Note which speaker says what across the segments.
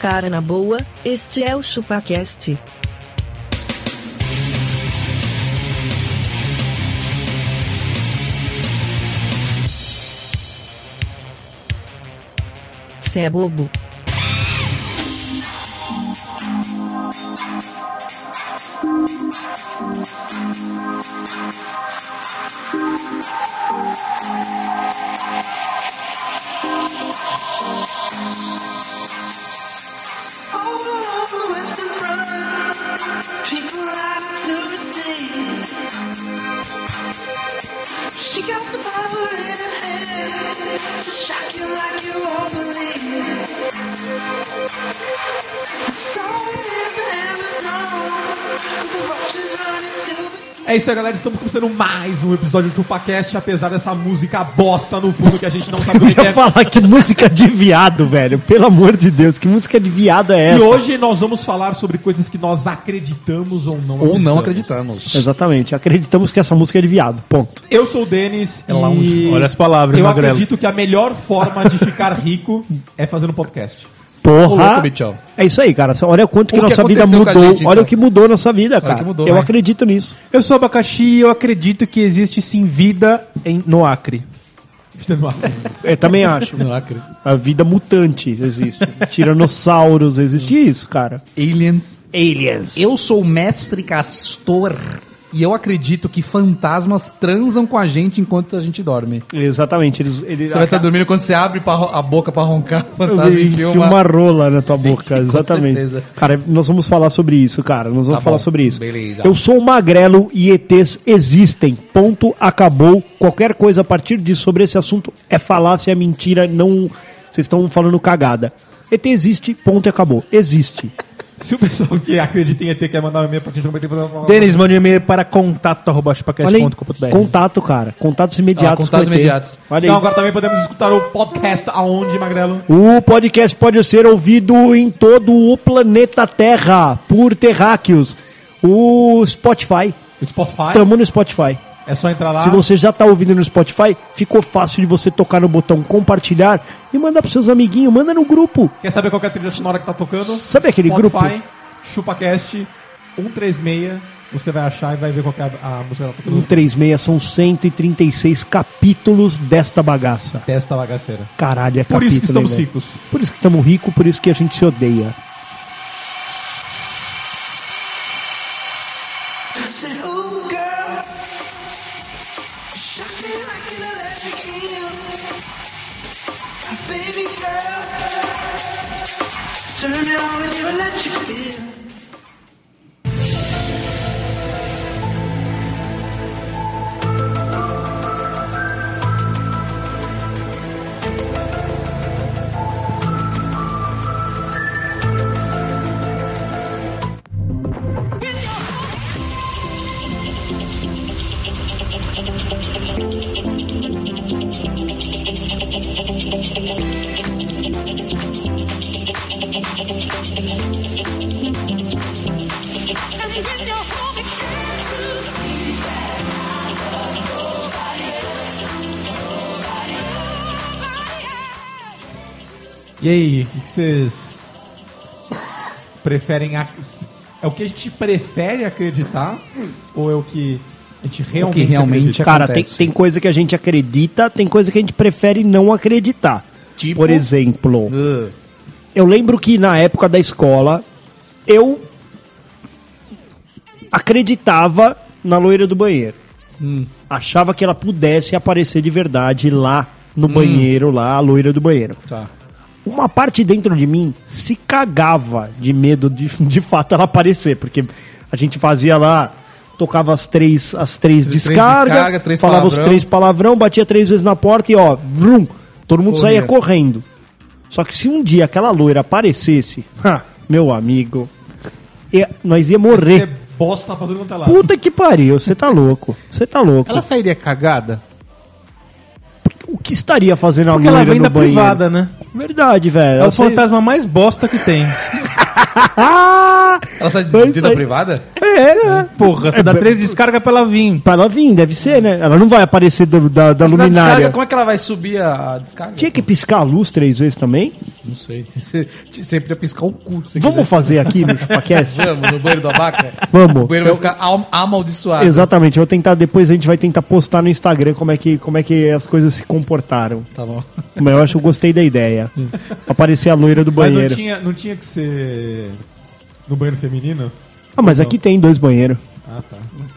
Speaker 1: Cara na boa, este é o ChupaCast. Cê é bobo.
Speaker 2: All over Western Front, people out to receive. She got the power in her hand to shock you like you won't believe. Sword in the Amazon, the vultures running through the
Speaker 3: É isso aí, galera. Estamos começando mais um episódio do ChupaCast, apesar dessa música bosta no fundo que a gente não sabe o que
Speaker 4: Eu ia
Speaker 3: é.
Speaker 4: falar que música de viado, velho. Pelo amor de Deus, que música de viado é
Speaker 3: E
Speaker 4: essa?
Speaker 3: hoje nós vamos falar sobre coisas que nós acreditamos ou não
Speaker 5: Ou não acreditamos.
Speaker 4: Exatamente, acreditamos que essa música é de viado, ponto.
Speaker 3: Eu sou o Denis
Speaker 5: É lounge. Olha as palavras,
Speaker 3: Eu
Speaker 6: né,
Speaker 5: Magrelo.
Speaker 3: acredito que a melhor forma de ficar rico é fazendo podcast.
Speaker 5: Ô,
Speaker 4: Porra!
Speaker 5: louco, bichão.
Speaker 4: É isso aí, cara. Olha quanto que,
Speaker 5: O que
Speaker 4: nossa vida
Speaker 5: aconteceu com a
Speaker 4: mudou.
Speaker 5: gente, então?
Speaker 4: Olha o que mudou nossa vida, cara.
Speaker 5: que mudou,
Speaker 4: eu
Speaker 5: né?
Speaker 4: acredito nisso.
Speaker 6: Eu sou abacaxi e eu acredito que existe sim vida em, no Acre.
Speaker 4: Eu também acho.
Speaker 7: um
Speaker 5: Não acredito.
Speaker 4: A vida mutante existe. Tiranossauros existe isso, cara.
Speaker 5: Aliens.
Speaker 4: Aliens.
Speaker 7: Eu sou o mestre castor e eu acredito que fantasmas transam com a gente enquanto a gente dorme.
Speaker 4: Exatamente, eles. eles
Speaker 7: Você vai estar dormindo quando você abre pra ro- a boca pra roncar, o fantasma
Speaker 4: Ele
Speaker 7: enfia
Speaker 4: enfia
Speaker 7: uma...
Speaker 4: uma rola na tua
Speaker 7: Sim,
Speaker 4: boca,
Speaker 7: com
Speaker 4: exatamente.
Speaker 7: certeza.
Speaker 4: Cara, nós vamos falar sobre isso, cara. Nós vamos
Speaker 7: Tá
Speaker 4: falar
Speaker 7: bom,
Speaker 4: sobre isso.
Speaker 7: beleza.
Speaker 4: Eu sou o magrelo e ETs existem. Ponto, acabou. Qualquer coisa a partir disso sobre esse assunto é falácia, é mentira, não. Vocês estão falando cagada. ET existe, ponto e acabou. Existe.
Speaker 3: Se o pessoal que acredita em ET quer mandar um e-mail pra gente, eu vou ter que fazer uma
Speaker 6: Denis, mande um e-mail para
Speaker 4: Olha aí,
Speaker 6: contato.chupacast.com.br.
Speaker 4: contato, cara. Contatos imediatos.
Speaker 7: Ah, contatos
Speaker 4: com ET.
Speaker 7: imediatos.
Speaker 4: Olha aí.
Speaker 3: Então agora também podemos escutar o podcast aonde, Magrelo?
Speaker 4: O podcast pode ser ouvido em todo o planeta Terra por terráqueos. O Spotify.
Speaker 3: O Spotify.
Speaker 4: Tamo no Spotify.
Speaker 3: É só entrar lá.
Speaker 4: Então, Se você já tá ouvindo no Spotify, ficou fácil de você tocar no botão compartilhar e mandar pros seus amiguinhos, manda no grupo.
Speaker 3: Quer saber qual que é a trilha sonora que tá tocando?
Speaker 4: Sabe aquele
Speaker 3: Spotify, ChupaCast 136. Você vai achar e vai ver qual que é a, a música que tá tocando.
Speaker 4: 136 são 136 capítulos desta bagaça.
Speaker 3: Desta bagaceira.
Speaker 4: Caralho, é
Speaker 3: Por
Speaker 4: capítulo.
Speaker 3: isso que estamos
Speaker 4: hein, velho?
Speaker 3: ricos.
Speaker 4: Por isso que estamos ricos, por isso que a gente se odeia.
Speaker 2: Said, ooh, girl, shock me like an electric eel. Ah, Baby girl, turn me on with your electric feel.
Speaker 3: E aí, o que que vocês preferem. ac- É o que a gente prefere acreditar? Ou é o que a gente realmente,
Speaker 7: realmente
Speaker 3: acredita?
Speaker 4: Cara, tem,
Speaker 7: acontece?
Speaker 4: tem coisa que a gente acredita, tem coisa que a gente prefere não acreditar.
Speaker 7: Tipo?
Speaker 4: Por exemplo,
Speaker 7: Uh,
Speaker 4: eu lembro que na época da escola, eu acreditava na loira do banheiro.
Speaker 7: Hum.
Speaker 4: Achava que ela pudesse aparecer de verdade lá no
Speaker 7: Hum.
Speaker 4: banheiro, lá a loira do banheiro.
Speaker 7: Tá.
Speaker 4: Uma parte dentro de mim se cagava de medo de, de fato ela aparecer, porque a gente fazia lá, tocava as três, as três,
Speaker 7: Três
Speaker 4: descargas,
Speaker 7: descarga, três
Speaker 4: falava os
Speaker 7: palavrão.
Speaker 4: três palavrão, batia três vezes na porta e ó, vrum, todo mundo
Speaker 7: Corria.
Speaker 4: saía correndo. Só que se um dia aquela loira aparecesse, ha, meu amigo, e- nós ia
Speaker 3: Você é
Speaker 4: morrer.
Speaker 3: bosta pra todo quanto é lado.
Speaker 4: Puta que pariu, você tá louco, você tá louco.
Speaker 6: Ela sairia cagada?
Speaker 4: O que estaria fazendo a
Speaker 6: Porque ela
Speaker 4: loira
Speaker 6: vem
Speaker 4: no
Speaker 6: da
Speaker 4: banheiro?
Speaker 6: privada, né?
Speaker 4: Verdade, velho.
Speaker 6: É o
Speaker 4: Ela saiu-
Speaker 6: fantasma mais bosta que tem. "Tá-"
Speaker 4: Ah!
Speaker 7: ela sai
Speaker 4: Mas
Speaker 7: de vida
Speaker 4: aí-
Speaker 7: privada?
Speaker 4: É, né?
Speaker 6: Porra, você dá três descargas pra ela vir.
Speaker 4: Pra ela vir, deve ser, né? Ela não vai aparecer do- da, da
Speaker 7: Mas na
Speaker 4: luminária.
Speaker 7: descarga, como é que ela vai subir a, a descarga?
Speaker 4: Tinha que piscar a luz três vezes também?
Speaker 7: Não sei. Você, você você podia piscar o cu. se você
Speaker 4: Vamos
Speaker 7: quiser.
Speaker 4: fazer aqui no ChupaCast?
Speaker 7: Vamos no banheiro do abaca?
Speaker 4: Vamos.
Speaker 7: O banheiro vai ficar am- amaldiçoado.
Speaker 4: Exatamente, eu vou tentar depois a gente vai tentar postar no Instagram como é que, como é que as coisas se comportaram.
Speaker 7: Tá bom.
Speaker 4: Mas eu acho que eu gostei da ideia. Aparecer a loira do
Speaker 3: Mas não
Speaker 4: banheiro.
Speaker 3: tinha, não tinha que ser no banheiro feminino?
Speaker 4: Ah, mas aqui tem dois banheiros.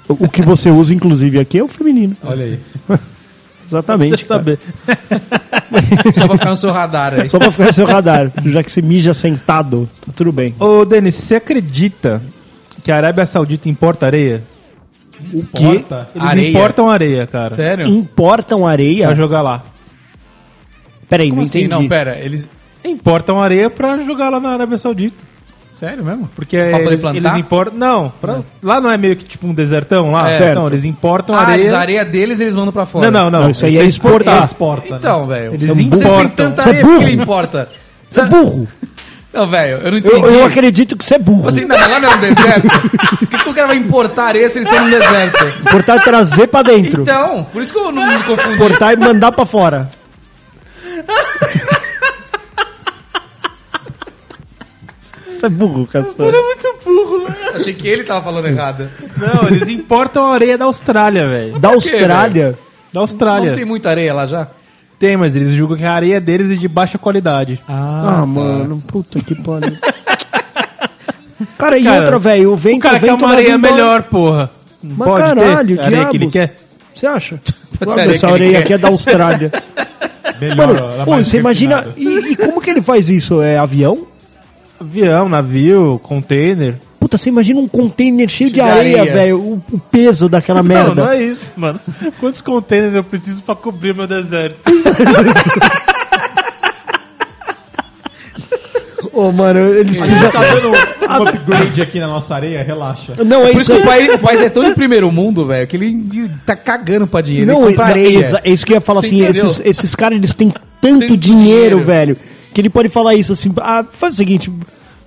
Speaker 4: O o que você usa, inclusive, aqui é o feminino.
Speaker 3: Olha aí.
Speaker 4: Exatamente. cara.
Speaker 7: Só pra ficar no seu radar aí.
Speaker 4: Só pra ficar no seu radar. Já que você mija sentado, tá tudo bem.
Speaker 6: Ô, Denis, você acredita que a Arábia Saudita importa areia?
Speaker 4: O que
Speaker 3: Porta.
Speaker 6: Eles
Speaker 7: Areia?
Speaker 6: importam areia, cara.
Speaker 7: Sério?
Speaker 4: importam
Speaker 6: Pra
Speaker 4: areia?
Speaker 6: jogar lá.
Speaker 4: Peraí,
Speaker 7: Como
Speaker 4: não
Speaker 7: assim?
Speaker 4: entendi.
Speaker 7: Não, pera. Eles...
Speaker 6: Importam areia pra jogar lá na Arábia Saudita.
Speaker 7: Sério mesmo?
Speaker 6: Porque
Speaker 7: Pra poder
Speaker 6: eles,
Speaker 7: plantar?
Speaker 6: eles importam. Não, pra- lá não é meio que tipo um desertão lá?
Speaker 7: É.
Speaker 6: Não,
Speaker 4: Certo.
Speaker 6: eles importam
Speaker 7: Ah,
Speaker 6: areia.
Speaker 7: eles, a areia deles eles mandam pra fora.
Speaker 6: Não, não, não.
Speaker 4: Não, isso aí é
Speaker 6: Eles
Speaker 4: exportar.
Speaker 3: Exporta. né?
Speaker 7: Então, velho.
Speaker 6: Eles
Speaker 7: Vocês têm
Speaker 6: importam.
Speaker 7: tanta
Speaker 4: Você é
Speaker 7: areia, por que
Speaker 4: burro.
Speaker 7: importa?
Speaker 4: Você é burro.
Speaker 7: Não, velho, eu não entendi.
Speaker 4: Eu, eu acredito que você é burro.
Speaker 7: Assim, não, lá não é um deserto. Por que, que o cara vai importar areia se eles estão no deserto?
Speaker 4: Importar é trazer pra dentro.
Speaker 7: Então, por isso que eu não me confundi.
Speaker 4: Importar e mandar pra fora. Você é burro, Castor.
Speaker 7: Achei que ele tava falando errado.
Speaker 6: Não, eles importam a areia da Austrália, velho.
Speaker 4: Da
Speaker 7: por quê,
Speaker 4: Austrália?
Speaker 6: Da
Speaker 7: Não
Speaker 6: Austrália.
Speaker 7: tem
Speaker 6: Tem...
Speaker 7: muita areia lá já?
Speaker 6: mas eles julgam que a areia deles é de baixa qualidade.
Speaker 4: Ah, mano, puta que pariu. Cara, e outra, velho, o vento...
Speaker 6: O Um cara quer
Speaker 4: vento
Speaker 6: uma
Speaker 4: leva
Speaker 6: areia
Speaker 4: embora.
Speaker 6: melhor, porra. Não
Speaker 4: Mas caralho,
Speaker 6: a areia que ele
Speaker 4: diabos.
Speaker 6: quer.
Speaker 4: Você acha?
Speaker 7: Pode
Speaker 4: Claro,
Speaker 7: ser
Speaker 4: essa
Speaker 7: que ele
Speaker 4: areia
Speaker 7: quer.
Speaker 4: aqui é da Austrália.
Speaker 3: Melhor.
Speaker 4: Mano,
Speaker 3: ela
Speaker 4: pô,
Speaker 3: mais
Speaker 4: você imagina...
Speaker 3: refinada.
Speaker 4: E, e como que ele faz isso? É avião?
Speaker 6: Avião, navio, container.
Speaker 4: Puta, você imagina um container cheio de,
Speaker 7: de
Speaker 4: areia,
Speaker 7: areia.
Speaker 4: velho. O, o peso daquela merda.
Speaker 6: Não, não é isso, mano. Quantos containers eu preciso pra cobrir meu deserto?
Speaker 4: Ô, mano, eles
Speaker 3: A gente tá dando um upgrade aqui na nossa areia, relaxa.
Speaker 4: Não, é
Speaker 7: Por isso
Speaker 4: isso
Speaker 7: que
Speaker 4: aí.
Speaker 7: o pai, o país é tão de primeiro mundo, velho, que ele tá cagando pra dinheiro.
Speaker 4: Não,
Speaker 7: ele compra
Speaker 4: não,
Speaker 7: areia.
Speaker 4: exa- é isso que eu ia falar
Speaker 7: Você
Speaker 4: assim,
Speaker 7: entendeu?
Speaker 4: esses, esses caras, eles têm tanto
Speaker 7: Tanto
Speaker 4: dinheiro,
Speaker 7: dinheiro.
Speaker 4: velho, que ele pode falar isso assim, ah, faz o seguinte,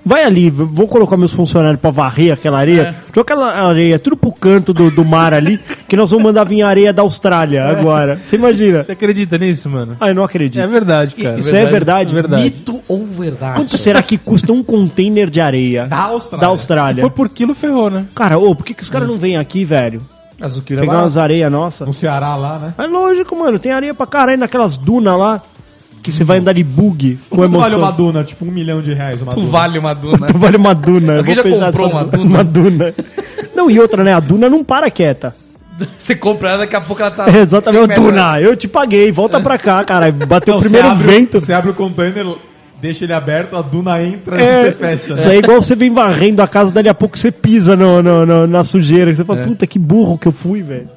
Speaker 4: vai ali, v- vou colocar meus funcionários pra varrer aquela areia, joga aquela areia tudo pro canto do, do mar ali, que nós vamos mandar vir areia da Austrália agora. Você imagina?
Speaker 6: Você acredita nisso, mano?
Speaker 4: Ah, eu não acredito.
Speaker 6: É verdade, cara.
Speaker 4: Isso é verdade?
Speaker 7: Mito ou verdade?
Speaker 4: Quanto será que custa um container de areia? Da
Speaker 3: Austrália.
Speaker 4: Da Austrália.
Speaker 6: Se for por quilo, ferrou, né?
Speaker 4: Cara, ô, por que, que os caras não vêm aqui, velho?
Speaker 7: Azuqueira é
Speaker 4: Pegar
Speaker 7: barato.
Speaker 4: umas areias nossa?
Speaker 3: No Ceará lá, né?
Speaker 4: É lógico, mano. Tem areia pra caralho naquelas dunas lá que você vai andar de bug com
Speaker 3: Quanto vale
Speaker 4: emoção.
Speaker 3: uma duna? Tipo, um milhão de reais uma
Speaker 7: Tu
Speaker 3: duna.
Speaker 7: vale uma né? duna.
Speaker 4: Tu Então vale uma duna.
Speaker 7: Alguém
Speaker 4: Vou
Speaker 7: já
Speaker 4: fechar
Speaker 7: comprou
Speaker 4: essa
Speaker 7: uma
Speaker 4: du-
Speaker 7: duna?
Speaker 4: uma duna? Não, e outra, né? A duna não para quieta.
Speaker 7: Você compra ela, daqui a pouco ela
Speaker 3: Ah,
Speaker 7: tá.
Speaker 4: É, exatamente.
Speaker 7: 100 metros.
Speaker 4: Duna, eu te paguei. Volta pra cá, cara. Bateu
Speaker 3: né? Não,
Speaker 4: o primeiro
Speaker 3: você abre o-
Speaker 4: vento.
Speaker 3: Você abre o container, deixa ele aberto, a duna entra e
Speaker 4: É,
Speaker 3: você fecha.
Speaker 4: isso aí é igual você vem varrendo a casa, dali a pouco você pisa no, no- no- na sujeira. Você
Speaker 3: É.
Speaker 4: fala, puta, que burro que eu fui, velho.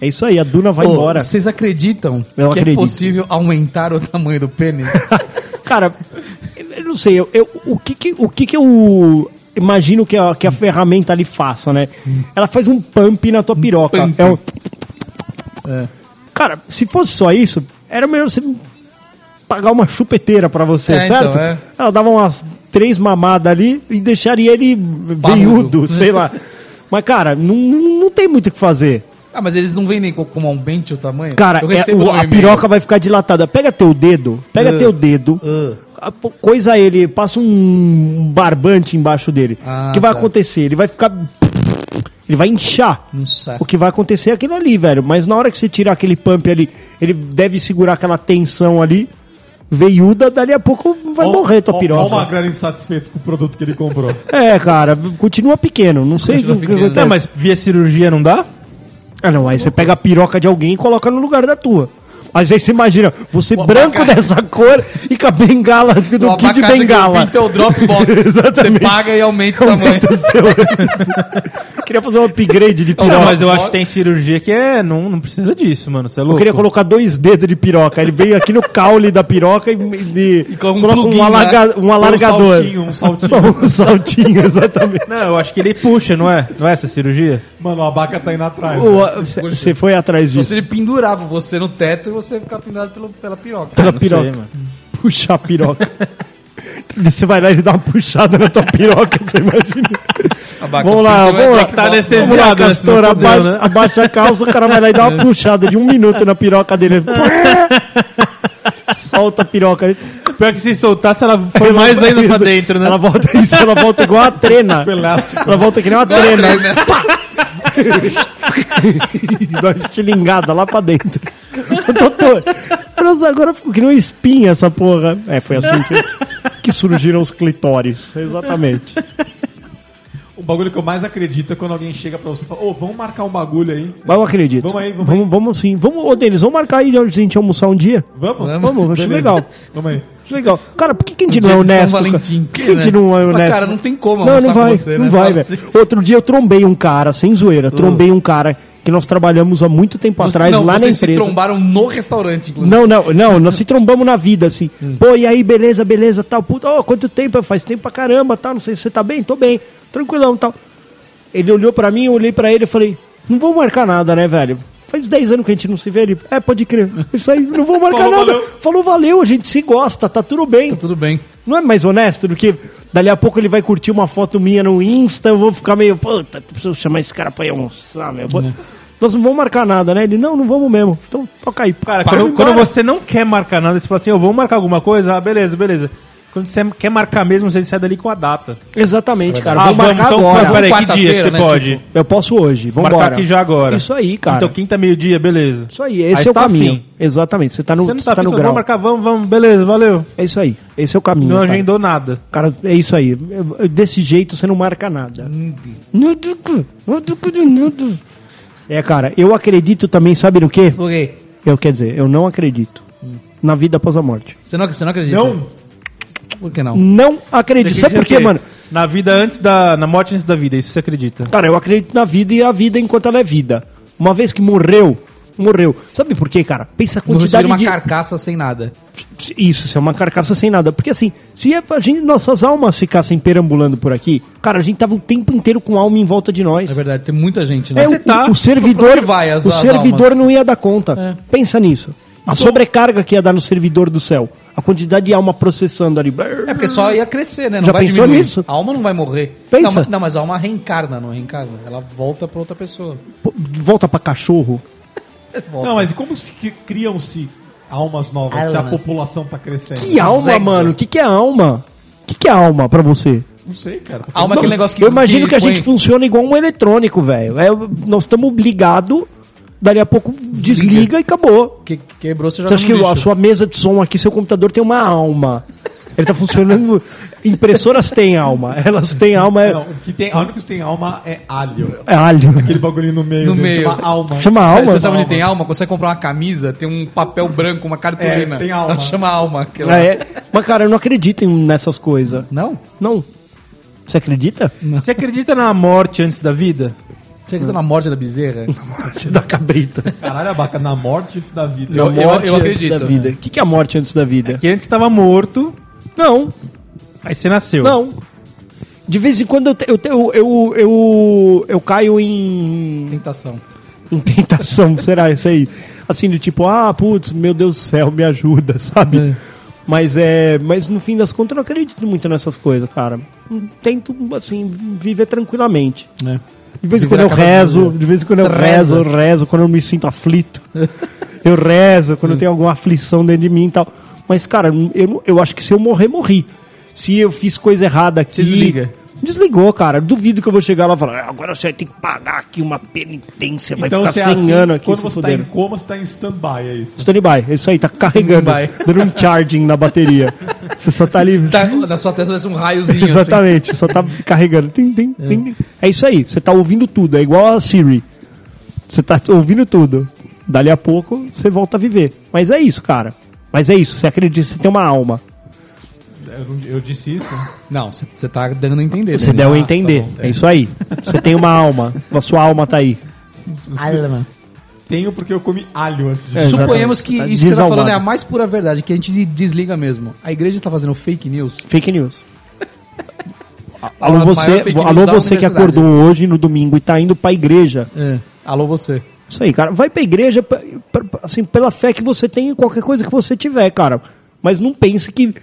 Speaker 4: É isso aí, a duna vai
Speaker 7: Ô,
Speaker 4: embora.
Speaker 7: Vocês acreditam
Speaker 4: Eu
Speaker 7: que
Speaker 4: acredito.
Speaker 7: é possível aumentar o tamanho do pênis?
Speaker 4: Cara, eu não sei, eu, eu- o, que que, o que que eu imagino que a, que a ferramenta ali faça, né? Ela faz um pump na tua piroca.
Speaker 7: pump. É.
Speaker 4: É um... Cara, se fosse só isso, era melhor você pagar uma chupeteira pra você,
Speaker 7: É, então,
Speaker 4: certo?
Speaker 7: é.
Speaker 4: Ela dava umas três mamadas ali e deixaria ele veiudo, sei lá. Mas, cara, não, não não tem muito o que fazer.
Speaker 7: ah, mas eles não vendem co- como aumente o tamanho?
Speaker 4: Cara,
Speaker 7: Eu
Speaker 4: é,
Speaker 7: recebo
Speaker 4: o-
Speaker 7: no
Speaker 4: a
Speaker 7: e-mail.
Speaker 4: piroca vai ficar dilatada. Pega teu dedo, pega
Speaker 7: Ah.
Speaker 4: teu dedo,
Speaker 7: Ah.
Speaker 4: a- pô- coisa ele, passa um barbante embaixo dele.
Speaker 7: Ah,
Speaker 4: o que vai
Speaker 7: tá.
Speaker 4: acontecer? Ele vai ficar. Ele vai inchar.
Speaker 7: Um saco.
Speaker 4: O que vai acontecer é aquilo ali, velho. Mas na hora que você tirar aquele pump ali, ele deve segurar aquela tensão ali, veiuda, dali a pouco vai
Speaker 3: É. Ó-
Speaker 4: morrer tua
Speaker 3: ó-
Speaker 4: piroca.
Speaker 3: ó uma grana insatisfeito com o produto que ele comprou.
Speaker 4: É, cara, continua pequeno. Não sei
Speaker 7: Continua
Speaker 4: o que
Speaker 7: pequeno. né?
Speaker 3: É,
Speaker 4: acontece.
Speaker 6: mas via cirurgia não dá?
Speaker 4: Ah, não, aí você pega a piroca de alguém e coloca no lugar da tua. Mas aí você imagina, você
Speaker 7: Uma
Speaker 4: branco
Speaker 7: bagagem.
Speaker 4: dessa cor e com a bengala, do
Speaker 7: Uma
Speaker 4: kit
Speaker 7: abacaxi que
Speaker 4: bengala.
Speaker 7: aumenta o Dropbox. Você
Speaker 4: Exatamente.
Speaker 7: paga e aumenta o tamanho.
Speaker 4: Aumenta o seu. queria fazer um upgrade de piroca.
Speaker 6: Não, mas eu acho que tem cirurgia que é. Não, não precisa disso, mano. Você é
Speaker 4: Eu
Speaker 6: louco.
Speaker 4: queria colocar dois dedos de piroca. Ele veio aqui no caule da piroca e, e-
Speaker 7: com um
Speaker 4: coloca
Speaker 7: plugin,
Speaker 4: um, alarga-
Speaker 7: né?
Speaker 4: um alargador.
Speaker 3: Um saltinho, um saltinho.
Speaker 4: Só um saltinho, exatamente.
Speaker 6: Não, eu acho que ele puxa, não é? Não é essa cirurgia?
Speaker 3: Mano, o abaca tá indo atrás. né?
Speaker 4: Você foi atrás
Speaker 7: Ou
Speaker 4: disso.
Speaker 7: seja, ele pendurava você no teto e você ficava pendurado pelo, pela piroca.
Speaker 4: Pela
Speaker 6: não
Speaker 4: piroca.
Speaker 6: sei, mano.
Speaker 4: Puxar a piroca. Você vai lá e ele dá uma puxada na tua piroca, você imagina.
Speaker 7: Abaca,
Speaker 4: vamos lá,
Speaker 7: pinto vai
Speaker 4: vamos lá.
Speaker 7: ter que tá
Speaker 4: Vamos lá,
Speaker 6: anestesiado, né? Se não
Speaker 4: Castor,
Speaker 6: fudeu,
Speaker 4: abaixa,
Speaker 6: né?
Speaker 4: abaixa a calça, o cara vai lá e dá uma puxada de um minuto na piroca dele. Solta a piroca.
Speaker 5: Pior que se soltasse, ela foi mais ainda pra dentro, né?
Speaker 4: Ela volta isso, ela volta igual a trena. Ela volta que nem uma trena.
Speaker 7: né?
Speaker 4: E Dá uma estilingada lá pra dentro. Doutor, elas agora ficou que nem uma espinha essa porra. É, foi assim que, que surgiram os clitóris. Exatamente.
Speaker 3: O bagulho que eu mais acredito é quando alguém chega pra você e fala, ô, vamos marcar um bagulho aí.
Speaker 4: Mas eu acredito.
Speaker 3: Vamos aí, vamos
Speaker 4: vamos, vamos sim. Vamos, ô Denis, vamos marcar aí de onde a gente almoçar um dia?
Speaker 3: Vamos?
Speaker 4: Vamos, acho
Speaker 3: Beleza.
Speaker 4: legal.
Speaker 3: Vamos aí.
Speaker 4: Acho legal. Cara, por que, que a gente
Speaker 7: Dia
Speaker 4: não é
Speaker 7: de São
Speaker 4: honesto? cara?
Speaker 7: Valentim,
Speaker 4: por que, que a gente
Speaker 7: né?
Speaker 4: não é
Speaker 7: Mas,
Speaker 4: honesto?
Speaker 7: cara, não tem como
Speaker 4: Não,
Speaker 7: almoçar
Speaker 4: não
Speaker 7: com
Speaker 4: vai,
Speaker 7: você, né?
Speaker 4: não vai,
Speaker 7: Fala
Speaker 4: velho. Outro dia eu trombei um cara, sem zoeira, trombei um cara que nós trabalhamos há muito tempo Tá atrás
Speaker 7: não,
Speaker 4: lá na
Speaker 7: vocês se
Speaker 4: empresa.
Speaker 7: trombaram no restaurante, inclusive.
Speaker 4: Não, não, não, nós se trombamos na vida, assim.
Speaker 7: Hum.
Speaker 4: Pô, e aí, beleza, beleza, tal. Puta, ó, quanto tempo? Faz tempo pra caramba, tal. Não sei se você tá bem, tô bem, tranquilão, tal. Ele olhou pra mim, eu olhei pra ele e falei, não vou marcar nada, né, velho? Faz 10 anos que a gente não se vê, ele, é, pode crer. Isso aí, não vou marcar
Speaker 3: Falou,
Speaker 4: nada.
Speaker 3: valeu.
Speaker 4: Falou, valeu, a gente se gosta, tá tudo bem.
Speaker 7: Tudo bem.
Speaker 4: Não é mais honesto do que dali a pouco ele vai curtir uma foto minha no Insta, eu vou ficar meio, puta, preciso chamar esse cara pra ir almoçar, meu. Nós não vamos marcar nada, né? Ele, não, não vamos mesmo. Então toca aí.
Speaker 5: Cara,
Speaker 4: Pá,
Speaker 5: quando,
Speaker 4: vamos
Speaker 5: quando
Speaker 4: embora.
Speaker 5: você não quer marcar nada, você fala assim, eu vou marcar alguma coisa, ah, beleza, beleza. Quando você quer marcar mesmo, você sai dali com a data.
Speaker 4: Exatamente, cara.
Speaker 5: ah,
Speaker 4: vamos marcar agora.
Speaker 5: mas peraí, que
Speaker 7: Quarta-feira,
Speaker 5: dia que você
Speaker 7: né,
Speaker 5: pode?
Speaker 7: tipo,
Speaker 4: Eu posso hoje, vamos
Speaker 5: marcar aqui já agora.
Speaker 4: Isso aí, cara.
Speaker 5: Então quinta, meio-dia, beleza.
Speaker 4: Isso aí, esse é o
Speaker 5: tá
Speaker 4: caminho.
Speaker 5: afim.
Speaker 4: Exatamente, você tá no,
Speaker 5: Você não tá,
Speaker 4: você tá
Speaker 5: afim,
Speaker 4: no
Speaker 5: você
Speaker 4: grau.
Speaker 5: Vamos marcar, vamos, vamos, beleza, valeu.
Speaker 4: É isso aí, esse é o caminho.
Speaker 5: Não
Speaker 4: cara.
Speaker 5: agendou nada.
Speaker 4: Cara, é isso aí. Eu- eu- Desse jeito você não marca nada. Nudo, cu, nudo, cu, du, nudo. É, cara, eu acredito também, sabe no quê?
Speaker 7: Ok.
Speaker 4: Eu quer dizer, eu não acredito. Na vida após a morte.
Speaker 7: Você não, você não acredita?
Speaker 3: Não.
Speaker 7: Por que não?
Speaker 4: Não acredito. Sabe por quê, mano?
Speaker 5: Na vida antes da. Na morte antes da vida, isso você acredita.
Speaker 4: Cara, eu acredito na vida e a vida enquanto ela é vida. Uma vez que morreu, morreu. Sabe por quê, cara? Pensa a
Speaker 7: Não recebi
Speaker 4: quantidade
Speaker 7: uma
Speaker 4: de.
Speaker 7: carcaça sem nada.
Speaker 4: Isso, isso é uma carcaça sem nada. Porque assim, se é pra gente, nossas almas ficassem perambulando por aqui, cara, a gente tava o tempo inteiro com alma em volta de nós.
Speaker 7: É verdade, tem muita gente, né?
Speaker 4: É, o, o servidor,
Speaker 7: Pra onde vai as-
Speaker 4: o
Speaker 7: as
Speaker 4: servidor
Speaker 7: almas? É.
Speaker 4: não ia dar conta. Pensa nisso. A sobrecarga que ia dar no servidor do céu. A quantidade de alma processando ali.
Speaker 7: É porque só ia crescer, né? Não
Speaker 4: Já
Speaker 7: vai
Speaker 4: pensou
Speaker 7: diminuir.
Speaker 4: nisso?
Speaker 7: A alma não vai morrer.
Speaker 4: Pensa.
Speaker 7: Não, mas, não, mas a alma reencarna, não reencarna. Ela volta pra outra pessoa.
Speaker 4: Pô, Volta pra cachorro.
Speaker 3: Não, mas e como se cri- criam-se almas novas se a
Speaker 7: Almas.
Speaker 3: população tá crescendo?
Speaker 4: Que alma,
Speaker 7: sexo.
Speaker 4: mano? O que, que é alma? O que, que é alma pra você?
Speaker 3: Não sei, cara. Tô
Speaker 7: A alma é aquele negócio que.
Speaker 4: eu imagino que, a gente
Speaker 7: põe-
Speaker 4: funciona igual um eletrônico, velho. É, nós estamos obligados, dali a pouco desliga e acabou.
Speaker 7: que, que quebrou, você joga
Speaker 4: Você acha
Speaker 7: no
Speaker 4: que
Speaker 7: lixo.
Speaker 4: a sua mesa de som aqui, seu computador tem uma alma? Ele tá funcionando. Impressoras têm alma. Elas têm alma. É,
Speaker 3: Não, o que tem, a única que tem alma é alho.
Speaker 4: é alho.
Speaker 3: Aquele bagulhinho no meio.
Speaker 7: No
Speaker 3: dele,
Speaker 7: meio.
Speaker 3: Chama alma.
Speaker 4: Chama
Speaker 7: Sabe-
Speaker 4: é alma.
Speaker 7: Você sabe onde tem alma? Quando você comprar uma camisa, tem um papel branco, uma cartolina.
Speaker 3: É, tem alma.
Speaker 7: Ela chama alma. aquela-
Speaker 4: Ah, é? Mas, cara, eu não acredito em- nessas coisas.
Speaker 7: Não?
Speaker 4: Não. Você acredita?
Speaker 5: Você acredita na morte antes da vida?
Speaker 7: Tinha que
Speaker 4: Hum.
Speaker 7: estar na morte da bezerra.
Speaker 4: Você dá cabrita.
Speaker 3: Caralho, abaca, na morte antes da vida.
Speaker 7: Eu- eu- eu acredito,
Speaker 4: Antes da vida. O que, que é a morte antes da vida?
Speaker 5: Que antes estava morto,
Speaker 4: Não,
Speaker 5: aí você nasceu.
Speaker 4: não. De vez em quando eu, te- eu, te- eu, eu, eu, eu caio em,
Speaker 7: Tentação.
Speaker 4: em tentação, será isso aí? Assim, de tipo, ah, putz, meu Deus do céu, me ajuda, sabe?
Speaker 7: É.
Speaker 4: Mas é. Mas no fim das contas eu não acredito muito nessas coisas, cara. Tento, assim, viver tranquilamente.
Speaker 7: né?
Speaker 4: De vez em
Speaker 7: Viver
Speaker 4: quando eu
Speaker 7: a cada
Speaker 4: rezo,
Speaker 7: dia.
Speaker 4: de vez em quando eu
Speaker 7: Você
Speaker 4: rezo, eu
Speaker 7: reza?
Speaker 4: rezo, quando eu me sinto aflito. eu rezo, quando tem alguma aflição dentro de mim e tal. Mas, cara, eu, não- eu acho que se eu morrer, morri. Se eu fiz coisa errada aqui.
Speaker 7: Desliga.
Speaker 4: Desligou, cara. Duvido que eu vou chegar lá e falar, "Ah, agora você tem que pagar aqui uma penitência, vai
Speaker 3: Então
Speaker 4: ficar
Speaker 3: você
Speaker 4: 100
Speaker 3: é assim,
Speaker 4: anos aqui.
Speaker 3: quando
Speaker 4: se
Speaker 3: você
Speaker 4: fudendo."
Speaker 3: tá em coma, você tá em stand-by, é isso.
Speaker 4: Standby, é isso aí, tá carregando,
Speaker 7: Standby.
Speaker 4: dando um charging na bateria. Você só tá ali.
Speaker 7: Tá, na sua testa parece um raiozinho. assim.
Speaker 4: Exatamente, só tá carregando. Tim, tim, tim. É. isso aí, você tá ouvindo tudo, é igual a Siri. Você tá ouvindo tudo. Dali a pouco você volta a viver. Mas é isso, cara. Mas é isso, você acredita, você tem uma alma.
Speaker 3: Eu, não- eu disse isso.
Speaker 7: Não, você tá dando a entender.
Speaker 4: Você
Speaker 7: Denis.
Speaker 4: deu
Speaker 7: Ah,
Speaker 4: a entender.
Speaker 7: tá bom.
Speaker 4: é isso aí. Você tem uma alma. A sua alma tá aí.
Speaker 3: Tenho porque eu comi alho antes de...
Speaker 4: É,
Speaker 7: Suponhamos
Speaker 4: exatamente.
Speaker 7: que
Speaker 4: Tá
Speaker 7: isso que você tá
Speaker 4: desalmado.
Speaker 7: falando é a mais pura verdade, que a gente desliga mesmo. A igreja está fazendo fake news.
Speaker 4: Fake news. A-
Speaker 7: Maior é
Speaker 4: Alô, você,
Speaker 7: fake news
Speaker 4: alô,
Speaker 7: da
Speaker 4: você que
Speaker 7: universidade.
Speaker 4: acordou hoje no domingo e tá indo pra igreja.
Speaker 7: É. Alô, você.
Speaker 4: Isso aí, cara. Vai pra igreja, pra- pra- pra- assim, pela fé que você tem em qualquer coisa que você tiver, cara. Mas não pense que.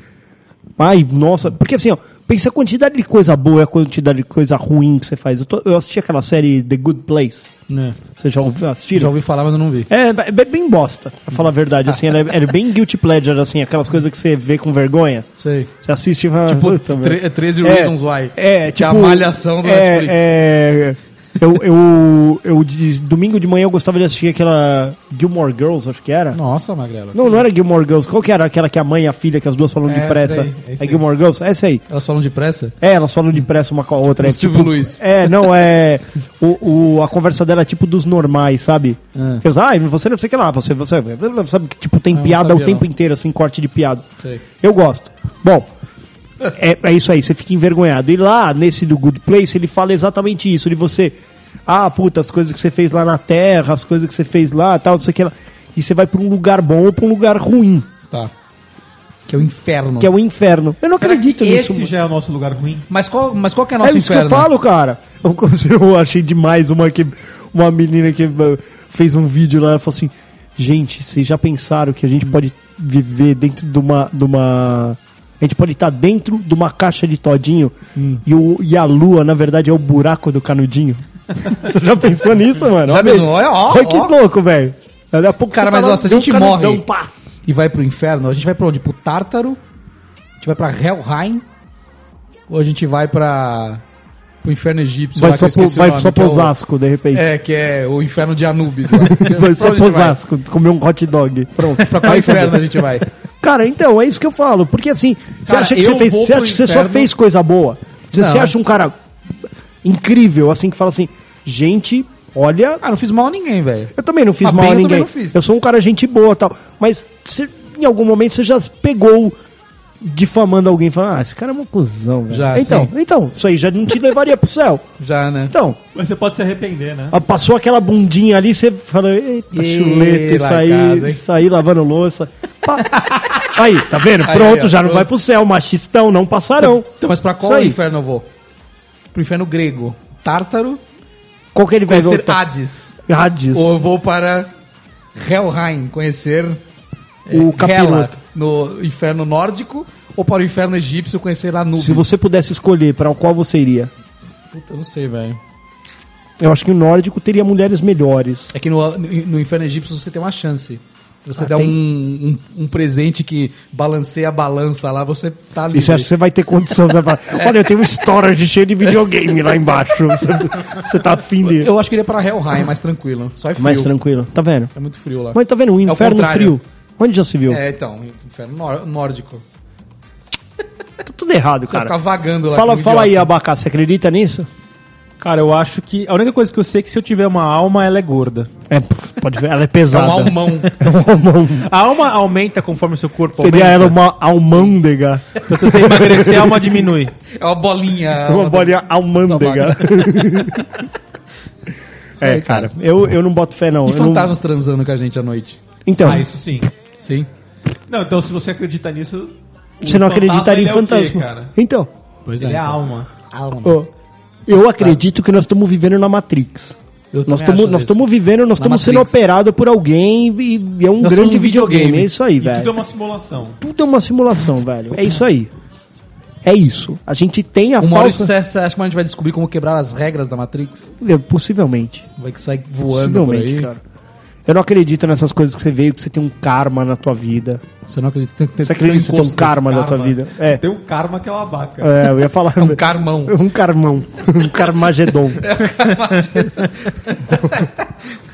Speaker 4: Ai, nossa. Porque assim, ó, Pensa a quantidade de coisa boa e a quantidade de coisa ruim que você faz. Eu, tô- eu assisti aquela série The Good Place. Você já ouviu assistir?
Speaker 7: Né. Já ouvi falar, mas eu não vi.
Speaker 4: É, é bem bosta, pra falar a verdade. Assim, ela é, ela é bem guilty pleasure, assim, aquelas coisas que você vê com vergonha.
Speaker 7: Sei.
Speaker 4: Você assiste e fala.
Speaker 7: Tipo,
Speaker 4: "Puta, velho."
Speaker 7: tre- 13 Reasons Why.
Speaker 4: É,
Speaker 7: que é
Speaker 4: tipo,
Speaker 7: a malhação do
Speaker 4: é,
Speaker 7: Netflix.
Speaker 4: É, eu, eu, eu de- domingo de manhã eu gostava de assistir aquela Gilmore Girls, acho que era.
Speaker 7: Nossa, Magrela.
Speaker 4: Não, não era Gilmore Girls. Qual que era aquela que a mãe e a filha, que as duas falam
Speaker 3: É,
Speaker 4: depressa?
Speaker 3: essa aí, é
Speaker 4: É,
Speaker 3: isso aí.
Speaker 4: Gilmore Girls? É essa aí.
Speaker 7: Elas falam depressa?
Speaker 4: É, elas falam depressa uma com a outra.
Speaker 7: O
Speaker 4: é
Speaker 7: Silvio Luiz.
Speaker 4: É, não, é. O, o- a conversa dela é tipo dos normais, sabe? Que eles, ah, você não sei o que lá, você, você. Sabe que tipo, tem
Speaker 7: É. Ah, não
Speaker 4: piada
Speaker 7: sabia,
Speaker 4: o tempo
Speaker 7: não.
Speaker 4: inteiro, assim, corte de piada.
Speaker 7: Sei.
Speaker 4: Eu gosto. Bom, é, é isso aí, você fica envergonhado. E lá, nesse do Good Place, ele fala exatamente isso, de você... Ah, puta, as coisas que você fez lá na Terra, as coisas que você fez lá, tal, não sei o que lá. E você vai pra um lugar bom ou pra um lugar ruim,
Speaker 7: Tá. Que é o inferno.
Speaker 4: que é o inferno. Eu não
Speaker 3: Será
Speaker 4: acredito
Speaker 3: que
Speaker 4: nisso.
Speaker 3: esse
Speaker 4: mano.
Speaker 3: já é o nosso lugar ruim?
Speaker 7: Mas, qual, mas qual que é o
Speaker 4: É
Speaker 7: nosso
Speaker 4: isso
Speaker 7: inferno?
Speaker 4: que eu falo, cara. Eu, eu achei demais uma que... Uma menina que eh, fez um vídeo lá, ela falou assim... Gente, vocês já pensaram que a gente pode viver dentro de uma... De uma... A gente pode estar dentro de uma caixa de todinho
Speaker 7: Hum.
Speaker 4: e, o, e a lua, na verdade, é o buraco do canudinho. Você já pensou nisso, mano?
Speaker 7: Já
Speaker 4: Olha aí.
Speaker 7: pensou? Olha, ó,
Speaker 4: Olha que
Speaker 7: ó.
Speaker 4: louco, velho. Daqui a pouco você
Speaker 7: Cara,
Speaker 4: tá
Speaker 7: mas
Speaker 4: lá,
Speaker 7: ó, se a
Speaker 4: deu um
Speaker 7: gente
Speaker 4: canudão,
Speaker 7: morre-
Speaker 4: pá.
Speaker 7: E vai pro inferno? A gente vai pra onde? Pro Tártaro? A gente vai pra Helheim? Ou a gente vai pra... Pro inferno egípcio?
Speaker 4: Vai
Speaker 7: lá, que
Speaker 4: só
Speaker 7: eu
Speaker 4: pro,
Speaker 7: esqueci o
Speaker 4: vai
Speaker 7: nome,
Speaker 4: só
Speaker 7: que
Speaker 4: pro
Speaker 7: é o-
Speaker 4: Osasco, de repente.
Speaker 7: É, que é o inferno de Anubis. lá.
Speaker 4: Vai só pro
Speaker 7: Pra onde a gente vai?
Speaker 4: Osasco, comer um hot dog. Pronto.
Speaker 7: Pra qual inferno a gente vai?
Speaker 4: Cara, então, é isso que eu falo. Porque assim, você
Speaker 3: Cara,
Speaker 4: acha que
Speaker 3: eu
Speaker 4: você fez.
Speaker 3: vou
Speaker 4: Você
Speaker 3: pro
Speaker 4: acha que você só
Speaker 3: inferno.
Speaker 4: fez coisa boa. Você
Speaker 7: Não.
Speaker 4: se acha um cara incrível, assim, que fala assim, gente, olha,
Speaker 7: Ah, não fiz mal a ninguém, velho.
Speaker 4: eu também não fiz
Speaker 7: Ah,
Speaker 4: mal
Speaker 7: bem,
Speaker 4: a
Speaker 7: eu também
Speaker 4: ninguém.
Speaker 7: não fiz.
Speaker 4: Eu sou um cara gente boa tal. Mas você, em algum momento você já pegou difamando alguém falando, ah, esse cara é um cuzão, velho.
Speaker 7: Já,
Speaker 4: então, então, isso aí já não te levaria pro céu.
Speaker 7: Já, né?
Speaker 4: Então,
Speaker 3: Mas você pode se arrepender, né?
Speaker 4: ah, Passou aquela bundinha ali, você fala, eita,
Speaker 7: Ih,
Speaker 4: chuleta, isso aí,
Speaker 7: lacrado, hein?
Speaker 4: isso aí, lavando louça. Pá. aí, tá vendo?
Speaker 7: Aí,
Speaker 4: Pronto,
Speaker 7: ó,
Speaker 4: já não
Speaker 7: pronto.
Speaker 4: vai pro céu, machistão, não passarão.
Speaker 7: Então, mas pra
Speaker 4: Isso
Speaker 7: qual
Speaker 4: aí.
Speaker 7: inferno eu vou? Pro inferno grego. Tártaro?
Speaker 4: Qual que ele vai
Speaker 7: Conhecer
Speaker 4: voltar? Ah,
Speaker 7: Hades.
Speaker 4: Hades.
Speaker 7: Ou eu vou para Helheim, conhecer é,
Speaker 4: O capiroto.
Speaker 7: Hela, no inferno nórdico, ou para o inferno egípcio, conhecer Anubis.
Speaker 4: Se você pudesse escolher pra qual você iria.
Speaker 7: Puta, eu não sei, velho.
Speaker 4: Eu acho que o nórdico teria mulheres melhores.
Speaker 7: É que no, no inferno egípcio você tem uma chance. Se você
Speaker 4: Ah,
Speaker 7: der
Speaker 4: tem.
Speaker 7: um, um, um presente que balanceia a balança lá, você tá livre.
Speaker 4: E você acha que você vai ter condição? Você vai falar, olha, eu tenho um storage cheio de videogame lá embaixo. Você, você tá afim de...
Speaker 7: Eu acho que iria para Helheim, mais tranquilo. Só é frio.
Speaker 4: Mais tranquilo, tá vendo?
Speaker 7: É muito frio lá.
Speaker 4: Mas tá vendo, o
Speaker 7: É o
Speaker 4: inferno
Speaker 7: contrário.
Speaker 4: frio. Onde já se viu?
Speaker 7: É, então, inferno nór- nórdico. Você
Speaker 4: Tá tudo errado,
Speaker 7: vai
Speaker 4: cara.
Speaker 7: ficar vagando lá.
Speaker 4: Fala,
Speaker 7: como
Speaker 4: fala aí,
Speaker 7: idiota.
Speaker 4: Abacá, você acredita nisso?
Speaker 5: Cara, eu acho que. A única coisa que eu sei é que se eu tiver uma alma, ela é gorda.
Speaker 4: É, p- pode ver, ela é
Speaker 7: É um
Speaker 4: pesada.
Speaker 7: almão.
Speaker 4: É um almão.
Speaker 5: A alma aumenta conforme o seu corpo
Speaker 4: Seria
Speaker 5: aumenta.
Speaker 4: ela
Speaker 7: então-
Speaker 4: uma almândega.
Speaker 5: Então, se você emagrecer, a alma diminui.
Speaker 7: É uma bolinha.
Speaker 4: uma bolinha almândega. é,
Speaker 7: aí,
Speaker 4: cara, eu, eu não boto fé, não.
Speaker 7: E
Speaker 4: Eu não-
Speaker 7: fantasmas transando com a gente à noite.
Speaker 4: Então,
Speaker 3: Ah, isso sim.
Speaker 7: Sim.
Speaker 3: Não, então se você acredita nisso. o
Speaker 4: você
Speaker 3: fantasma,
Speaker 4: não acreditaria em
Speaker 3: ele é o quê,
Speaker 4: fantasma.
Speaker 3: cara?
Speaker 4: então,
Speaker 7: Pois
Speaker 3: Ele é a
Speaker 7: então.
Speaker 3: alma.
Speaker 7: Alma.
Speaker 4: ó, eu acredito que nós estamos vivendo na Matrix.
Speaker 7: Eu
Speaker 4: Nós
Speaker 7: também
Speaker 4: estamos
Speaker 7: acho
Speaker 4: nós
Speaker 7: isso.
Speaker 4: estamos vivendo, nós
Speaker 7: Na
Speaker 4: estamos sendo
Speaker 7: Matrix.
Speaker 4: operados por alguém e, e é um
Speaker 7: Nós somos
Speaker 4: grande
Speaker 7: um videogame.
Speaker 4: videogame. É isso aí, velho.
Speaker 7: um-
Speaker 3: Tudo é uma simulação.
Speaker 4: Tudo é uma simulação, velho. É isso aí. É isso. A gente tem a
Speaker 7: Uma hora
Speaker 4: falsa...
Speaker 7: isso é- você acha que a gente vai descobrir como quebrar as regras da Matrix?
Speaker 4: É, Possivelmente.
Speaker 7: Vai que sai voando por
Speaker 4: Possivelmente,
Speaker 7: aí.
Speaker 4: cara. Eu não acredito nessas coisas que você veio, que você tem um karma na tua vida.
Speaker 7: Você não acredita que tem
Speaker 4: Você acredita que você tem um
Speaker 7: encosto.
Speaker 4: karma, na tua vida? É.
Speaker 3: Tem o karma que é uma vaca.
Speaker 4: É, eu ia falar.
Speaker 7: É um É carmão.
Speaker 4: um carmão. Um carmagedon.
Speaker 7: um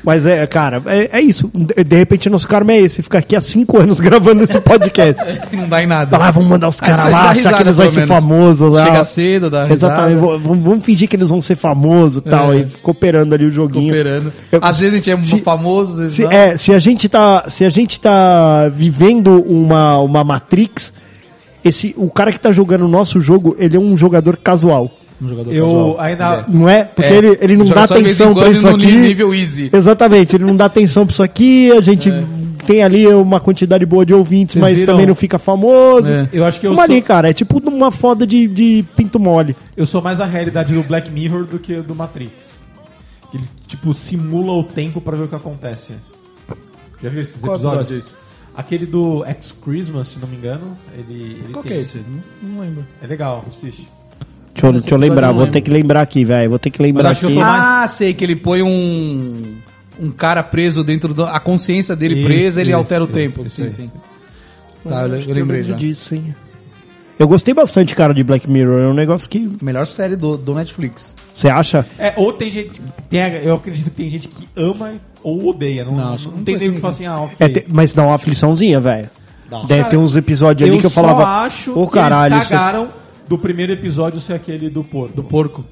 Speaker 4: Mas é, cara, é, é isso. De de repente, nosso karma é esse. Ficar aqui há cinco anos gravando esse podcast.
Speaker 7: Não dá em nada.
Speaker 4: Falar, vamos mandar os
Speaker 7: Ah, isso
Speaker 4: caras
Speaker 7: aí dá
Speaker 4: lá, achar que
Speaker 7: risada,
Speaker 4: eles vão
Speaker 7: pelo
Speaker 4: ser
Speaker 7: menos.
Speaker 4: famosos lá.
Speaker 7: Chega cedo, dá risada.
Speaker 4: Exatamente, vamos, vamos fingir que eles vão ser famosos e tal,
Speaker 7: É.
Speaker 4: e ficou operando ali o joguinho.
Speaker 7: Cooperando.
Speaker 4: Eu-
Speaker 7: Às vezes a gente é
Speaker 4: se-
Speaker 7: famoso, às vezes
Speaker 4: Se,
Speaker 7: não.
Speaker 4: é, se a gente tá, se a gente tá vivendo uma, uma Matrix, esse, o cara que tá jogando o nosso jogo, ele é um jogador casual,
Speaker 7: Um jogador
Speaker 3: Eu
Speaker 7: casual.
Speaker 3: ainda.
Speaker 4: não é? Porque
Speaker 7: É.
Speaker 4: ele, ele não
Speaker 7: Joga
Speaker 4: dá
Speaker 7: só de vez em
Speaker 4: atenção pra
Speaker 7: quando
Speaker 4: isso
Speaker 7: no
Speaker 4: aqui.
Speaker 7: nível easy.
Speaker 4: Exatamente, ele não dá atenção pra isso aqui, a gente
Speaker 7: É.
Speaker 4: tem ali uma quantidade boa de ouvintes, mas
Speaker 3: viram?
Speaker 4: também não fica famoso.
Speaker 7: É.
Speaker 3: Eu acho que eu
Speaker 4: Vamos ali,
Speaker 3: sou,
Speaker 4: cara, é tipo uma foda de, de pinto mole.
Speaker 3: eu sou mais a realidade do Black Mirror do que do Matrix. Ele, tipo, simula o tempo pra ver o que acontece. Já viu esses
Speaker 7: Qual
Speaker 3: episódios?
Speaker 7: episódio é esse?
Speaker 3: Aquele do Ex Christmas, se não me engano. Ele, ele
Speaker 7: Qual
Speaker 3: tem-
Speaker 7: que é esse? Não, não lembro.
Speaker 3: É legal, assiste.
Speaker 4: Deixa eu,
Speaker 7: Esse
Speaker 4: deixa eu
Speaker 7: episódio eu
Speaker 4: lembrar,
Speaker 7: não
Speaker 4: vou
Speaker 7: lembro.
Speaker 4: ter que lembrar aqui, velho. Vou ter que lembrar
Speaker 3: acho que é eu
Speaker 4: aqui.
Speaker 3: tô mais-
Speaker 7: Ah, sei que ele põe um um cara preso dentro da a consciência dele
Speaker 3: Isso,
Speaker 7: presa, ele
Speaker 3: isso,
Speaker 7: altera o
Speaker 3: isso,
Speaker 7: tempo.
Speaker 3: isso
Speaker 7: sim,
Speaker 3: aí.
Speaker 7: sim. Tá, eu, eu lembrei já.
Speaker 4: disso, hein? Eu gostei bastante, cara, de Black Mirror. É um negócio que.
Speaker 7: Melhor série do, do Netflix.
Speaker 4: Você acha?
Speaker 3: É, ou tem gente. tem a- eu acredito que tem gente que ama ou odeia. Não,
Speaker 7: Não,
Speaker 3: não,
Speaker 7: acho que não
Speaker 3: tem
Speaker 7: foi
Speaker 3: nem
Speaker 7: assim,
Speaker 3: que fala assim, ah, ok.
Speaker 4: É, te- mas dá uma afliçãozinha, velho. Deve ter uns episódios ali que eu
Speaker 3: só
Speaker 4: falava.
Speaker 3: acho
Speaker 4: Ô,
Speaker 3: que
Speaker 4: caralho,
Speaker 3: eles
Speaker 4: isso é aqui-
Speaker 3: cagaram do primeiro episódio ser aquele do porco.
Speaker 7: Do porco.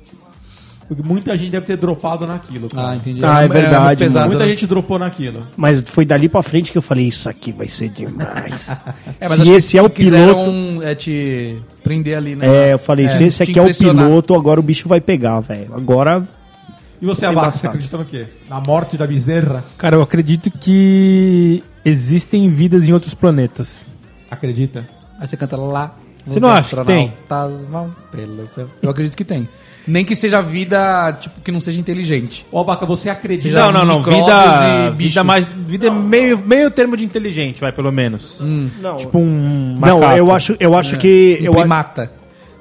Speaker 3: Porque muita gente deve ter dropado naquilo. cara.
Speaker 7: Ah, entendi.
Speaker 4: Ah, é
Speaker 7: muito
Speaker 4: verdade,
Speaker 7: pesado,
Speaker 3: muita
Speaker 7: né?
Speaker 3: gente dropou naquilo.
Speaker 4: Mas foi dali pra frente que eu falei, isso aqui vai ser demais.
Speaker 7: É, mas acho
Speaker 4: se
Speaker 7: que
Speaker 4: esse é o
Speaker 7: quiseram,
Speaker 4: piloto.
Speaker 7: é, te prender ali, né?
Speaker 4: É, eu falei, se esse
Speaker 7: te
Speaker 4: aqui é o
Speaker 7: impressionar.
Speaker 4: piloto, agora o bicho vai pegar, velho. Agora.
Speaker 3: E você,
Speaker 4: Sem
Speaker 3: Abaca, você
Speaker 4: embaçado.
Speaker 3: acredita no quê? Na morte da bezerra?
Speaker 5: Cara, eu acredito que existem vidas em outros planetas.
Speaker 3: Acredita?
Speaker 7: Aí você canta lá.
Speaker 5: Você
Speaker 7: os
Speaker 5: não acha que tem?
Speaker 7: astronautas vão pelo céu. Eu acredito que tem. Nem que seja vida, tipo, que não seja inteligente.
Speaker 3: Ô, Abaca, você acredita?
Speaker 7: Já-
Speaker 5: Não, não, não.
Speaker 7: Micróbios e
Speaker 5: Vida, vida
Speaker 7: bichos.
Speaker 5: mais. Vida é meio, meio termo de inteligente, vai, pelo menos.
Speaker 4: Não,
Speaker 5: Tipo um.
Speaker 4: não
Speaker 5: macaco.
Speaker 4: eu acho, eu acho que.
Speaker 7: Hum, Um
Speaker 4: Eu, a-
Speaker 7: primata.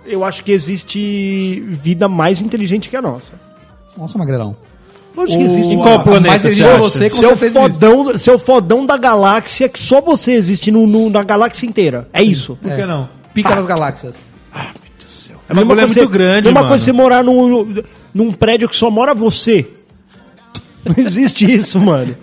Speaker 4: eu acho que existe vida mais inteligente que a nossa.
Speaker 7: Nossa, magrelão.
Speaker 4: Lógico que existe.
Speaker 5: Em qual
Speaker 4: cara.
Speaker 5: planeta?
Speaker 7: Mas existe
Speaker 5: você acha?
Speaker 7: você com
Speaker 4: Seu
Speaker 7: certeza existe.
Speaker 4: é fodão, seu fodão da galáxia que só você existe no, no- na galáxia inteira. É isso.
Speaker 3: Por que não?
Speaker 7: Pica das galáxias.
Speaker 5: É uma mulher
Speaker 4: você,
Speaker 5: muito grande,
Speaker 4: mesma
Speaker 5: mano.
Speaker 4: coisa você morar num, num prédio que só mora você. Não existe isso, mano.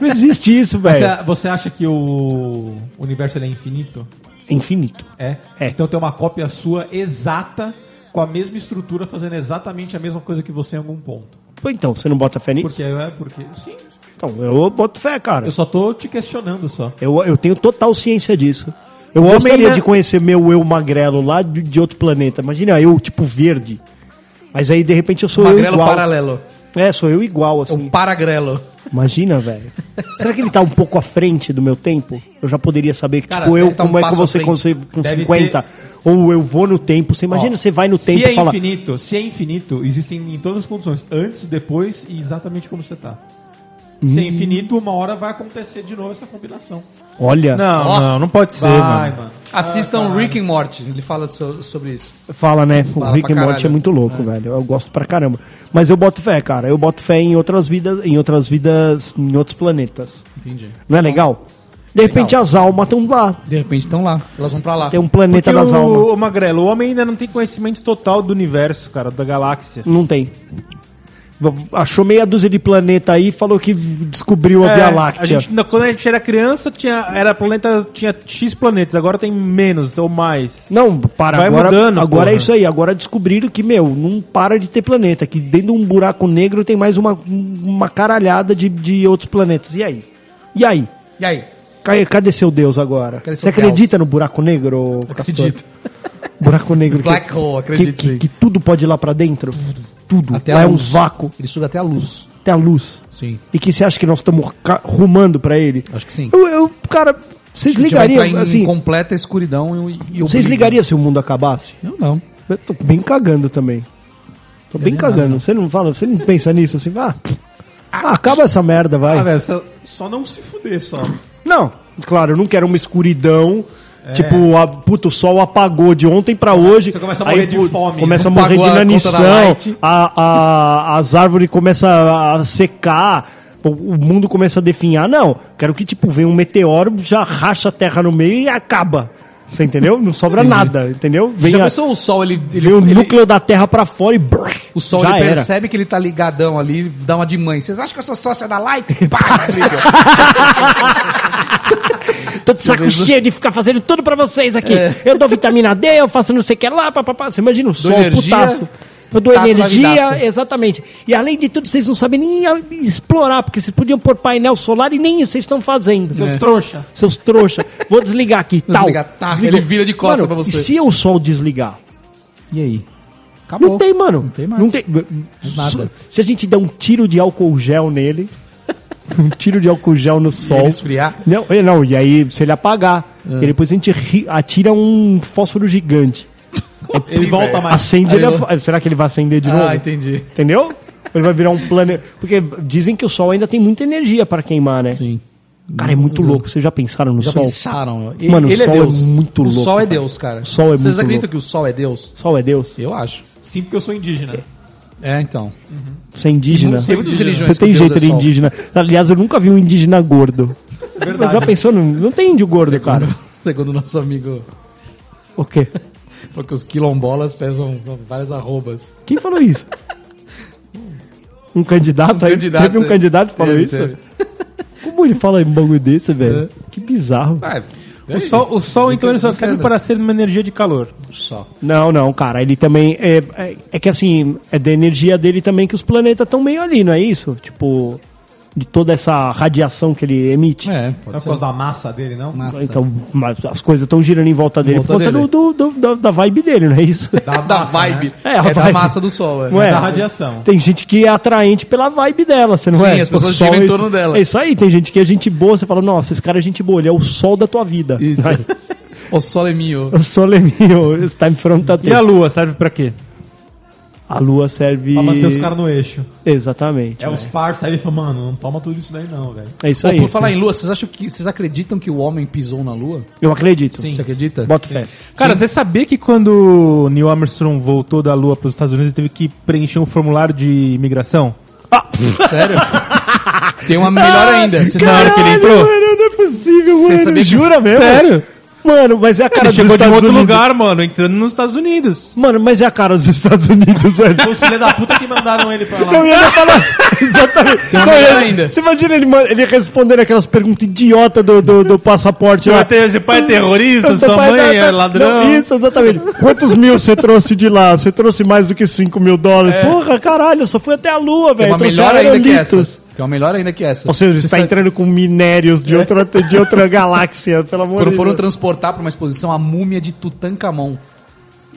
Speaker 4: Não existe isso,
Speaker 7: é-
Speaker 4: velho.
Speaker 3: Você, você acha que o universo ele é infinito?
Speaker 4: É infinito.
Speaker 3: É.
Speaker 4: É.
Speaker 3: Então tem uma cópia sua exata, com a mesma estrutura, fazendo exatamente a mesma coisa que você em algum ponto.
Speaker 4: Pô, então, você não bota fé nisso?
Speaker 3: Porque é porque. Sim.
Speaker 4: Então, eu boto fé, cara.
Speaker 3: Eu só tô te questionando só.
Speaker 4: Eu, eu tenho total ciência disso. Eu gostaria de conhecer meu eu magrelo lá de, de outro planeta. Imagina eu, tipo, verde. Mas aí, de repente, eu sou eu
Speaker 7: Magrelo
Speaker 4: igual.
Speaker 7: paralelo.
Speaker 4: É, sou eu igual,
Speaker 7: É um
Speaker 4: assim.
Speaker 7: paragrelo.
Speaker 4: Imagina, velho. Será que ele tá um pouco à frente do meu tempo? Eu já poderia saber que,
Speaker 7: Cara,
Speaker 4: tipo, eu,
Speaker 7: deve tá um
Speaker 4: como é que
Speaker 7: passo
Speaker 4: eu vou ser
Speaker 7: à
Speaker 4: com,
Speaker 7: frente.
Speaker 4: com
Speaker 3: Deve
Speaker 4: 50? Ou eu vou no tempo. Você imagina, você vai no tempo
Speaker 3: se é
Speaker 4: e fala.
Speaker 3: infinito, se é infinito, existem em todas as condições, antes, depois e exatamente como você tá. Se
Speaker 4: Hum.
Speaker 3: é infinito, uma hora vai acontecer de novo essa combinação.
Speaker 4: Olha,
Speaker 5: Não,
Speaker 7: Ó.
Speaker 5: não, não pode ser, mano.
Speaker 4: Ah,
Speaker 7: Assistam Rick and Morty. Ele fala so- sobre isso.
Speaker 4: fala, né? O
Speaker 7: Fala
Speaker 4: Rick
Speaker 7: pra
Speaker 4: and Morty
Speaker 7: caralho.
Speaker 4: é muito louco, velho. Eu gosto pra caramba. Mas eu boto fé, cara. Eu boto fé em outras vidas, em outras vidas, em outros planetas.
Speaker 7: Entendi.
Speaker 4: Não é legal? De repente as almas estão lá.
Speaker 7: De repente estão lá. Elas vão pra lá.
Speaker 4: Tem um planeta
Speaker 5: Porque
Speaker 4: das almas.
Speaker 5: o, o Magrelo, o homem ainda não tem conhecimento total do universo, cara, da galáxia.
Speaker 4: Não tem. V- Achou meia dúzia de planeta aí e falou que descobriu a
Speaker 5: É,
Speaker 4: Via
Speaker 5: a
Speaker 4: Láctea.
Speaker 5: gente- na- quando a gente era criança, tinha, era planeta, tinha X planetas, agora tem menos ou mais.
Speaker 4: Não, para,
Speaker 5: Vai
Speaker 4: agora,
Speaker 5: mudando,
Speaker 4: agora é
Speaker 5: porra.
Speaker 4: isso aí. Agora descobriram que, meu, não para de ter planeta. Que dentro de um buraco negro tem mais uma, uma caralhada de, de outros planetas. E aí? E aí?
Speaker 7: E aí?
Speaker 4: Ca- Cadê seu Deus agora?
Speaker 7: Cadê seu
Speaker 4: Você acredita no buraco negro? Castor?
Speaker 7: Acredito.
Speaker 4: Buraco negro. que-
Speaker 7: Black hole, acredito,
Speaker 4: que, que,
Speaker 7: sim.
Speaker 4: que tudo pode ir lá pra dentro? Tudo.
Speaker 7: Até
Speaker 4: lá
Speaker 7: a
Speaker 4: é um
Speaker 7: luz.
Speaker 4: vácuo.
Speaker 7: Ele suga até a luz.
Speaker 4: Até a luz.
Speaker 7: Sim.
Speaker 4: E que você acha que nós estamos ca- rumando pra ele?
Speaker 7: Acho que sim.
Speaker 4: Eu, eu, cara, vocês
Speaker 7: A gente vai
Speaker 4: ligariam,
Speaker 7: entrar em
Speaker 4: assim,
Speaker 7: completa escuridão e, e o
Speaker 4: vocês
Speaker 7: brilho.
Speaker 4: ligariam se o mundo acabasse?
Speaker 7: Eu não.
Speaker 4: Eu tô bem cagando também. Tô bem
Speaker 7: nem
Speaker 4: cagando. Você não fala, você não pensa nisso assim, ah, pff, ah, acaba essa merda, vai.
Speaker 3: Ah, velho, só, só não se fuder só.
Speaker 4: É. não, claro, eu não quero uma escuridão. Tipo, a, puta, o sol apagou de ontem pra hoje.
Speaker 3: Você começa a morrer de
Speaker 4: pô,
Speaker 3: fome.
Speaker 4: Começa
Speaker 7: Não
Speaker 4: a morrer de
Speaker 7: pagou a conta da
Speaker 4: inanição.
Speaker 7: Light.
Speaker 4: A, a- as árvores começam a secar. O o mundo começa a definhar. Não, quero que, tipo, venha um meteoro, já racha a terra no meio e acaba. Você entendeu? Não sobra nada, entendeu? Vem,
Speaker 7: Já
Speaker 4: a-
Speaker 7: pensou o sol, ele... ele,
Speaker 4: vem o
Speaker 7: ele-
Speaker 4: núcleo da terra pra fora e... brrr,
Speaker 7: O sol,
Speaker 4: já
Speaker 7: ele
Speaker 4: era.
Speaker 7: percebe que ele tá ligadão ali, dá uma de mãe. Vocês acham que eu sou sócia da Like? Pá, desliga.
Speaker 4: Tô de saco cheio de ficar fazendo tudo pra vocês aqui.
Speaker 7: É.
Speaker 4: Eu dou vitamina D, eu faço não sei o que lá, papapá. Você imagina o sol,
Speaker 7: energia,
Speaker 4: putaço. Eu dou
Speaker 7: putaço na
Speaker 4: energia,
Speaker 7: vidaça.
Speaker 4: exatamente. E além de tudo, vocês não sabem nem a- explorar, porque vocês podiam pôr painel solar e nem isso vocês estão fazendo.
Speaker 3: Seus trouxa.
Speaker 4: Seus trouxa. Vou desligar aqui,
Speaker 7: É. Vou
Speaker 4: tal.
Speaker 7: desligar, tá. Ele vira de costa
Speaker 4: Mano,
Speaker 7: pra você.
Speaker 4: E se o sol desligar?
Speaker 7: E aí? Acabou.
Speaker 4: Não tem, mano.
Speaker 7: Não tem mais.
Speaker 4: Só-
Speaker 7: nada.
Speaker 4: Se a gente der um tiro de álcool gel nele, um tiro de álcool gel no sol.
Speaker 7: ele esfriar? Ah.
Speaker 4: Não, e não, e aí se ele apagar, e depois a gente ri- atira um fósforo gigante.
Speaker 3: Ele volta mais.
Speaker 4: Acende
Speaker 7: Aí
Speaker 4: ele.
Speaker 7: eu-
Speaker 4: af- Será que ele vai acender de novo?
Speaker 7: É Ah, entendi.
Speaker 4: Entendeu? Ele vai virar um planeta. Porque dizem que o sol ainda tem muita energia pra queimar, né?
Speaker 7: Sim.
Speaker 4: Cara, é muito louco. Vocês já pensaram no
Speaker 7: Já
Speaker 4: sol?
Speaker 7: pensaram. E-
Speaker 4: Mano, o
Speaker 7: ele
Speaker 4: sol é
Speaker 7: é, Deus.
Speaker 4: muito
Speaker 7: o
Speaker 4: louco,
Speaker 7: sol é
Speaker 4: velho.
Speaker 7: Deus, cara.
Speaker 4: O sol é
Speaker 7: Vocês
Speaker 4: muito
Speaker 7: acreditam
Speaker 4: louco.
Speaker 7: que o sol é Deus?
Speaker 4: Sol é Deus?
Speaker 7: Eu acho.
Speaker 3: Sim, porque eu sou indígena.
Speaker 7: É, então.
Speaker 4: Você é indígena?
Speaker 7: Tem muitas religiões
Speaker 4: Você tem
Speaker 7: que Deus
Speaker 4: jeito
Speaker 7: é
Speaker 4: de
Speaker 7: sol.
Speaker 4: indígena. Aliás, eu nunca vi um indígena gordo. Já pensou? No... Não tem índio gordo, cara.
Speaker 7: Segundo o nosso amigo,
Speaker 4: O quê?
Speaker 7: falou que os quilombolas pesam várias arrobas.
Speaker 4: Quem falou isso? Um candidato
Speaker 7: Um
Speaker 4: aí?
Speaker 7: candidato,
Speaker 4: teve um
Speaker 7: é.
Speaker 4: candidato que falou
Speaker 7: Teve, É.
Speaker 4: isso? Como ele fala um bagulho desse, velho? Que bizarro.
Speaker 3: é.
Speaker 5: O sol, o sol então, ele só serve para ser uma energia de calor.
Speaker 4: Não, não, cara. Ele também. É, é, é que assim, é da energia dele também que os planetas estão meio ali, não é isso? Tipo, de toda essa radiação que ele emite.
Speaker 7: É,
Speaker 3: Não é
Speaker 7: pode
Speaker 3: por causa da massa dele, não?
Speaker 7: Massa.
Speaker 4: Então, mas as coisas estão girando em volta dele
Speaker 7: volta
Speaker 4: por conta
Speaker 7: dele.
Speaker 4: do- do- do- da, da vibe dele, não é isso?
Speaker 3: Da,
Speaker 7: da
Speaker 3: massa,
Speaker 7: vibe.
Speaker 3: né?
Speaker 4: É,
Speaker 7: É,
Speaker 4: a
Speaker 7: da
Speaker 4: vibe.
Speaker 7: massa do sol, é.
Speaker 4: Não é?
Speaker 3: Da radiação.
Speaker 4: Tem gente que é atraente pela vibe dela, você não
Speaker 7: Sim,
Speaker 4: é?
Speaker 7: as pessoas
Speaker 4: O sol
Speaker 7: giram em
Speaker 4: é
Speaker 7: torno
Speaker 4: isso-
Speaker 7: dela.
Speaker 4: É isso aí, tem gente que é gente boa, você fala, nossa, esse cara é gente boa, ele é o sol da tua vida.
Speaker 7: Isso.
Speaker 4: Aí,
Speaker 7: O sol é meu.
Speaker 4: o sol é meu, está em frente a
Speaker 5: E a
Speaker 4: terra.
Speaker 5: lua serve para quê?
Speaker 4: tá A lua serve...
Speaker 3: Pra manter os caras no eixo.
Speaker 4: Exatamente.
Speaker 3: É os parça aí, ele fala, mano, não toma tudo isso daí não, velho.
Speaker 4: É isso
Speaker 7: Pô,
Speaker 4: aí.
Speaker 7: por falar
Speaker 4: sim.
Speaker 7: em lua, vocês acham que vocês acreditam que o homem pisou na lua?
Speaker 4: Eu acredito.
Speaker 7: Você acredita?
Speaker 4: Bota fé.
Speaker 5: Cara, você sabia que quando o Neil Armstrong voltou da lua para os Estados Unidos, ele teve que preencher um formulário de imigração?
Speaker 7: Sério? Tem uma melhor
Speaker 4: Ah,
Speaker 7: ainda. Vocês
Speaker 5: Na hora
Speaker 7: sabem
Speaker 5: que ele entrou?
Speaker 4: Mano, não é possível, mano.
Speaker 7: sabia que-
Speaker 4: Jura mesmo?
Speaker 5: Sério?
Speaker 4: Mano, mas é a cara
Speaker 5: Ele
Speaker 4: dos
Speaker 5: chegou de um
Speaker 4: Estados
Speaker 5: outro
Speaker 4: Unidos.
Speaker 5: lugar, mano, entrando nos Estados Unidos.
Speaker 4: Mano, mas é a cara dos Estados Unidos, velho.
Speaker 3: Os filha da puta que mandaram ele pra
Speaker 4: Não,
Speaker 3: lá.
Speaker 4: eu ia falar. Exatamente. Não,
Speaker 7: Tá melhor
Speaker 4: ele-
Speaker 7: ainda.
Speaker 4: Então, Você imagina ele, man- ele respondendo aquelas perguntas idiota do, do, do passaporte lá.
Speaker 5: Seu pai é terrorista, é
Speaker 4: Seu pai tá-
Speaker 7: é
Speaker 4: tá- não, isso, exatamente. Quantos mil você trouxe de lá? Você trouxe mais do que 5 mil dólares? Porra, caralho, eu só fui até a lua,
Speaker 7: É. Tem
Speaker 4: velho.
Speaker 7: uma
Speaker 4: Trouxe
Speaker 7: melhor ainda que
Speaker 4: aerolitos.
Speaker 7: essa. Tem uma melhor ainda que essa.
Speaker 4: Ou seja, você está
Speaker 7: sabe-
Speaker 4: entrando com minérios de outra, de outra galáxia, pelo amor
Speaker 7: Quando
Speaker 4: de
Speaker 7: foram
Speaker 4: Deus.
Speaker 7: transportar pra uma exposição a múmia de Tutankhamon,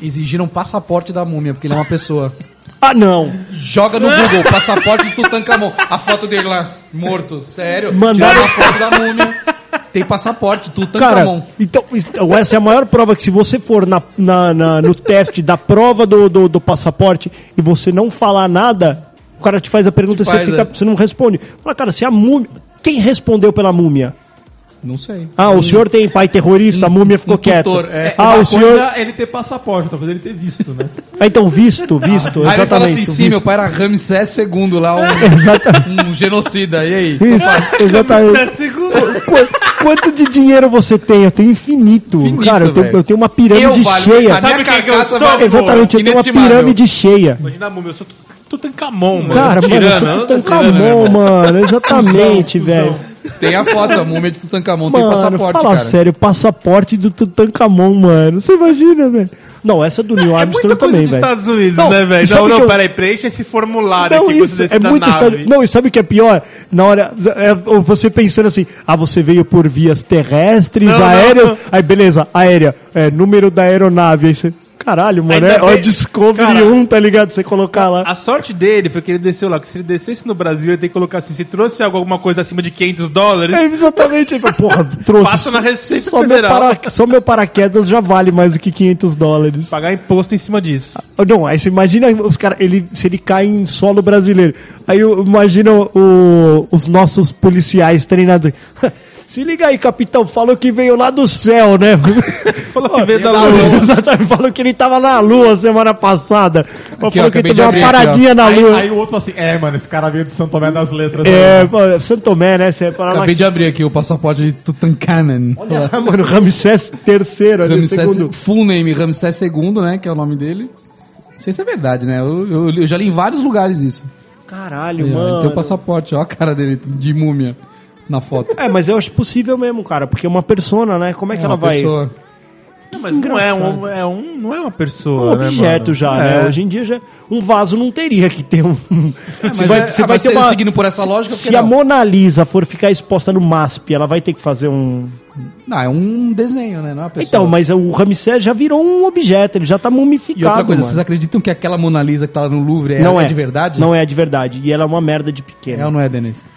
Speaker 7: exigiram passaporte da múmia, porque ele é uma pessoa.
Speaker 4: Ah, não.
Speaker 7: Joga no Google, passaporte de Tutankhamon. A foto dele lá, morto. Sério?
Speaker 4: Mandaram-
Speaker 7: Tiraram a foto da múmia. Tem passaporte,
Speaker 4: Cara,
Speaker 7: Tutankhamon.
Speaker 4: então, então essa é a maior prova que se você for na, na- na- no teste da prova do, do, do passaporte e você não falar nada, o cara te faz a pergunta e
Speaker 7: Te
Speaker 4: você,
Speaker 7: faz,
Speaker 4: fica,
Speaker 7: é.
Speaker 4: você não responde. Fala, cara, se a múmia... Quem respondeu pela múmia?
Speaker 7: Não sei.
Speaker 4: Ah, o senhor tem pai terrorista, a múmia ficou
Speaker 7: um tutor,
Speaker 4: quieta.
Speaker 7: Hum. é.
Speaker 4: ah,
Speaker 3: Uma
Speaker 4: o senhor...
Speaker 3: coisa é ele ter passaporte, talvez ele ter visto, né?
Speaker 4: Ah, então visto, visto,
Speaker 7: Aí ele fala
Speaker 4: exatamente.
Speaker 7: assim, sim, meu pai era Ramsés II lá, um, um genocida. E aí?
Speaker 4: visto. Isso,
Speaker 7: é
Speaker 4: exatamente. Qu- Quanto de dinheiro você tem? Eu tenho infinito.
Speaker 7: Finito,
Speaker 4: cara, eu tenho,
Speaker 7: velho.
Speaker 4: eu tenho uma pirâmide
Speaker 7: valho-
Speaker 4: cheia.
Speaker 7: a minha
Speaker 5: quem que eu
Speaker 7: carcaça
Speaker 5: sou?
Speaker 7: vale ouro.
Speaker 4: Exatamente, eu tenho uma
Speaker 7: Inestimável.
Speaker 4: pirâmide cheia.
Speaker 5: Imagina, meu, eu sou Tutankamon, mano.
Speaker 4: Cara, mano, você
Speaker 5: Tirana,
Speaker 4: tá
Speaker 5: tirana, né,
Speaker 4: Tutankhamon, mano. Exatamente, velho.
Speaker 7: Tem a foto, a múmia de Tutankhamon, tem
Speaker 4: Mano,
Speaker 7: passaporte,
Speaker 4: fala
Speaker 7: cara.
Speaker 4: sério, passaporte do Tutankhamon, mano. Você imagina, velho. Não, essa é do Neil Armstrong também,
Speaker 5: dos
Speaker 4: velho.
Speaker 5: Estados Unidos,
Speaker 4: Não,
Speaker 5: né,
Speaker 4: e
Speaker 5: velho?
Speaker 4: sabe
Speaker 5: Não,
Speaker 4: que
Speaker 5: não,
Speaker 4: eu-
Speaker 5: peraí, preencha esse formulário
Speaker 4: Não,
Speaker 5: aqui
Speaker 4: isso é muito estado... Não, e sabe o que é pior? Na hora, é você pensando assim, ah, você veio por vias terrestres,
Speaker 5: Não, não,
Speaker 4: aéreas,
Speaker 5: não.
Speaker 4: aí beleza, aérea, é, número da aeronave, aí você... Caralho, mano,
Speaker 5: Ainda
Speaker 4: é, ó,
Speaker 5: bem-
Speaker 4: Discovery
Speaker 5: Cara,
Speaker 4: 1, tá ligado? Você colocar lá.
Speaker 5: A sorte dele foi que ele desceu lá, que se ele descesse no Brasil, ele tem que colocar assim, se trouxe algo- alguma coisa acima de 500 dólares...
Speaker 4: É, exatamente. Ele fala, Porra, trouxe.
Speaker 5: Passa na Receita
Speaker 4: só meu,
Speaker 5: Federal.
Speaker 4: para- só meu paraquedas já vale mais do que 500 dólares. Ah,
Speaker 5: Pagar imposto em cima disso.
Speaker 4: Não, aí você imagina os caras, ele, se ele cai em solo brasileiro. Aí eu imagino o- os nossos policiais treinados. Se liga aí, capitão, falou que veio lá do céu, né?
Speaker 5: Falou que veio da lua.
Speaker 4: Exatamente, falou que ele tava na lua semana passada. falou que
Speaker 7: acabei
Speaker 4: ele
Speaker 7: de
Speaker 4: deu uma
Speaker 7: abrir aqui,
Speaker 4: paradinha na
Speaker 3: Aí,
Speaker 4: lua.
Speaker 3: aí o outro fala assim, é, mano, esse cara veio de São Tomé das Letras. né?
Speaker 4: É, pô, Santo Tomé, né? Você é para lá.
Speaker 7: Acabei de abrir aqui o passaporte de Tutankhamen.
Speaker 4: Ah, mano, Ramsés terceiro ali,
Speaker 7: Ramsés,
Speaker 4: segundo.
Speaker 7: full name Ramsés II, né? Que é o nome dele. Não sei se é verdade, né? Eu, eu- eu já li em vários lugares isso.
Speaker 4: Caralho,
Speaker 7: Aí, ó, Ele tem o
Speaker 4: mano.
Speaker 7: passaporte, ó a cara dele de múmia na foto.
Speaker 4: É, mas eu acho possível mesmo, cara, porque é uma persona, né? Como é que ela
Speaker 7: Uma
Speaker 4: vai.
Speaker 7: pessoa-
Speaker 5: Não, mas não é, um, é um, não é uma pessoa,
Speaker 4: um objeto
Speaker 5: né,
Speaker 4: já,
Speaker 5: mano?
Speaker 4: né?
Speaker 5: É.
Speaker 4: Hoje em dia já. Um vaso não teria que ter um.
Speaker 7: mas é- ah, mas se- seguindo por essa lógica, por que
Speaker 4: Se a
Speaker 7: não?
Speaker 4: Mona Lisa for ficar exposta no MASP, ela vai ter que fazer um.
Speaker 7: Não, é um desenho, né? Não é uma pessoa.
Speaker 4: Então, mas o Ramsés já virou um objeto, ele já tá mumificado.
Speaker 7: E outra coisa,
Speaker 4: mano.
Speaker 7: vocês acreditam que aquela Mona Lisa que tá lá no Louvre é,
Speaker 4: não é,
Speaker 7: de verdade?
Speaker 4: Não é de verdade. E ela é uma merda de pequena.
Speaker 7: É ou não Então, é, Denis?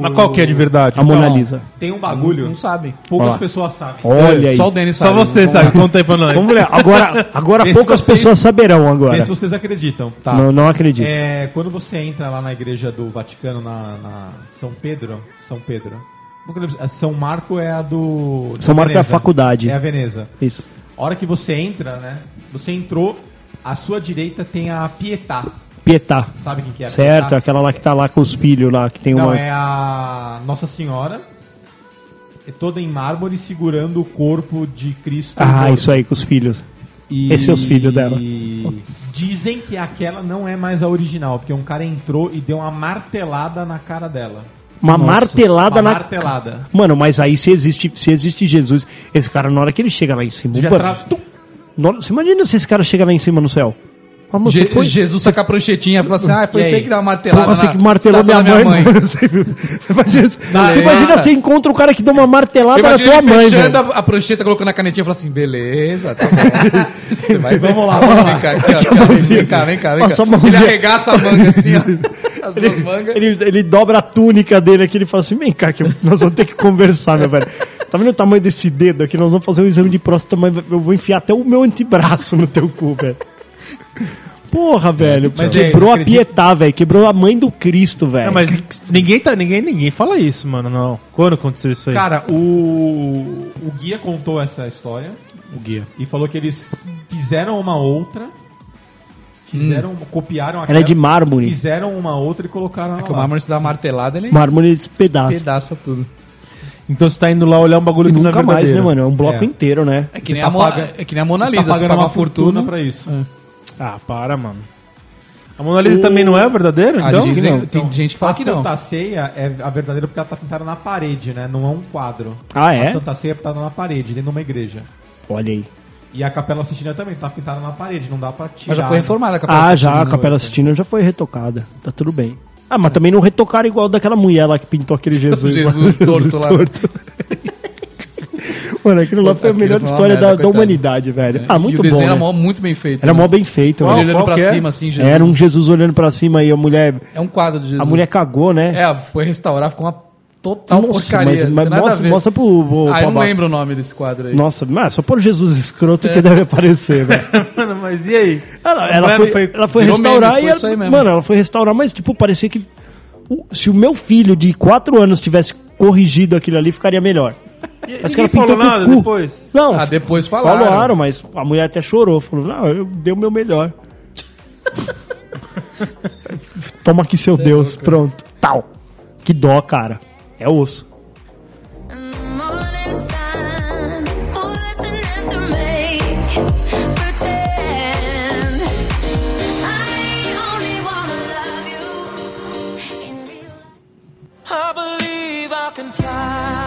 Speaker 5: Mas qual que é de verdade?
Speaker 4: A Mona Lisa.
Speaker 3: Tem um bagulho,
Speaker 7: Não sabem.
Speaker 3: poucas
Speaker 4: Olha lá.
Speaker 3: pessoas sabem.
Speaker 4: Olha aí.
Speaker 7: Só o Denis
Speaker 5: Só
Speaker 7: sabe. é?
Speaker 5: você
Speaker 7: Vamos
Speaker 5: sabe,
Speaker 7: lá.
Speaker 5: conta aí pra nós.
Speaker 4: Vamos ver. Agora, agora
Speaker 3: Vê se
Speaker 4: poucas
Speaker 3: vocês-
Speaker 4: pessoas saberão
Speaker 3: Vê
Speaker 4: agora.
Speaker 3: se vocês acreditam. Tá.
Speaker 4: Não, não acredito.
Speaker 3: É, quando você entra lá na igreja do Vaticano, na, na São Pedro, São Pedro, Nunca lembro. A São Marco é a do.
Speaker 4: São
Speaker 3: da
Speaker 4: Marco é a
Speaker 3: Veneza.
Speaker 4: faculdade.
Speaker 3: É a Veneza.
Speaker 4: Isso.
Speaker 3: A hora que você entra, né? Você entrou, à sua direita tem a Pietà.
Speaker 4: Pietá.
Speaker 3: Sabe quem que é? a
Speaker 4: Certo,
Speaker 3: Pietà?
Speaker 4: aquela lá que tá lá com os filhos lá, que tem
Speaker 3: Não,
Speaker 4: uma.
Speaker 3: é a Nossa Senhora. é Toda em mármore, segurando o corpo de Cristo.
Speaker 4: Ah,
Speaker 3: morto.
Speaker 4: isso aí, com os filhos.
Speaker 3: E...
Speaker 4: Esse é os filhos dela.
Speaker 3: Dizem que aquela não é mais a original, porque um cara entrou e deu uma martelada na cara dela.
Speaker 4: Uma martelada
Speaker 3: Uma
Speaker 4: na.
Speaker 3: martelada.
Speaker 4: Mano, mas aí se existe, se existe Jesus, esse cara, na hora que ele chega lá em cima.
Speaker 3: Já
Speaker 4: opa,
Speaker 3: tra-
Speaker 4: tum. Na hora- Você imagina se esse cara chega lá em cima no céu? Ah, moço,
Speaker 7: Je-
Speaker 4: você foi?
Speaker 7: Jesus saca a pranchetinha e fala assim: ah, foi
Speaker 3: E
Speaker 7: você
Speaker 3: aí?
Speaker 7: que deu uma martelada.
Speaker 4: Porra, você
Speaker 7: na
Speaker 4: que martelou minha
Speaker 7: estátua da
Speaker 4: mãe. mano. Você viu? Você imagina, você, imagina
Speaker 7: Nossa.
Speaker 4: você encontra o cara que deu uma martelada
Speaker 7: Eu
Speaker 4: na
Speaker 7: imagino
Speaker 4: tua
Speaker 7: ele
Speaker 4: mãe,
Speaker 7: fechando
Speaker 4: velho.
Speaker 7: a, a prancheta, colocando a canetinha e falando assim, beleza, tá bom. Você vai, vamos lá, Vem cá, aqui, ó,
Speaker 4: Aqui a
Speaker 7: cara,
Speaker 4: mãozinha.
Speaker 7: vem cá, vem cá, vem
Speaker 4: Passa
Speaker 7: cá.
Speaker 4: a mãozinha.
Speaker 7: Ele arregaça a manga assim, ó. As duas mangas.
Speaker 4: Ele, ele dobra a túnica dele aqui, ele fala assim: vem cá, que nós vamos ter que conversar, meu velho. Tá vendo o tamanho desse dedo aqui? Nós vamos fazer um exame de próstata, mas eu vou enfiar até o meu antebraço no teu cu, velho. Porra, velho.
Speaker 3: Mas é,
Speaker 4: quebrou a
Speaker 3: acredito-
Speaker 4: Pietá, velho. Quebrou a mãe do Cristo, velho.
Speaker 5: Não, É, mas ninguém, tá, ninguém, ninguém fala isso, mano, não. Quando aconteceu isso aí?
Speaker 3: Cara, o, o guia contou essa história. O guia. E falou que eles fizeram uma outra. Fizeram, copiaram
Speaker 4: Ela é de mármore. É
Speaker 3: Fizeram uma outra e colocaram
Speaker 7: Que o Marmor se dá uma martelada, ele
Speaker 4: Mármore despedaça.
Speaker 7: pedaça tudo.
Speaker 5: Então você tá indo lá olhar um bagulho
Speaker 4: E
Speaker 5: que não é
Speaker 4: nunca mais, né,
Speaker 5: verdadeiro.
Speaker 4: mano? É um bloco
Speaker 3: É.
Speaker 4: inteiro, né?
Speaker 7: É que, nem
Speaker 3: tá
Speaker 7: a Mo-
Speaker 3: paga-
Speaker 7: é que nem a Mona
Speaker 3: Você tá
Speaker 7: Lisa, você
Speaker 3: pagando
Speaker 7: paga
Speaker 3: uma fortuna pra isso.
Speaker 4: É,
Speaker 5: Ah, para, mano. A Mona Lisa também não é verdadeira,
Speaker 7: Ah,
Speaker 5: então?
Speaker 7: dizem-
Speaker 5: Então,
Speaker 7: tem gente que
Speaker 3: A
Speaker 7: fala que não.
Speaker 4: tá
Speaker 3: Santa Ceia é a verdadeira porque ela tá pintada na parede, né? Não é um quadro.
Speaker 4: Ah, é?
Speaker 3: A Santa Ceia é pintada na parede, dentro de uma igreja.
Speaker 4: Olha aí.
Speaker 3: E a Capela Sistina também tá pintada na parede, não dá pra tirar.
Speaker 7: Mas já foi
Speaker 3: né?
Speaker 7: reformada a
Speaker 4: Ah,
Speaker 7: Sistina,
Speaker 4: já, a
Speaker 7: né? É.
Speaker 4: Capela Sistina já foi retocada. Tá tudo bem. Ah, mas também não retocaram igual daquela mulher lá que pintou aquele Jesus.
Speaker 7: Jesus
Speaker 4: mano.
Speaker 7: torto lá.
Speaker 4: Mano, aquilo lá foi a
Speaker 7: Aquilo
Speaker 4: melhor
Speaker 7: foi uma
Speaker 4: história
Speaker 7: merda,
Speaker 4: da, da
Speaker 7: coitado. É,
Speaker 4: humanidade, velho. Ah,
Speaker 7: e o
Speaker 4: muito bom.
Speaker 7: desenho era
Speaker 4: né?
Speaker 7: mó- muito bem feito.
Speaker 4: Era
Speaker 7: né?
Speaker 4: mó bem feito,
Speaker 7: Ele
Speaker 4: velho.
Speaker 7: olhando pra
Speaker 5: que é?
Speaker 7: cima, assim, Jesus.
Speaker 4: Era um Jesus olhando pra cima e a mulher.
Speaker 7: É um quadro de Jesus.
Speaker 4: A mulher cagou, né?
Speaker 7: É, foi restaurar, ficou uma total porcaria.
Speaker 4: mas,
Speaker 7: não
Speaker 4: mas
Speaker 7: tem nada a
Speaker 4: mostra,
Speaker 7: ver.
Speaker 4: mostra pro. pro
Speaker 7: Ah,
Speaker 4: pra
Speaker 7: eu não
Speaker 4: baixo.
Speaker 7: lembro o nome desse quadro aí.
Speaker 4: Nossa, mas só por Jesus escroto
Speaker 7: É.
Speaker 4: que deve aparecer, velho.
Speaker 5: mano, mas e aí?
Speaker 4: Ela,
Speaker 5: A
Speaker 4: ela
Speaker 5: mulher
Speaker 4: foi,
Speaker 5: não foi-
Speaker 4: ela foi
Speaker 7: virou
Speaker 4: restaurar
Speaker 7: meme, foi
Speaker 4: e. ela-
Speaker 7: isso aí mesmo.
Speaker 4: mano, ela foi restaurar, mas, tipo, parecia que. o- se o meu filho de 4 anos tivesse corrigido aquilo ali, ficaria melhor. Mas
Speaker 5: ninguém falou
Speaker 4: com o
Speaker 5: nada depois?
Speaker 4: Não,
Speaker 7: Ah, depois falaram.
Speaker 4: Falaram, mas a mulher até chorou. Falou, não, eu dei o meu melhor. Toma aqui seu Deus, pronto. Tal. Que dó, cara. É osso.
Speaker 8: Morning time, words enough to make pretend. I only wanna love you in real life.
Speaker 2: I believe I can fly.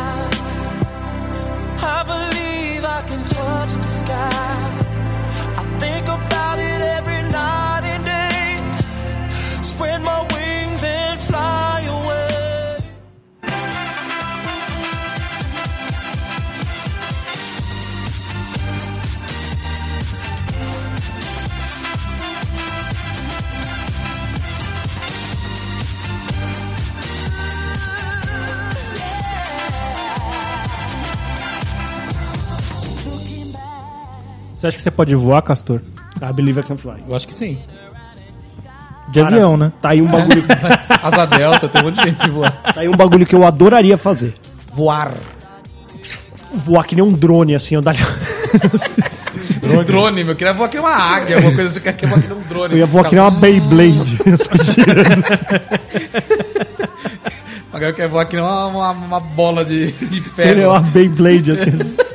Speaker 2: I believe I can touch the sky. I think about it every night and day. Spread my wings and fly away.
Speaker 5: Você acha que você pode voar, Castor?
Speaker 4: I Ah, believe I can fly.
Speaker 7: Eu acho que sim.
Speaker 5: De avião, né?
Speaker 4: Tá aí um bagulho,
Speaker 7: Asa Delta, tem um monte de gente voar.
Speaker 4: tá aí um bagulho que eu adoraria fazer.
Speaker 7: Voar.
Speaker 4: Voar que nem um drone, assim, andar.
Speaker 7: Um Drone. meu. Eu queria voar que nem uma águia, alguma coisa assim. Eu queria voar que nem um drone.
Speaker 4: Eu ia voar que nem uma Beyblade.
Speaker 7: Agora eu quero voar que nem uma, uma, uma bola de, de
Speaker 4: Ele é
Speaker 7: ferro.
Speaker 4: uma Beyblade, assim.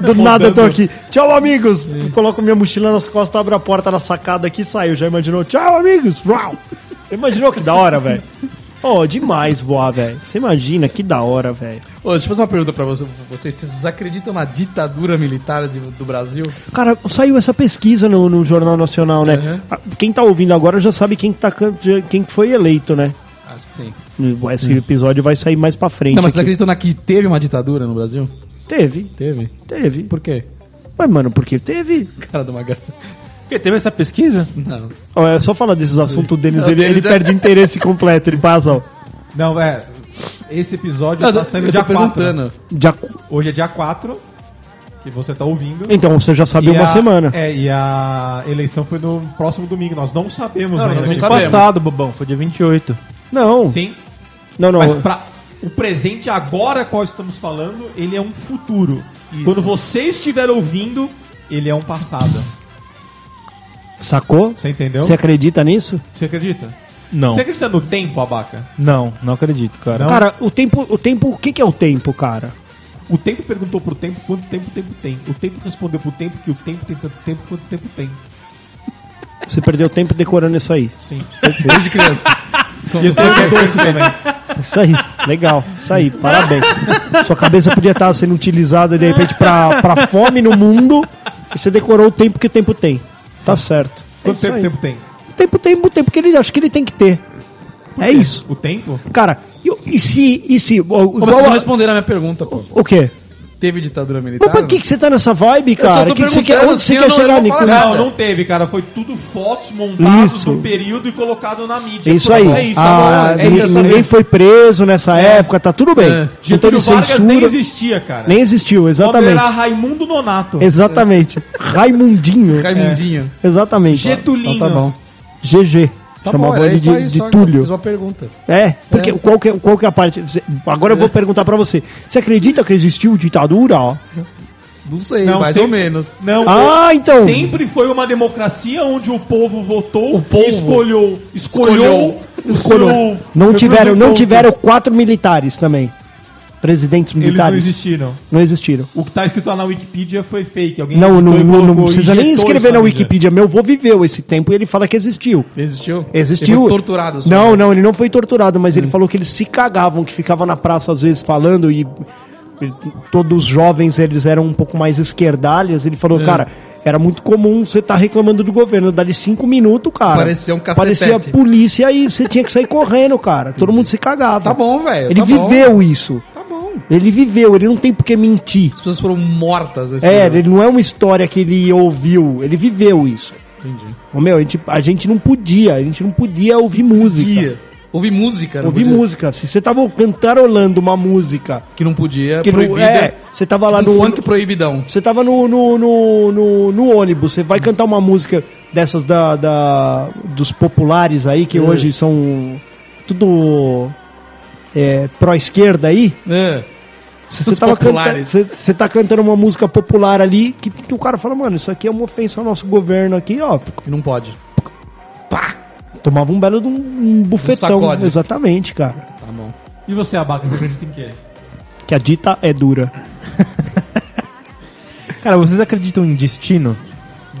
Speaker 4: Do nada eu tô aqui. Tchau, amigos! Coloco minha mochila nas costas, abro a porta na sacada aqui e saio. Já imaginou? Tchau, amigos! Uau! Imaginou que da hora, velho? Oh, demais voar, velho. Você imagina que da hora, velho.
Speaker 7: Ô, deixa eu fazer uma pergunta pra você- vocês. Vocês acreditam na ditadura militar de- do Brasil?
Speaker 4: Cara, saiu essa pesquisa no, no Jornal Nacional, né?
Speaker 7: Uhum.
Speaker 4: Ah, Quem tá ouvindo agora já sabe quem, tá, can- quem foi eleito, né?
Speaker 7: Acho que sim.
Speaker 4: Esse episódio vai sair mais pra frente.
Speaker 7: Hum. Não, mas vocês
Speaker 4: aqui.
Speaker 7: acreditam na que teve uma ditadura no Brasil?
Speaker 4: Teve,
Speaker 7: Teve.
Speaker 4: teve.
Speaker 7: Por quê?
Speaker 4: Mas, mano, porque teve.
Speaker 7: Cara do Magal.
Speaker 5: Porque teve essa pesquisa?
Speaker 7: Não.
Speaker 4: Ó, é só falar desses assuntos deles,
Speaker 7: Não,
Speaker 4: ele,
Speaker 7: dele
Speaker 4: ele
Speaker 7: já-
Speaker 4: perde interesse completo, ele passa, ó.
Speaker 3: Não, é. Esse episódio
Speaker 7: Eu,
Speaker 3: tá
Speaker 7: tô-
Speaker 3: saindo
Speaker 7: eu
Speaker 3: dia
Speaker 7: tô
Speaker 3: 4.
Speaker 7: perguntando.
Speaker 4: De acu-
Speaker 3: Hoje é dia 4, que você tá ouvindo.
Speaker 4: Então você já sabe
Speaker 3: E
Speaker 4: uma
Speaker 3: a-
Speaker 4: semana.
Speaker 3: É, e a eleição foi no próximo domingo. Nós não sabemos
Speaker 7: Não,
Speaker 3: ainda.
Speaker 7: nós não
Speaker 3: que-
Speaker 7: sabemos.
Speaker 5: Passado, bobão. Foi dia 28.
Speaker 4: Não,
Speaker 3: Sim,
Speaker 4: não, não.
Speaker 3: mas pra o presente agora qual estamos falando, ele é um futuro. Quando você estiver ouvindo, ele é um passado.
Speaker 4: Sacou?
Speaker 3: Você entendeu?
Speaker 4: Você acredita nisso?
Speaker 3: Você acredita?
Speaker 5: Não,
Speaker 3: Você acredita no tempo, abaca?
Speaker 5: não, não acredito, cara.
Speaker 4: Cara, o tempo, o tempo, o que, que é o tempo, cara?
Speaker 3: O tempo perguntou pro tempo quanto tempo o tempo tem. O tempo respondeu pro tempo que o tempo tem tanto tempo quanto tempo tem.
Speaker 4: Você perdeu tempo decorando isso aí.
Speaker 3: Sim.
Speaker 7: Desde criança.
Speaker 3: E eu tenho doce também.
Speaker 4: Isso aí, legal, isso aí, parabéns. Sua cabeça podia estar sendo utilizada de repente pra, pra fome no mundo e você decorou o tempo que o tempo tem. Tá certo. É
Speaker 3: Quanto
Speaker 4: isso
Speaker 3: tempo o
Speaker 4: aí.
Speaker 3: tempo tem?
Speaker 4: O tempo tem o tempo que ele acho que ele tem que ter. É isso.
Speaker 3: O tempo?
Speaker 4: Cara, e, o- e se. E se o-
Speaker 7: Como vocês
Speaker 4: igual
Speaker 7: não
Speaker 4: a-
Speaker 7: responderam a minha pergunta, pô?
Speaker 4: o quê?
Speaker 7: Teve ditadura militar?
Speaker 4: Mas pra que, que você tá nessa vibe,
Speaker 7: só
Speaker 4: cara?
Speaker 7: tô
Speaker 4: Que que você quer,
Speaker 7: perguntando
Speaker 4: onde você
Speaker 7: se
Speaker 4: quer
Speaker 7: eu não- eu
Speaker 4: chegar,
Speaker 7: não
Speaker 4: Nico?
Speaker 7: falo
Speaker 3: Não,
Speaker 7: Nada.
Speaker 3: não teve, cara. Foi tudo fotos montadas
Speaker 4: Isso.
Speaker 3: no período e colocado na mídia.
Speaker 4: É isso
Speaker 7: Tipo,
Speaker 4: aí.
Speaker 3: É isso.
Speaker 4: Ah,
Speaker 3: agora, é
Speaker 4: ninguém-
Speaker 3: isso.
Speaker 4: ninguém foi preso nessa época, tá tudo bem.
Speaker 7: É.
Speaker 4: Não
Speaker 3: Getúlio
Speaker 4: teve
Speaker 3: Vargas
Speaker 4: censura.
Speaker 3: nem existia, cara.
Speaker 4: Nem existiu,
Speaker 3: Quando
Speaker 4: exatamente.
Speaker 3: era Raimundo Nonato.
Speaker 4: Exatamente. Raimundinho.
Speaker 7: Raimundinho.
Speaker 4: É. Exatamente.
Speaker 3: Getulinho.
Speaker 7: Então tá bom.
Speaker 4: GG.
Speaker 7: Tá
Speaker 4: Chamava
Speaker 7: bom,
Speaker 4: ele
Speaker 7: é
Speaker 4: de,
Speaker 7: só isso.
Speaker 4: de
Speaker 7: só-
Speaker 4: Túlio.
Speaker 7: Fiz uma pergunta.
Speaker 4: É, porque Qual, que, é- qual que é a parte. Cê- Agora
Speaker 7: É.
Speaker 4: eu vou perguntar pra você. Você acredita que existiu ditadura? ó?
Speaker 7: Não sei,
Speaker 3: Não,
Speaker 7: mais
Speaker 3: sempre-
Speaker 7: ou menos.
Speaker 3: Não, é,
Speaker 4: Ah, então.
Speaker 3: Sempre foi uma democracia onde o povo votou
Speaker 7: O povo.
Speaker 3: e escolheu, escolheu,
Speaker 4: Escolheu.
Speaker 3: o seu
Speaker 4: Não tiveram, não
Speaker 3: representante.
Speaker 4: tiveram quatro militares também. Presidentes
Speaker 3: Eles não
Speaker 4: militares.
Speaker 3: existiram.
Speaker 4: não existiram.
Speaker 3: O que tá escrito lá na Wikipedia foi fake. Alguém
Speaker 4: Não,
Speaker 3: editou
Speaker 7: Então
Speaker 4: não,
Speaker 3: e
Speaker 4: não, não
Speaker 3: colocou,
Speaker 4: precisa nem
Speaker 3: injetou
Speaker 4: escrever
Speaker 3: isso
Speaker 4: na
Speaker 3: mídia.
Speaker 4: Wikipedia.
Speaker 7: né?
Speaker 4: Meu avô viveu esse tempo e ele fala que existiu.
Speaker 7: Existiu?
Speaker 4: Existiu.
Speaker 7: Ele foi torturado. Hum. só.
Speaker 4: Não, não, ele não foi torturado, mas ele falou que eles se cagavam, que ficava na praça às vezes falando e, e todos os jovens eles eram um pouco mais esquerdalhas. Ele
Speaker 7: É.
Speaker 4: falou, cara, era muito comum você estar reclamando do governo. Dali cinco minutos, cara.
Speaker 7: Parecia um cacetete.
Speaker 4: Parecia a polícia e você tinha que sair correndo, cara. Todo mundo se cagava.
Speaker 7: Tá bom, velho.
Speaker 4: Ele
Speaker 7: tá bom.
Speaker 4: viveu isso.
Speaker 7: Tá bom.
Speaker 4: Ele viveu, ele não tem por que mentir.
Speaker 7: As pessoas foram mortas nesse
Speaker 4: É,
Speaker 7: período.
Speaker 4: ele não é uma história que ele ouviu, ele viveu isso.
Speaker 7: Entendi.
Speaker 4: Ô, Meu, a gente, a gente não podia, a gente não podia ouvir música.
Speaker 7: Guia. Ouvi música, não
Speaker 4: Ouvir
Speaker 7: podia.
Speaker 4: música. Se você tava cantarolando uma música
Speaker 7: Que não podia.
Speaker 4: que não.
Speaker 7: proibida.
Speaker 4: É, você tava lá
Speaker 7: Um
Speaker 4: no.
Speaker 7: funk proibidão.
Speaker 4: Você tava no, no, no, no- no ônibus, você vai cantar uma música dessas da, da- dos populares aí,
Speaker 7: É.
Speaker 4: que hoje são tudo é, pró-esquerda aí.
Speaker 7: É.
Speaker 4: Se
Speaker 7: Dos
Speaker 4: Você tava cantando,
Speaker 7: populares.
Speaker 4: você, você tá cantando uma música popular ali que, que o cara fala, mano, isso aqui é uma ofensa ao nosso governo aqui, ó.
Speaker 7: E não pode.
Speaker 4: Tomava um belo de um, um bufetão.
Speaker 7: sacode.
Speaker 4: Exatamente, cara.
Speaker 7: Tá bom.
Speaker 3: E você, Abaca, você acredita em quê?
Speaker 4: Que a dita é dura.
Speaker 5: Cara, vocês acreditam em destino?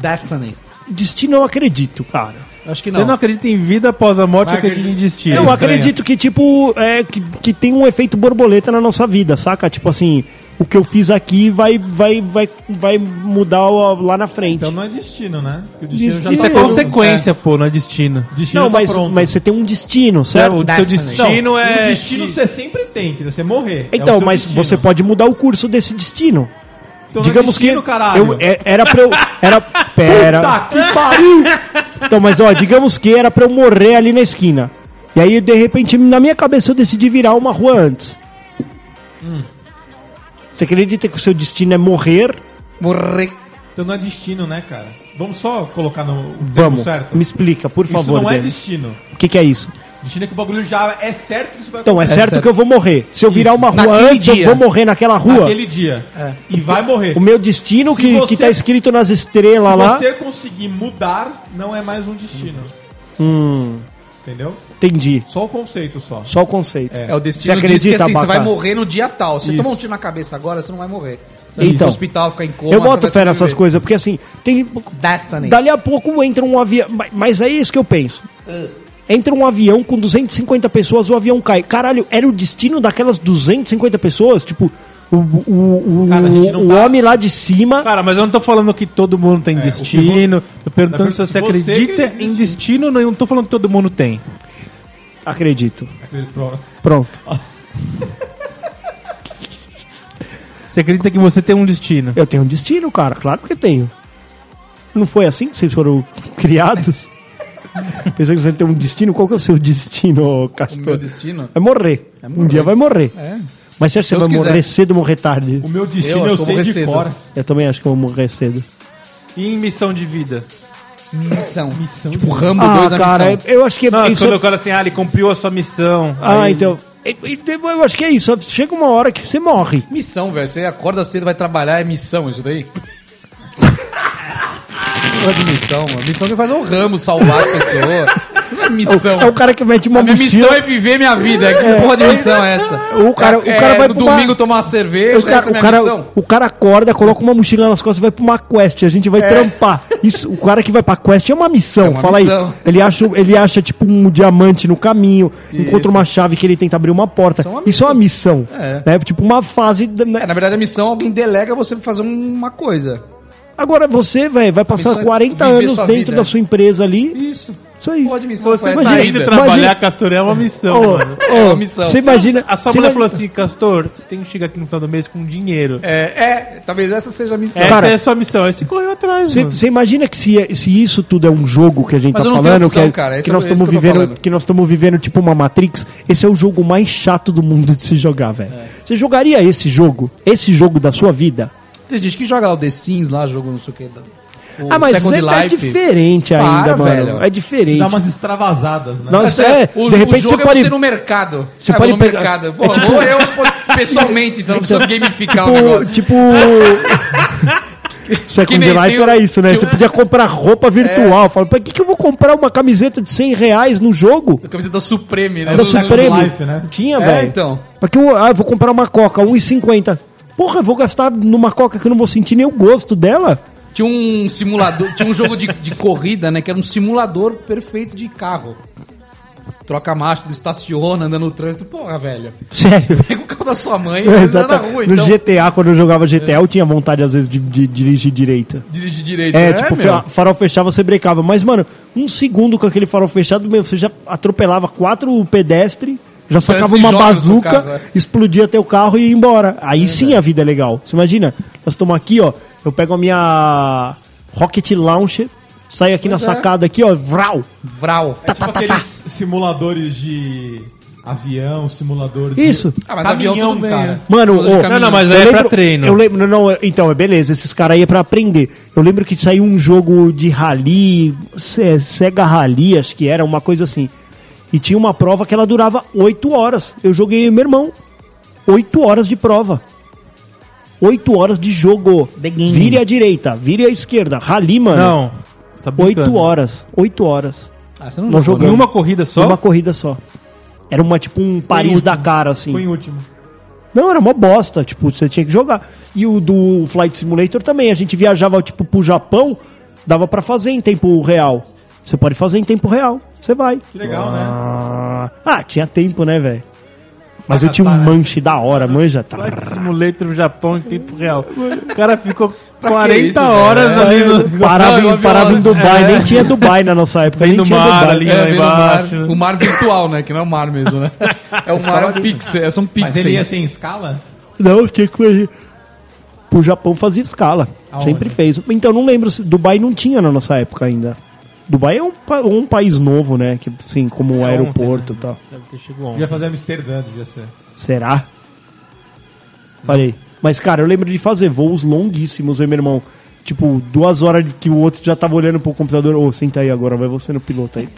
Speaker 7: Destiny.
Speaker 4: Destino eu acredito, cara.
Speaker 7: Acho que
Speaker 5: Você não acredita em vida após a morte,
Speaker 3: Mas
Speaker 5: acredita em
Speaker 3: acredito.
Speaker 5: destino.
Speaker 4: Eu
Speaker 5: Estranho.
Speaker 4: acredito que, tipo, é, que, que tem um efeito borboleta na nossa vida, saca? Tipo assim, o que eu fiz aqui vai, vai, vai, vai mudar o- lá na frente.
Speaker 3: Então não é destino, né? Porque o destino,
Speaker 4: Destino
Speaker 5: Isso é
Speaker 4: Eu-
Speaker 5: consequência, pô, não é destino.
Speaker 3: É. Destino
Speaker 4: não,
Speaker 3: tá
Speaker 4: mas,
Speaker 3: pronto.
Speaker 4: mas você tem um destino, certo?
Speaker 5: Certo? O seu
Speaker 9: Destiny.
Speaker 5: destino é.
Speaker 3: O destino você sempre tem, que você morrer. É o
Speaker 4: Então,
Speaker 3: seu
Speaker 4: mas
Speaker 3: destino.
Speaker 4: você pode mudar o curso desse destino.
Speaker 3: Então não é
Speaker 4: Digamos
Speaker 3: destino,
Speaker 4: que
Speaker 3: caralho.
Speaker 4: eu- é- era pra eu era
Speaker 3: Tá,
Speaker 4: pera.
Speaker 3: que pariu!
Speaker 4: Então, mas ó, digamos que era pra eu morrer ali na esquina. E aí de repente na minha cabeça eu decidi virar uma rua antes.
Speaker 3: Hum.
Speaker 4: Você acredita que o seu destino é morrer?
Speaker 7: Morrer.
Speaker 3: Então não é destino, né, cara? Vamos só colocar no o termo
Speaker 4: Vamos.
Speaker 3: certo?
Speaker 4: Me explica, por
Speaker 3: Isso
Speaker 4: favor.
Speaker 3: não é
Speaker 4: Denis.
Speaker 3: destino.
Speaker 4: O que, que é isso?
Speaker 3: Destino é que o bagulho já é certo que isso vai
Speaker 4: Então, é,
Speaker 3: acontecer
Speaker 4: certo,
Speaker 7: certo.
Speaker 4: que eu vou morrer. Se eu virar uma rua
Speaker 7: Naquele
Speaker 4: antes, eu
Speaker 7: dia.
Speaker 4: vou morrer naquela rua.
Speaker 3: naquele dia.
Speaker 5: É.
Speaker 3: E vai morrer.
Speaker 4: O meu destino
Speaker 3: Se
Speaker 4: que,
Speaker 3: você-
Speaker 4: que tá escrito nas estrelas
Speaker 3: Se
Speaker 4: lá.
Speaker 3: você conseguir mudar, não é mais um destino.
Speaker 4: Hum.
Speaker 3: Entendeu?
Speaker 4: Entendi.
Speaker 3: Só o conceito só.
Speaker 4: Só o conceito.
Speaker 7: É, o
Speaker 4: Você
Speaker 7: destino diz que
Speaker 4: acredita,
Speaker 7: assim, você vai
Speaker 4: Abacá?
Speaker 7: morrer no dia tal. Você
Speaker 3: Isso.
Speaker 7: toma um tiro na cabeça agora, você não vai morrer. Você vai pro
Speaker 4: Então,
Speaker 7: hospital, ficar em coma.
Speaker 4: eu
Speaker 7: você
Speaker 4: boto
Speaker 7: vai
Speaker 4: fé nessas
Speaker 7: sobreviver.
Speaker 4: coisas, porque assim, tem,
Speaker 7: Destiny.
Speaker 4: Dali a pouco entra um avião. ma- Mas é isso que eu penso. Entra um avião com 250 pessoas, o avião cai. Caralho, era o destino daquelas 250 pessoas? Tipo, o, o, o,
Speaker 3: Cara, a gente não
Speaker 4: o
Speaker 3: tá-
Speaker 4: homem lá de cima.
Speaker 5: Cara, mas eu não tô falando É, que todo mundo tem destino. Tô perguntando se você
Speaker 3: Você
Speaker 5: acredita
Speaker 3: acredita em
Speaker 5: em destino, não, eu não tô falando que todo mundo tem.
Speaker 4: Acredito.
Speaker 3: Aquele pro-
Speaker 4: Pronto.
Speaker 5: Você acredita que você tem um destino.
Speaker 4: Eu tenho um destino, cara. Claro que eu tenho. Não foi assim que vocês foram criados? Pensei que você tem um destino. Qual que é o seu destino,
Speaker 7: O
Speaker 4: Castor?
Speaker 7: meu destino.
Speaker 4: É morrer. Um
Speaker 7: morrer.
Speaker 4: dia vai morrer.
Speaker 7: É.
Speaker 4: Mas será que você
Speaker 7: Deus
Speaker 4: vai morrer
Speaker 7: quiser.
Speaker 4: cedo ou morrer tarde?
Speaker 3: O meu
Speaker 7: Eu
Speaker 3: destino
Speaker 7: acho
Speaker 3: eu,
Speaker 7: que eu
Speaker 3: sei
Speaker 7: morrer
Speaker 3: de
Speaker 7: cedo.
Speaker 3: cor.
Speaker 4: Eu também acho que eu vou morrer cedo.
Speaker 5: E em missão de vida?
Speaker 7: Missão. Tipo, Rambo
Speaker 4: Ah,
Speaker 7: 2 a
Speaker 4: cara,
Speaker 7: missão.
Speaker 4: eu acho que isso-
Speaker 5: Não,
Speaker 4: é-
Speaker 5: "Ah, quando eu falo assim, ah, ele cumpriu a sua missão.
Speaker 4: Ah,
Speaker 5: Aí-
Speaker 4: então. E- e Eu acho que é isso. Chega uma hora que você morre.
Speaker 7: Missão, velho. Você acorda cedo, vai trabalhar, é missão isso daí? Porra de missão, mano. Missão que faz é o ramo salvar as pessoas. Isso não é missão.
Speaker 4: É o cara que mete uma
Speaker 7: A minha
Speaker 4: mochila.
Speaker 7: missão é viver minha vida. Que porra de missão é essa?
Speaker 4: O cara- o
Speaker 7: É,
Speaker 4: cara vai
Speaker 7: no
Speaker 4: pro bar-
Speaker 7: domingo tomar uma cerveja,
Speaker 4: O cara,
Speaker 7: essa é
Speaker 4: o,
Speaker 7: minha
Speaker 4: cara,
Speaker 7: missão.
Speaker 4: o cara acorda, coloca uma mochila nas costas e vai pra uma quest. A gente vai trampar. Isso, o cara que vai pra quest é uma missão.
Speaker 7: É. uma
Speaker 4: fala aí.
Speaker 7: missão.
Speaker 4: Ele acha, ele acha, tipo, um diamante no caminho, encontra uma chave que ele tenta abrir uma porta. Isso é uma missão.
Speaker 7: É.
Speaker 4: né? Tipo, uma fase. da- né?
Speaker 7: É, na verdade, a missão alguém delega você pra fazer uma coisa.
Speaker 4: Agora você, velho, vai
Speaker 7: Missão
Speaker 4: passar
Speaker 7: é
Speaker 4: 40
Speaker 7: viver
Speaker 4: anos
Speaker 7: sua
Speaker 4: dentro
Speaker 7: vida. né?
Speaker 4: da sua empresa ali.
Speaker 7: Isso.
Speaker 4: Isso aí.
Speaker 7: Pô, de missão,
Speaker 4: você
Speaker 7: foi, tá
Speaker 4: imagina,
Speaker 7: indo
Speaker 4: imagina-
Speaker 5: Trabalhar, Castor, é uma missão,
Speaker 4: Ô,
Speaker 5: mano.
Speaker 4: ô,
Speaker 7: É uma missão.
Speaker 4: Você imagina.
Speaker 5: A sua
Speaker 4: você
Speaker 5: mulher
Speaker 4: imagina-
Speaker 5: falou assim, Castor, você tem que chegar aqui no final do mês com dinheiro.
Speaker 7: É, é, talvez essa seja a missão.
Speaker 5: Essa
Speaker 4: Cara,
Speaker 5: é a sua missão. Aí você correu atrás,
Speaker 4: Você
Speaker 5: mano.
Speaker 4: você imagina que se, se isso tudo é um jogo que a gente
Speaker 7: "Hum." Mas
Speaker 4: tá
Speaker 7: eu não tenho
Speaker 4: falando,
Speaker 7: opção,
Speaker 4: que, é-
Speaker 7: cara, esse
Speaker 4: que
Speaker 7: é-
Speaker 4: nós
Speaker 7: esse
Speaker 4: estamos
Speaker 7: que eu tô
Speaker 4: vivendo,
Speaker 7: falando.
Speaker 4: que nós estamos vivendo tipo uma Matrix, esse é o jogo mais chato do mundo de se jogar, velho.
Speaker 7: É.
Speaker 4: Você jogaria esse jogo, esse jogo da sua vida?
Speaker 7: Tem gente que joga lá o The Sims, lá, jogo não sei o que. da- O
Speaker 4: ah, mas
Speaker 7: Second
Speaker 4: é, é
Speaker 7: Life.
Speaker 4: diferente
Speaker 7: Para,
Speaker 4: ainda, mano.
Speaker 7: velho.
Speaker 4: É
Speaker 3: Você
Speaker 4: diferente.
Speaker 3: dá umas extravasadas, né?
Speaker 4: Nossa, é,
Speaker 7: o,
Speaker 4: de repente
Speaker 7: o
Speaker 4: você
Speaker 7: jogo é
Speaker 4: pode
Speaker 7: você no mercado.
Speaker 4: você
Speaker 7: Ah, eu
Speaker 4: pode
Speaker 7: vou no
Speaker 4: pegar-
Speaker 7: mercado.
Speaker 4: é
Speaker 7: Pô,
Speaker 4: tipo-
Speaker 7: Ou eu pô, pessoalmente, então não precisa gamificar o negócio.
Speaker 4: tipo, tipo
Speaker 7: Que
Speaker 4: Second
Speaker 7: nem
Speaker 4: Life
Speaker 7: tem o- É.
Speaker 4: era isso, né?
Speaker 7: tinha
Speaker 4: Você
Speaker 7: um-
Speaker 4: podia comprar roupa virtual. Fala, pra que, que eu vou comprar uma camiseta de 100 reais no jogo?
Speaker 7: A camiseta da Supreme, né?
Speaker 4: É da
Speaker 7: Do-
Speaker 4: Supreme.
Speaker 3: Life, né?
Speaker 4: Tinha,
Speaker 7: É,
Speaker 4: velho.
Speaker 7: então.
Speaker 4: Pra que eu, ah, eu vou comprar uma Coca, 1,50. Porra, eu vou gastar numa Coca que eu não vou sentir nem o gosto dela.
Speaker 7: Tinha um simulador, tinha um jogo de, de corrida, né? Que era um simulador perfeito de carro. Troca a marcha, estaciona, anda no trânsito. Porra, velho.
Speaker 4: Sério.
Speaker 7: Pega o carro da sua mãe e
Speaker 4: É,
Speaker 7: anda
Speaker 4: exata-
Speaker 7: na rua,
Speaker 4: no
Speaker 7: então.
Speaker 4: GTA, quando eu jogava GTA, eu tinha vontade, às vezes, de, de dirigir direita.
Speaker 7: Dirige direito.
Speaker 4: É, tipo,
Speaker 7: meu.
Speaker 4: fa- farol fechava, você brecava. Mas, mano, um segundo com aquele farol fechado, meu, você já atropelava quatro pedestres, já sacava
Speaker 7: se
Speaker 4: uma
Speaker 7: joga no seu
Speaker 4: bazuca,
Speaker 7: carro, é.
Speaker 4: explodia teu carro e ia embora. Aí sim a vida é legal. Você imagina? Nós estamos aqui, ó, eu pego a minha Rocket Launcher, saio aqui
Speaker 7: é.
Speaker 4: na sacada aqui, ó, tá vral.
Speaker 7: Vral.
Speaker 3: É tipo aqueles simuladores de avião, simuladores
Speaker 4: Isso.
Speaker 3: de...
Speaker 7: Ah, mas avião tudo bem, né?
Speaker 5: é.
Speaker 4: Mano,
Speaker 7: Simulador de
Speaker 4: ô,
Speaker 7: caminho.
Speaker 5: Não, não, mas
Speaker 4: eu
Speaker 5: aí é
Speaker 4: lembro-
Speaker 5: pra treino.
Speaker 4: Eu lembro, não, não, então, é beleza, esses caras aí é pra aprender. Eu lembro que saiu um jogo de rally, Se- Sega Rally, acho que era, uma coisa assim. E tinha uma prova que ela durava 8 horas. Eu joguei eu e meu irmão. 8 horas de prova. 8 horas de jogo.
Speaker 1: The game.
Speaker 4: Vire à direita, vire à esquerda. Rally, mano.
Speaker 5: Não. Você tá
Speaker 4: 8
Speaker 5: brincando.
Speaker 4: horas. 8 horas.
Speaker 7: Ah, você não
Speaker 4: Nós
Speaker 7: jogou, né?
Speaker 4: jogamos
Speaker 5: Numa corrida só?
Speaker 4: Uma corrida só. Era uma tipo um Paris da cara, assim.
Speaker 3: Foi em último.
Speaker 4: Não, era uma bosta, tipo, você tinha que jogar. E o do Flight Simulator também, a gente viajava, tipo, pro Japão, dava pra fazer em tempo real. Você pode fazer em tempo real, você vai.
Speaker 3: Que legal, né?
Speaker 4: Ah, ah, tinha tempo, né, velho? Mas eu tinha um manche da hora, manja. Tá.
Speaker 5: Simulator no Japão em tempo real. O cara ficou
Speaker 7: Pra que
Speaker 5: 40
Speaker 7: isso, velho?
Speaker 5: horas ali no...
Speaker 4: Parava,
Speaker 7: Não, eu
Speaker 4: em, parava em
Speaker 7: vi
Speaker 4: Dubai, nem tinha Dubai na nossa época, nem
Speaker 5: no
Speaker 4: tinha
Speaker 5: mar
Speaker 4: Dubai.
Speaker 5: ali.
Speaker 7: É,
Speaker 5: lá
Speaker 7: vem no mar,
Speaker 5: embaixo, né?
Speaker 7: o mar virtual, né? Que não é o mar mesmo, né? É o mar, é um pixel, são
Speaker 3: Mas ele assim, ia
Speaker 7: pixels.
Speaker 3: sem escala?
Speaker 4: Não, tinha que fazer. Pro Japão fazia escala. Sempre fez. Então, não lembro se. Dubai não tinha na nossa época ainda. Dubai é um, pa- um país novo, né? Que, assim, como um aeroporto e tal.
Speaker 3: Devia fazer Amsterdã, devia ser.
Speaker 4: Será? Falei. Mas, cara, eu lembro de fazer voos longuíssimos, eu e meu irmão. Tipo, duas horas que o outro já tava olhando pro computador. Ô, senta aí agora, vai você no piloto aí.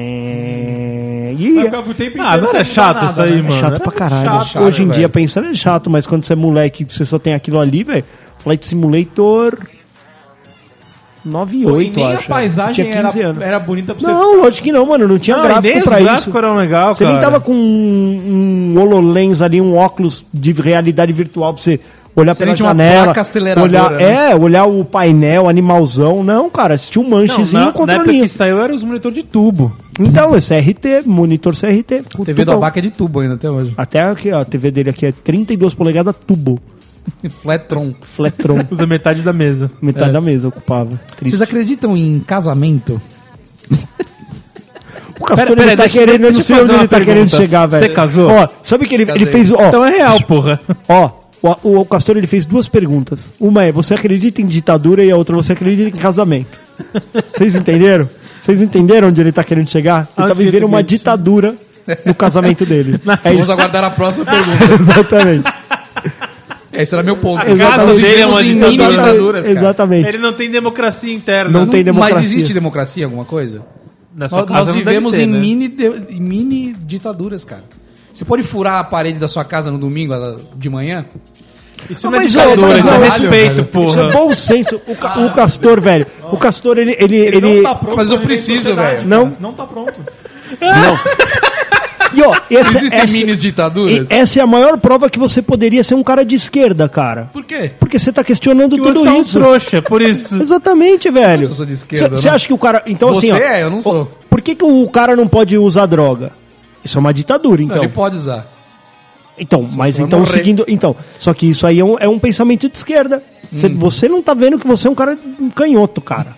Speaker 4: Ué,
Speaker 3: Mas
Speaker 4: Ia.
Speaker 3: ficava o tempo
Speaker 5: Ah,
Speaker 3: inteiro
Speaker 5: não
Speaker 3: sem mudar
Speaker 5: era chato
Speaker 3: nada,
Speaker 5: isso aí,
Speaker 3: né?
Speaker 5: mano.
Speaker 4: é chato
Speaker 5: Era
Speaker 4: pra caralho.
Speaker 7: chato,
Speaker 4: Hoje em
Speaker 7: velho.
Speaker 4: dia, pensando, é chato, mas quando você é moleque, que você só tem aquilo ali, velho. Flight Simulator 9 e
Speaker 3: Pô, e
Speaker 4: 8,
Speaker 3: nem
Speaker 4: acho. é.
Speaker 3: a paisagem
Speaker 4: tinha 15
Speaker 3: era,
Speaker 4: anos.
Speaker 3: era bonita pra você.
Speaker 4: Não, lógico que não, mano. Não tinha
Speaker 5: Não, e nem
Speaker 4: gráfico
Speaker 5: os
Speaker 4: pra isso.
Speaker 5: gráficos eram legal,
Speaker 4: Você nem
Speaker 5: cara.
Speaker 4: tava com um, um HoloLens ali, um óculos de realidade virtual pra você olhar
Speaker 7: Você
Speaker 4: pela
Speaker 7: nem tinha uma
Speaker 4: janela.
Speaker 7: placa aceleradora,
Speaker 4: olhar,
Speaker 7: né?
Speaker 4: É, olhar o painel, animalzão. Não, cara, você tinha um manchezinho e um
Speaker 5: na, na época
Speaker 4: controlinho.
Speaker 5: que saiu era os monitor de tubo.
Speaker 4: Então, esse é RT, monitor CRT. com
Speaker 7: TV do
Speaker 4: tubão.
Speaker 7: Abaca é de tubo ainda até hoje.
Speaker 4: Até aqui, ó, a TV dele aqui é 32 polegadas tubo.
Speaker 7: Flatron.
Speaker 4: Fletron.
Speaker 5: Usa metade da mesa.
Speaker 4: Metade da mesa ocupava. Triste.
Speaker 7: Vocês acreditam em casamento?
Speaker 4: O Castor
Speaker 5: Pera-
Speaker 4: ele
Speaker 5: pera,
Speaker 4: tá
Speaker 5: deixa-
Speaker 4: querendo, eu não
Speaker 5: deixa eu
Speaker 4: sei
Speaker 5: fazer
Speaker 4: onde
Speaker 5: uma
Speaker 4: ele tá
Speaker 5: pergunta.
Speaker 4: querendo chegar, velho.
Speaker 5: Você casou?
Speaker 4: Ó, sabe que ele, ele fez, ó,
Speaker 5: Então é real, porra.
Speaker 4: ó, o, o- o Castor ele fez duas perguntas. Uma é, você acredita em ditadura? E a outra, você acredita em casamento? Vocês entenderam? Vocês entenderam onde ele tá querendo chegar? Ele tá
Speaker 5: Onde ele
Speaker 4: vivendo
Speaker 5: tá
Speaker 4: uma
Speaker 5: querendo chegar?
Speaker 4: ditadura no casamento dele. É
Speaker 7: Vamos
Speaker 4: isso.
Speaker 7: aguardar a próxima pergunta.
Speaker 4: Exatamente.
Speaker 7: Esse era meu ponto.
Speaker 4: Exatamente.
Speaker 7: Nós
Speaker 5: é
Speaker 7: vivemos em
Speaker 3: então
Speaker 7: mini
Speaker 4: Exatamente.
Speaker 7: ditaduras, cara.
Speaker 4: Exatamente.
Speaker 5: Ele não tem democracia interna.
Speaker 4: Não tem democracia.
Speaker 7: Mas existe democracia em alguma coisa?
Speaker 5: Na
Speaker 7: Nós,
Speaker 5: sua casa
Speaker 7: nós
Speaker 5: não deve
Speaker 7: vivemos
Speaker 5: ter,
Speaker 7: em,
Speaker 5: né?
Speaker 7: mini de- em mini ditaduras, cara. Você pode furar a parede da sua casa no domingo ah, de manhã?
Speaker 5: Isso
Speaker 4: Ah,
Speaker 5: não é
Speaker 4: mas,
Speaker 5: de
Speaker 4: olha,
Speaker 5: calor,
Speaker 4: mas
Speaker 5: isso é
Speaker 4: não,
Speaker 5: respeito,
Speaker 4: Isso é
Speaker 5: porra.
Speaker 4: bom senso. O, ca- o Castor, velho. O Castor, ele. ele, ele,
Speaker 3: não tá pronto.
Speaker 7: Mas
Speaker 3: pra
Speaker 7: eu
Speaker 3: viver em
Speaker 7: preciso,
Speaker 3: sociedade,
Speaker 7: velho.
Speaker 3: cara.
Speaker 4: Não?
Speaker 3: Não tá pronto.
Speaker 4: E, ó, esse-
Speaker 7: Existem
Speaker 4: essa,
Speaker 7: minis
Speaker 4: e
Speaker 7: ditaduras?
Speaker 4: essa é a maior prova que você poderia ser um cara de esquerda, cara.
Speaker 7: Por quê?
Speaker 4: Porque você tá questionando tudo
Speaker 5: Você é um
Speaker 4: isso.
Speaker 5: trouxa, por isso.
Speaker 4: Exatamente, velho.
Speaker 7: eu sou de esquerda,
Speaker 4: Você
Speaker 7: né?
Speaker 4: acha que o cara. Então,
Speaker 7: Você
Speaker 4: assim. ó,
Speaker 7: é, eu não sou.
Speaker 4: Por que, que o cara não pode usar droga? Isso é uma ditadura,
Speaker 7: Não,
Speaker 4: então.
Speaker 7: ele pode usar.
Speaker 4: Então, mas
Speaker 7: vai
Speaker 4: então
Speaker 7: morrer.
Speaker 4: seguindo. Então, só que isso aí é um, é um pensamento de esquerda. Cê-
Speaker 5: Hum.
Speaker 4: Você não tá vendo que você é um cara um canhoto, cara.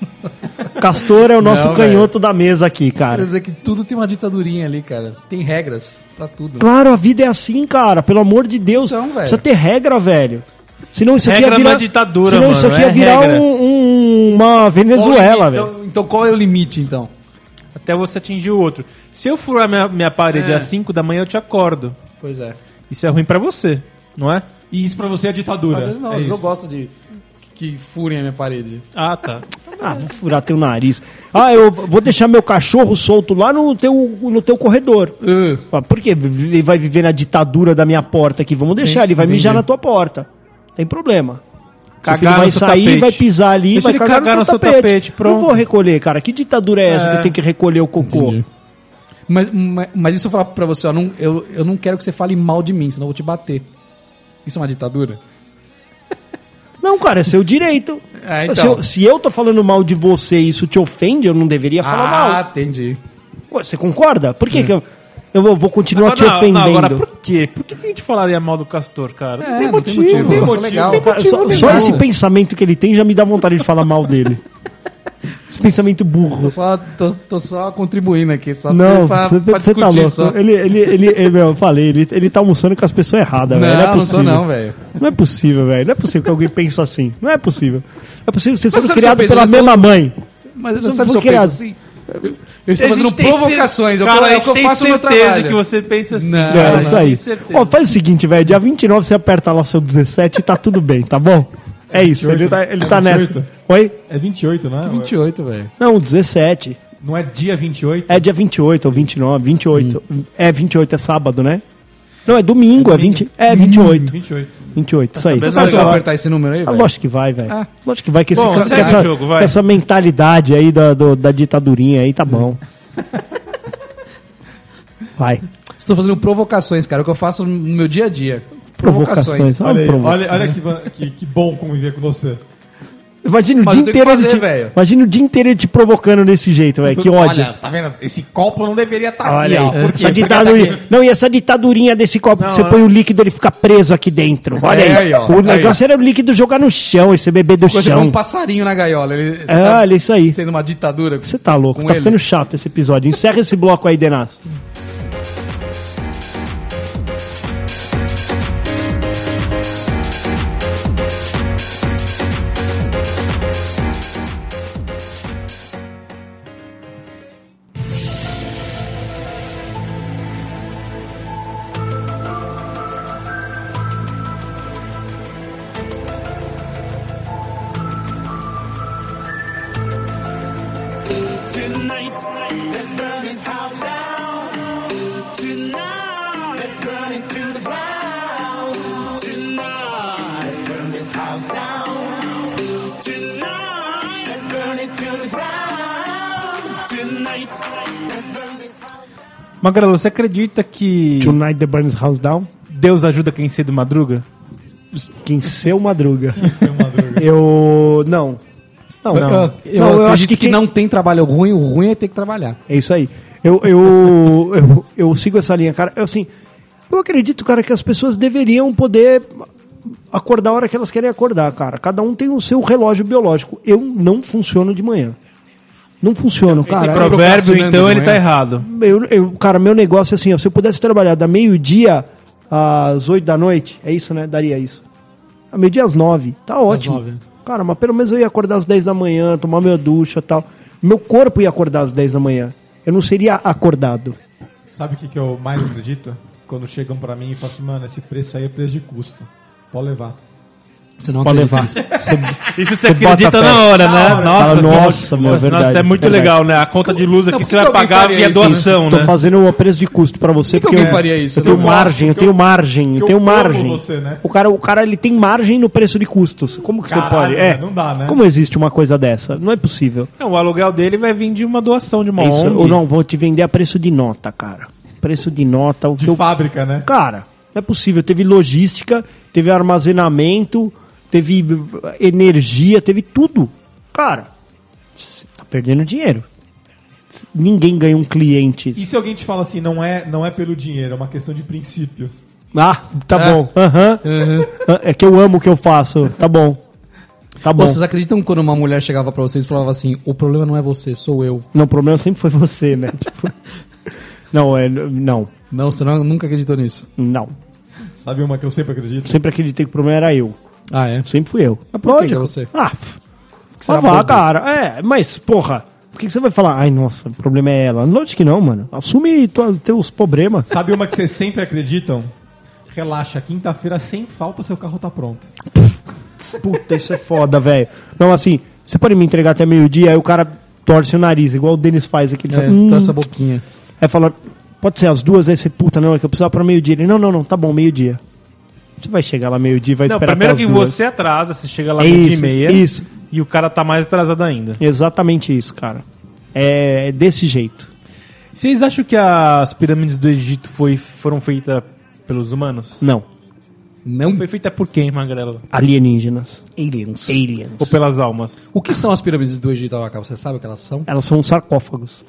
Speaker 4: Castor é o nosso
Speaker 7: Não,
Speaker 4: canhoto da mesa aqui,
Speaker 7: Quer
Speaker 4: cara.
Speaker 7: dizer que tudo tem uma ditadurinha ali, cara. Tem regras pra tudo.
Speaker 4: Claro, a vida é assim, cara. Pelo amor de Deus.
Speaker 7: Então, velho.
Speaker 4: Precisa ter regra, velho. Senão isso aqui
Speaker 5: Regra é
Speaker 4: ia virar.
Speaker 5: uma ditadura,
Speaker 4: senão isso
Speaker 5: mano,
Speaker 4: aqui
Speaker 5: é
Speaker 4: ia virar
Speaker 5: regra.
Speaker 4: um- um- uma Venezuela,
Speaker 7: Qual o limite?
Speaker 4: velho.
Speaker 7: Então, então qual é o limite, então?
Speaker 5: Até você atingir o outro. Se eu furar minha, minha parede
Speaker 3: É.
Speaker 5: às 5 da manhã, eu te acordo.
Speaker 7: Pois é.
Speaker 5: Isso é ruim pra você, não é?
Speaker 3: E isso pra você é ditadura.
Speaker 7: Às vezes não,
Speaker 3: É
Speaker 7: às vezes eu
Speaker 3: isso.
Speaker 7: gosto de que furem a minha parede.
Speaker 5: Ah, tá.
Speaker 4: Ah, vou furar teu nariz. Ah, eu vou deixar meu cachorro solto lá no teu, no teu corredor.
Speaker 5: É.
Speaker 4: Ah, Por quê? Ele vai viver na ditadura da minha porta aqui. Vamos deixar, ele vai mijar na tua porta. Tem problema. Seu filho
Speaker 5: Cagar
Speaker 4: vai
Speaker 5: no seu
Speaker 4: sair,
Speaker 5: tapete.
Speaker 4: vai pisar ali,
Speaker 5: Deixa
Speaker 4: vai
Speaker 5: ele
Speaker 4: cagar,
Speaker 5: cagar
Speaker 4: no
Speaker 5: no
Speaker 4: teu
Speaker 5: seu
Speaker 4: tapete.
Speaker 5: tapete,
Speaker 4: Não
Speaker 5: pronto.
Speaker 4: vou recolher, cara. Que ditadura é essa que eu tenho que recolher o cocô?
Speaker 7: Mas, mas, mas isso eu falar pra você, ó, não- eu, eu não quero que você fale mal de mim, senão eu vou te bater. Isso é uma ditadura?
Speaker 4: Não, cara, é seu direito.
Speaker 7: É, então.
Speaker 4: se, eu, se eu tô falando mal de você e isso te ofende, eu não deveria falar
Speaker 7: ah,
Speaker 4: mal.
Speaker 7: entendi.
Speaker 4: Ué, Você concorda? Por que, que eu, eu vou- vou continuar
Speaker 5: É. Agora,
Speaker 4: te ofendendo?
Speaker 5: agora, por quê? Por que a gente falaria mal do Castor, cara?
Speaker 7: É, não tem motivo, eu sou legal.
Speaker 4: Cara, só, só esse pensamento que ele tem já me dá vontade de falar mal dele. Esse pensamento burro.
Speaker 7: Tô só, tô, tô só contribuindo aqui, só
Speaker 4: Não,
Speaker 7: pra,
Speaker 4: você
Speaker 7: pra
Speaker 4: você tá
Speaker 7: discutir
Speaker 4: louco.
Speaker 7: só.
Speaker 4: Ele, ele, ele, ele- meu, eu falei, ele, ele tá almoçando com as pessoas erradas,
Speaker 7: Não,
Speaker 4: velho. Não é
Speaker 7: não,
Speaker 4: possível.
Speaker 7: tô não, velho.
Speaker 4: Não é possível, velho. Não é possível que alguém pense assim. Não é possível. Não é possível que vocês
Speaker 7: Mas
Speaker 4: foram
Speaker 7: sabe o que eu
Speaker 4: criados
Speaker 7: penso?
Speaker 4: pela
Speaker 7: Eu tô-
Speaker 4: mesma mãe.
Speaker 7: Mas
Speaker 4: não
Speaker 7: você sabe
Speaker 4: foi
Speaker 7: se eu penso
Speaker 4: criado.
Speaker 7: assim? Eu, eu estou
Speaker 5: A gente
Speaker 7: fazendo
Speaker 5: tem
Speaker 7: provocações,
Speaker 5: cer-
Speaker 7: eu,
Speaker 5: Cara,
Speaker 7: eu,
Speaker 5: a
Speaker 7: eu,
Speaker 5: gente tem
Speaker 7: faço o meu
Speaker 5: certeza
Speaker 7: trabalho.
Speaker 5: que você pensa assim.
Speaker 7: Não.
Speaker 4: É,
Speaker 7: Ah,
Speaker 4: isso aí.
Speaker 5: com certeza.
Speaker 4: Ó, faz o seguinte, velho. Dia 29 você aperta lá seu 17 e tá tudo bem, tá bom? É isso, ele tá, ele tá nessa.
Speaker 3: 28.
Speaker 4: Oi?
Speaker 3: É 28, né?
Speaker 7: 28, velho.
Speaker 4: Não, 17.
Speaker 3: Não é dia 28?
Speaker 4: É dia 28 ou 29, 28. É 28 é sábado, né? Não, é domingo, é, 20, é 28.
Speaker 3: 28.
Speaker 4: 28, isso aí.
Speaker 7: Você
Speaker 4: Você
Speaker 7: sabe se eu vou
Speaker 4: vai
Speaker 7: apertar esse número aí,
Speaker 4: ah,
Speaker 7: velho?
Speaker 4: lógico que vai, velho. Lógico que vai, que esse,
Speaker 5: Bom,
Speaker 4: cara-
Speaker 5: segue
Speaker 4: com essa,
Speaker 5: o jogo, vai.
Speaker 4: com essa mentalidade aí da, do- da ditadurinha aí, tá bom. Vai.
Speaker 7: Estou fazendo provocações, cara, é o que eu faço no meu dia a dia.
Speaker 4: Provocações.
Speaker 7: Provocações.
Speaker 4: Ah,
Speaker 3: Olha, aí,
Speaker 4: provo-
Speaker 3: olha, olha que, va- que, que bom conviver com você.
Speaker 4: Imagina o
Speaker 7: Mas
Speaker 4: dia
Speaker 7: eu tenho que
Speaker 4: inteiro ele
Speaker 7: fazer,
Speaker 4: te-
Speaker 7: velho.
Speaker 4: Imagina o dia inteiro ele te provocando desse jeito, velho. É Que ódio.
Speaker 2: Olha, tá vendo? Esse copo não deveria estar tá aqui,
Speaker 4: Olha
Speaker 2: ó.
Speaker 4: aí,
Speaker 2: Por quê?
Speaker 4: essa
Speaker 2: Porque tá
Speaker 4: ditadurinha.
Speaker 2: aqui.
Speaker 4: Não, e é essa ditadurinha desse copo que você põe o líquido, ele fica preso aqui dentro. Olha
Speaker 7: É,
Speaker 4: aí.
Speaker 7: aí, ó,
Speaker 4: o
Speaker 7: aí,
Speaker 4: negócio era o líquido jogar no chão, esse bebê do
Speaker 7: Coisa como
Speaker 4: chão.
Speaker 7: um passarinho na gaiola. Ele, você tá
Speaker 4: É, olha isso aí.
Speaker 7: Sendo uma ditadura.
Speaker 4: Você tá louco,
Speaker 7: com
Speaker 4: tá
Speaker 7: ele.
Speaker 4: ficando chato esse episódio. Encerra esse bloco aí, Denas.
Speaker 2: Tonight, let's burn this house down. Tonight, let's burn it to the ground. Tonight, let's burn this house down. Tonight, let's burn it to the ground. Tonight, let's burn this house
Speaker 5: Magrelo, você acredita que
Speaker 4: Tonight the Burns House Down.
Speaker 5: Deus ajuda quem cedo madruga?
Speaker 4: Quem seu madruga. Eu. Não. Não,
Speaker 7: Eu,
Speaker 4: não.
Speaker 7: eu- eu
Speaker 4: Não,
Speaker 7: acredito que, não tem trabalho ruim, o ruim é ter que trabalhar.
Speaker 4: É isso aí. Eu, eu, eu, eu sigo essa linha, cara. Eu, assim, eu acredito, cara, que as pessoas deveriam poder acordar a hora que elas querem acordar, cara. Cada um tem o seu relógio biológico. Eu não funciono de manhã. Não funciono, cara.
Speaker 5: Esse
Speaker 4: Eu-
Speaker 5: provérbio,
Speaker 7: procrastinando
Speaker 5: então,
Speaker 7: de
Speaker 5: ele
Speaker 7: manhã.
Speaker 5: tá errado.
Speaker 4: eu, eu- cara, meu negócio é assim, ó, se eu pudesse trabalhar da meio-dia às 8 da noite, é isso, né? Daria isso. A meio-dia às 9, tá ótimo.
Speaker 7: nove, né?
Speaker 4: Cara, mas pelo menos eu ia acordar às 10 da manhã, tomar minha ducha e tal. Meu corpo ia acordar às 10 da manhã. Eu não seria acordado.
Speaker 3: Sabe o que, que eu mais acredito? Quando chegam pra mim e falam assim, mano, esse preço aí é preço de custo. Pode levar.
Speaker 7: Você não
Speaker 4: Paulo
Speaker 7: acredita.
Speaker 5: Isso você
Speaker 4: Você bota
Speaker 5: acredita
Speaker 4: fé.
Speaker 5: na hora, né?
Speaker 4: Fala,
Speaker 5: como-
Speaker 4: nossa, meu, verdade,
Speaker 5: Nossa, é muito
Speaker 4: verdade.
Speaker 5: legal, né? A conta de luz
Speaker 7: Não,
Speaker 5: aqui
Speaker 7: por que
Speaker 5: você vai
Speaker 7: que alguém
Speaker 5: pagar
Speaker 7: faria
Speaker 5: via
Speaker 7: isso?
Speaker 5: doação,
Speaker 4: Tô
Speaker 5: né?
Speaker 4: fazendo o preço de custo pra você.
Speaker 7: que
Speaker 4: porque
Speaker 7: alguém
Speaker 4: eu,
Speaker 7: faria isso?
Speaker 4: Eu tenho
Speaker 7: Eu
Speaker 3: gosto,
Speaker 4: margem, eu
Speaker 3: que eu-
Speaker 4: tenho margem,
Speaker 3: que
Speaker 4: eu
Speaker 3: eu
Speaker 4: tenho
Speaker 3: como
Speaker 4: margem.
Speaker 3: você, né?
Speaker 4: O cara, o cara ele tem margem no preço de custos. Como que você
Speaker 3: Caralho,
Speaker 4: pode? É.
Speaker 3: não dá, né?
Speaker 4: Como existe uma coisa dessa? Não é possível.
Speaker 5: Não, o aluguel dele vai vir de uma doação de uma
Speaker 4: Isso,
Speaker 5: ONG.
Speaker 4: ou não, vou te vender a preço de nota, cara. Preço de nota, o
Speaker 3: De
Speaker 4: que eu
Speaker 3: fábrica, né?
Speaker 4: Cara, não é possível. Teve logística, teve armazenamento, teve eh, energia, teve tudo. Cara, você tá perdendo dinheiro. C- Ninguém ganha um cliente.
Speaker 3: E se alguém te fala assim, não é, não é pelo dinheiro, é uma questão de princípio.
Speaker 4: Ah, tá bom. Aham. Ah, É que eu amo o que eu faço. Tá bom. Tá bom.
Speaker 7: Pô, vocês acreditam quando uma mulher chegava pra vocês e falava assim: o problema não é você, sou eu.
Speaker 4: Não, o problema sempre foi você, né? Tipo, Não, é. Não.
Speaker 7: Não, você não- nunca acreditou nisso.
Speaker 4: Não.
Speaker 3: Sabe uma que eu sempre acredito?
Speaker 4: Sempre acreditei que o problema era eu.
Speaker 7: Ah, é?
Speaker 4: Sempre fui eu.
Speaker 7: Mas por que que é você?
Speaker 4: Ah, f-
Speaker 7: você era
Speaker 4: vá,
Speaker 7: bobo.
Speaker 4: cara. É, mas, porra, por que que você vai falar? Ai, nossa, o problema é ela. Lógico que não, mano. Assume tua, teus problemas.
Speaker 3: Sabe uma que vocês sempre acreditam? Relaxa, quinta-feira sem falta seu carro tá pronto.
Speaker 4: Puta, isso é foda, velho. Não, assim, você pode me entregar até meio-dia, aí o cara torce o nariz, igual o Denis faz aqui. Ele
Speaker 7: É,
Speaker 4: fala, hum.
Speaker 7: torce a boquinha.
Speaker 4: Aí fala, pode ser as duas, aí você, puta, não, é que eu precisava pra meio-dia. Ele, não, não, não, tá bom, meio-dia. Você vai chegar lá meio-dia e vai
Speaker 5: Não,
Speaker 4: esperar
Speaker 5: primeiro
Speaker 4: até
Speaker 5: que
Speaker 4: as duas.
Speaker 5: você atrasa, você chega lá
Speaker 4: É
Speaker 5: meio dia e
Speaker 4: isso,
Speaker 5: meia.
Speaker 4: isso.
Speaker 5: E o cara tá mais atrasado ainda.
Speaker 4: Exatamente isso, cara. É, é desse jeito.
Speaker 5: Vocês acham que as pirâmides do Egito foi, foram feitas pelos humanos?
Speaker 4: Não.
Speaker 7: Não
Speaker 3: Hum.
Speaker 5: Foi feita por quem, Magrela?
Speaker 4: Alienígenas.
Speaker 7: aliens.
Speaker 4: Aliens.
Speaker 5: Ou pelas almas?
Speaker 7: O que são as pirâmides do Egito, Abaca? Você sabe o que elas são?
Speaker 4: Elas são sarcófagos.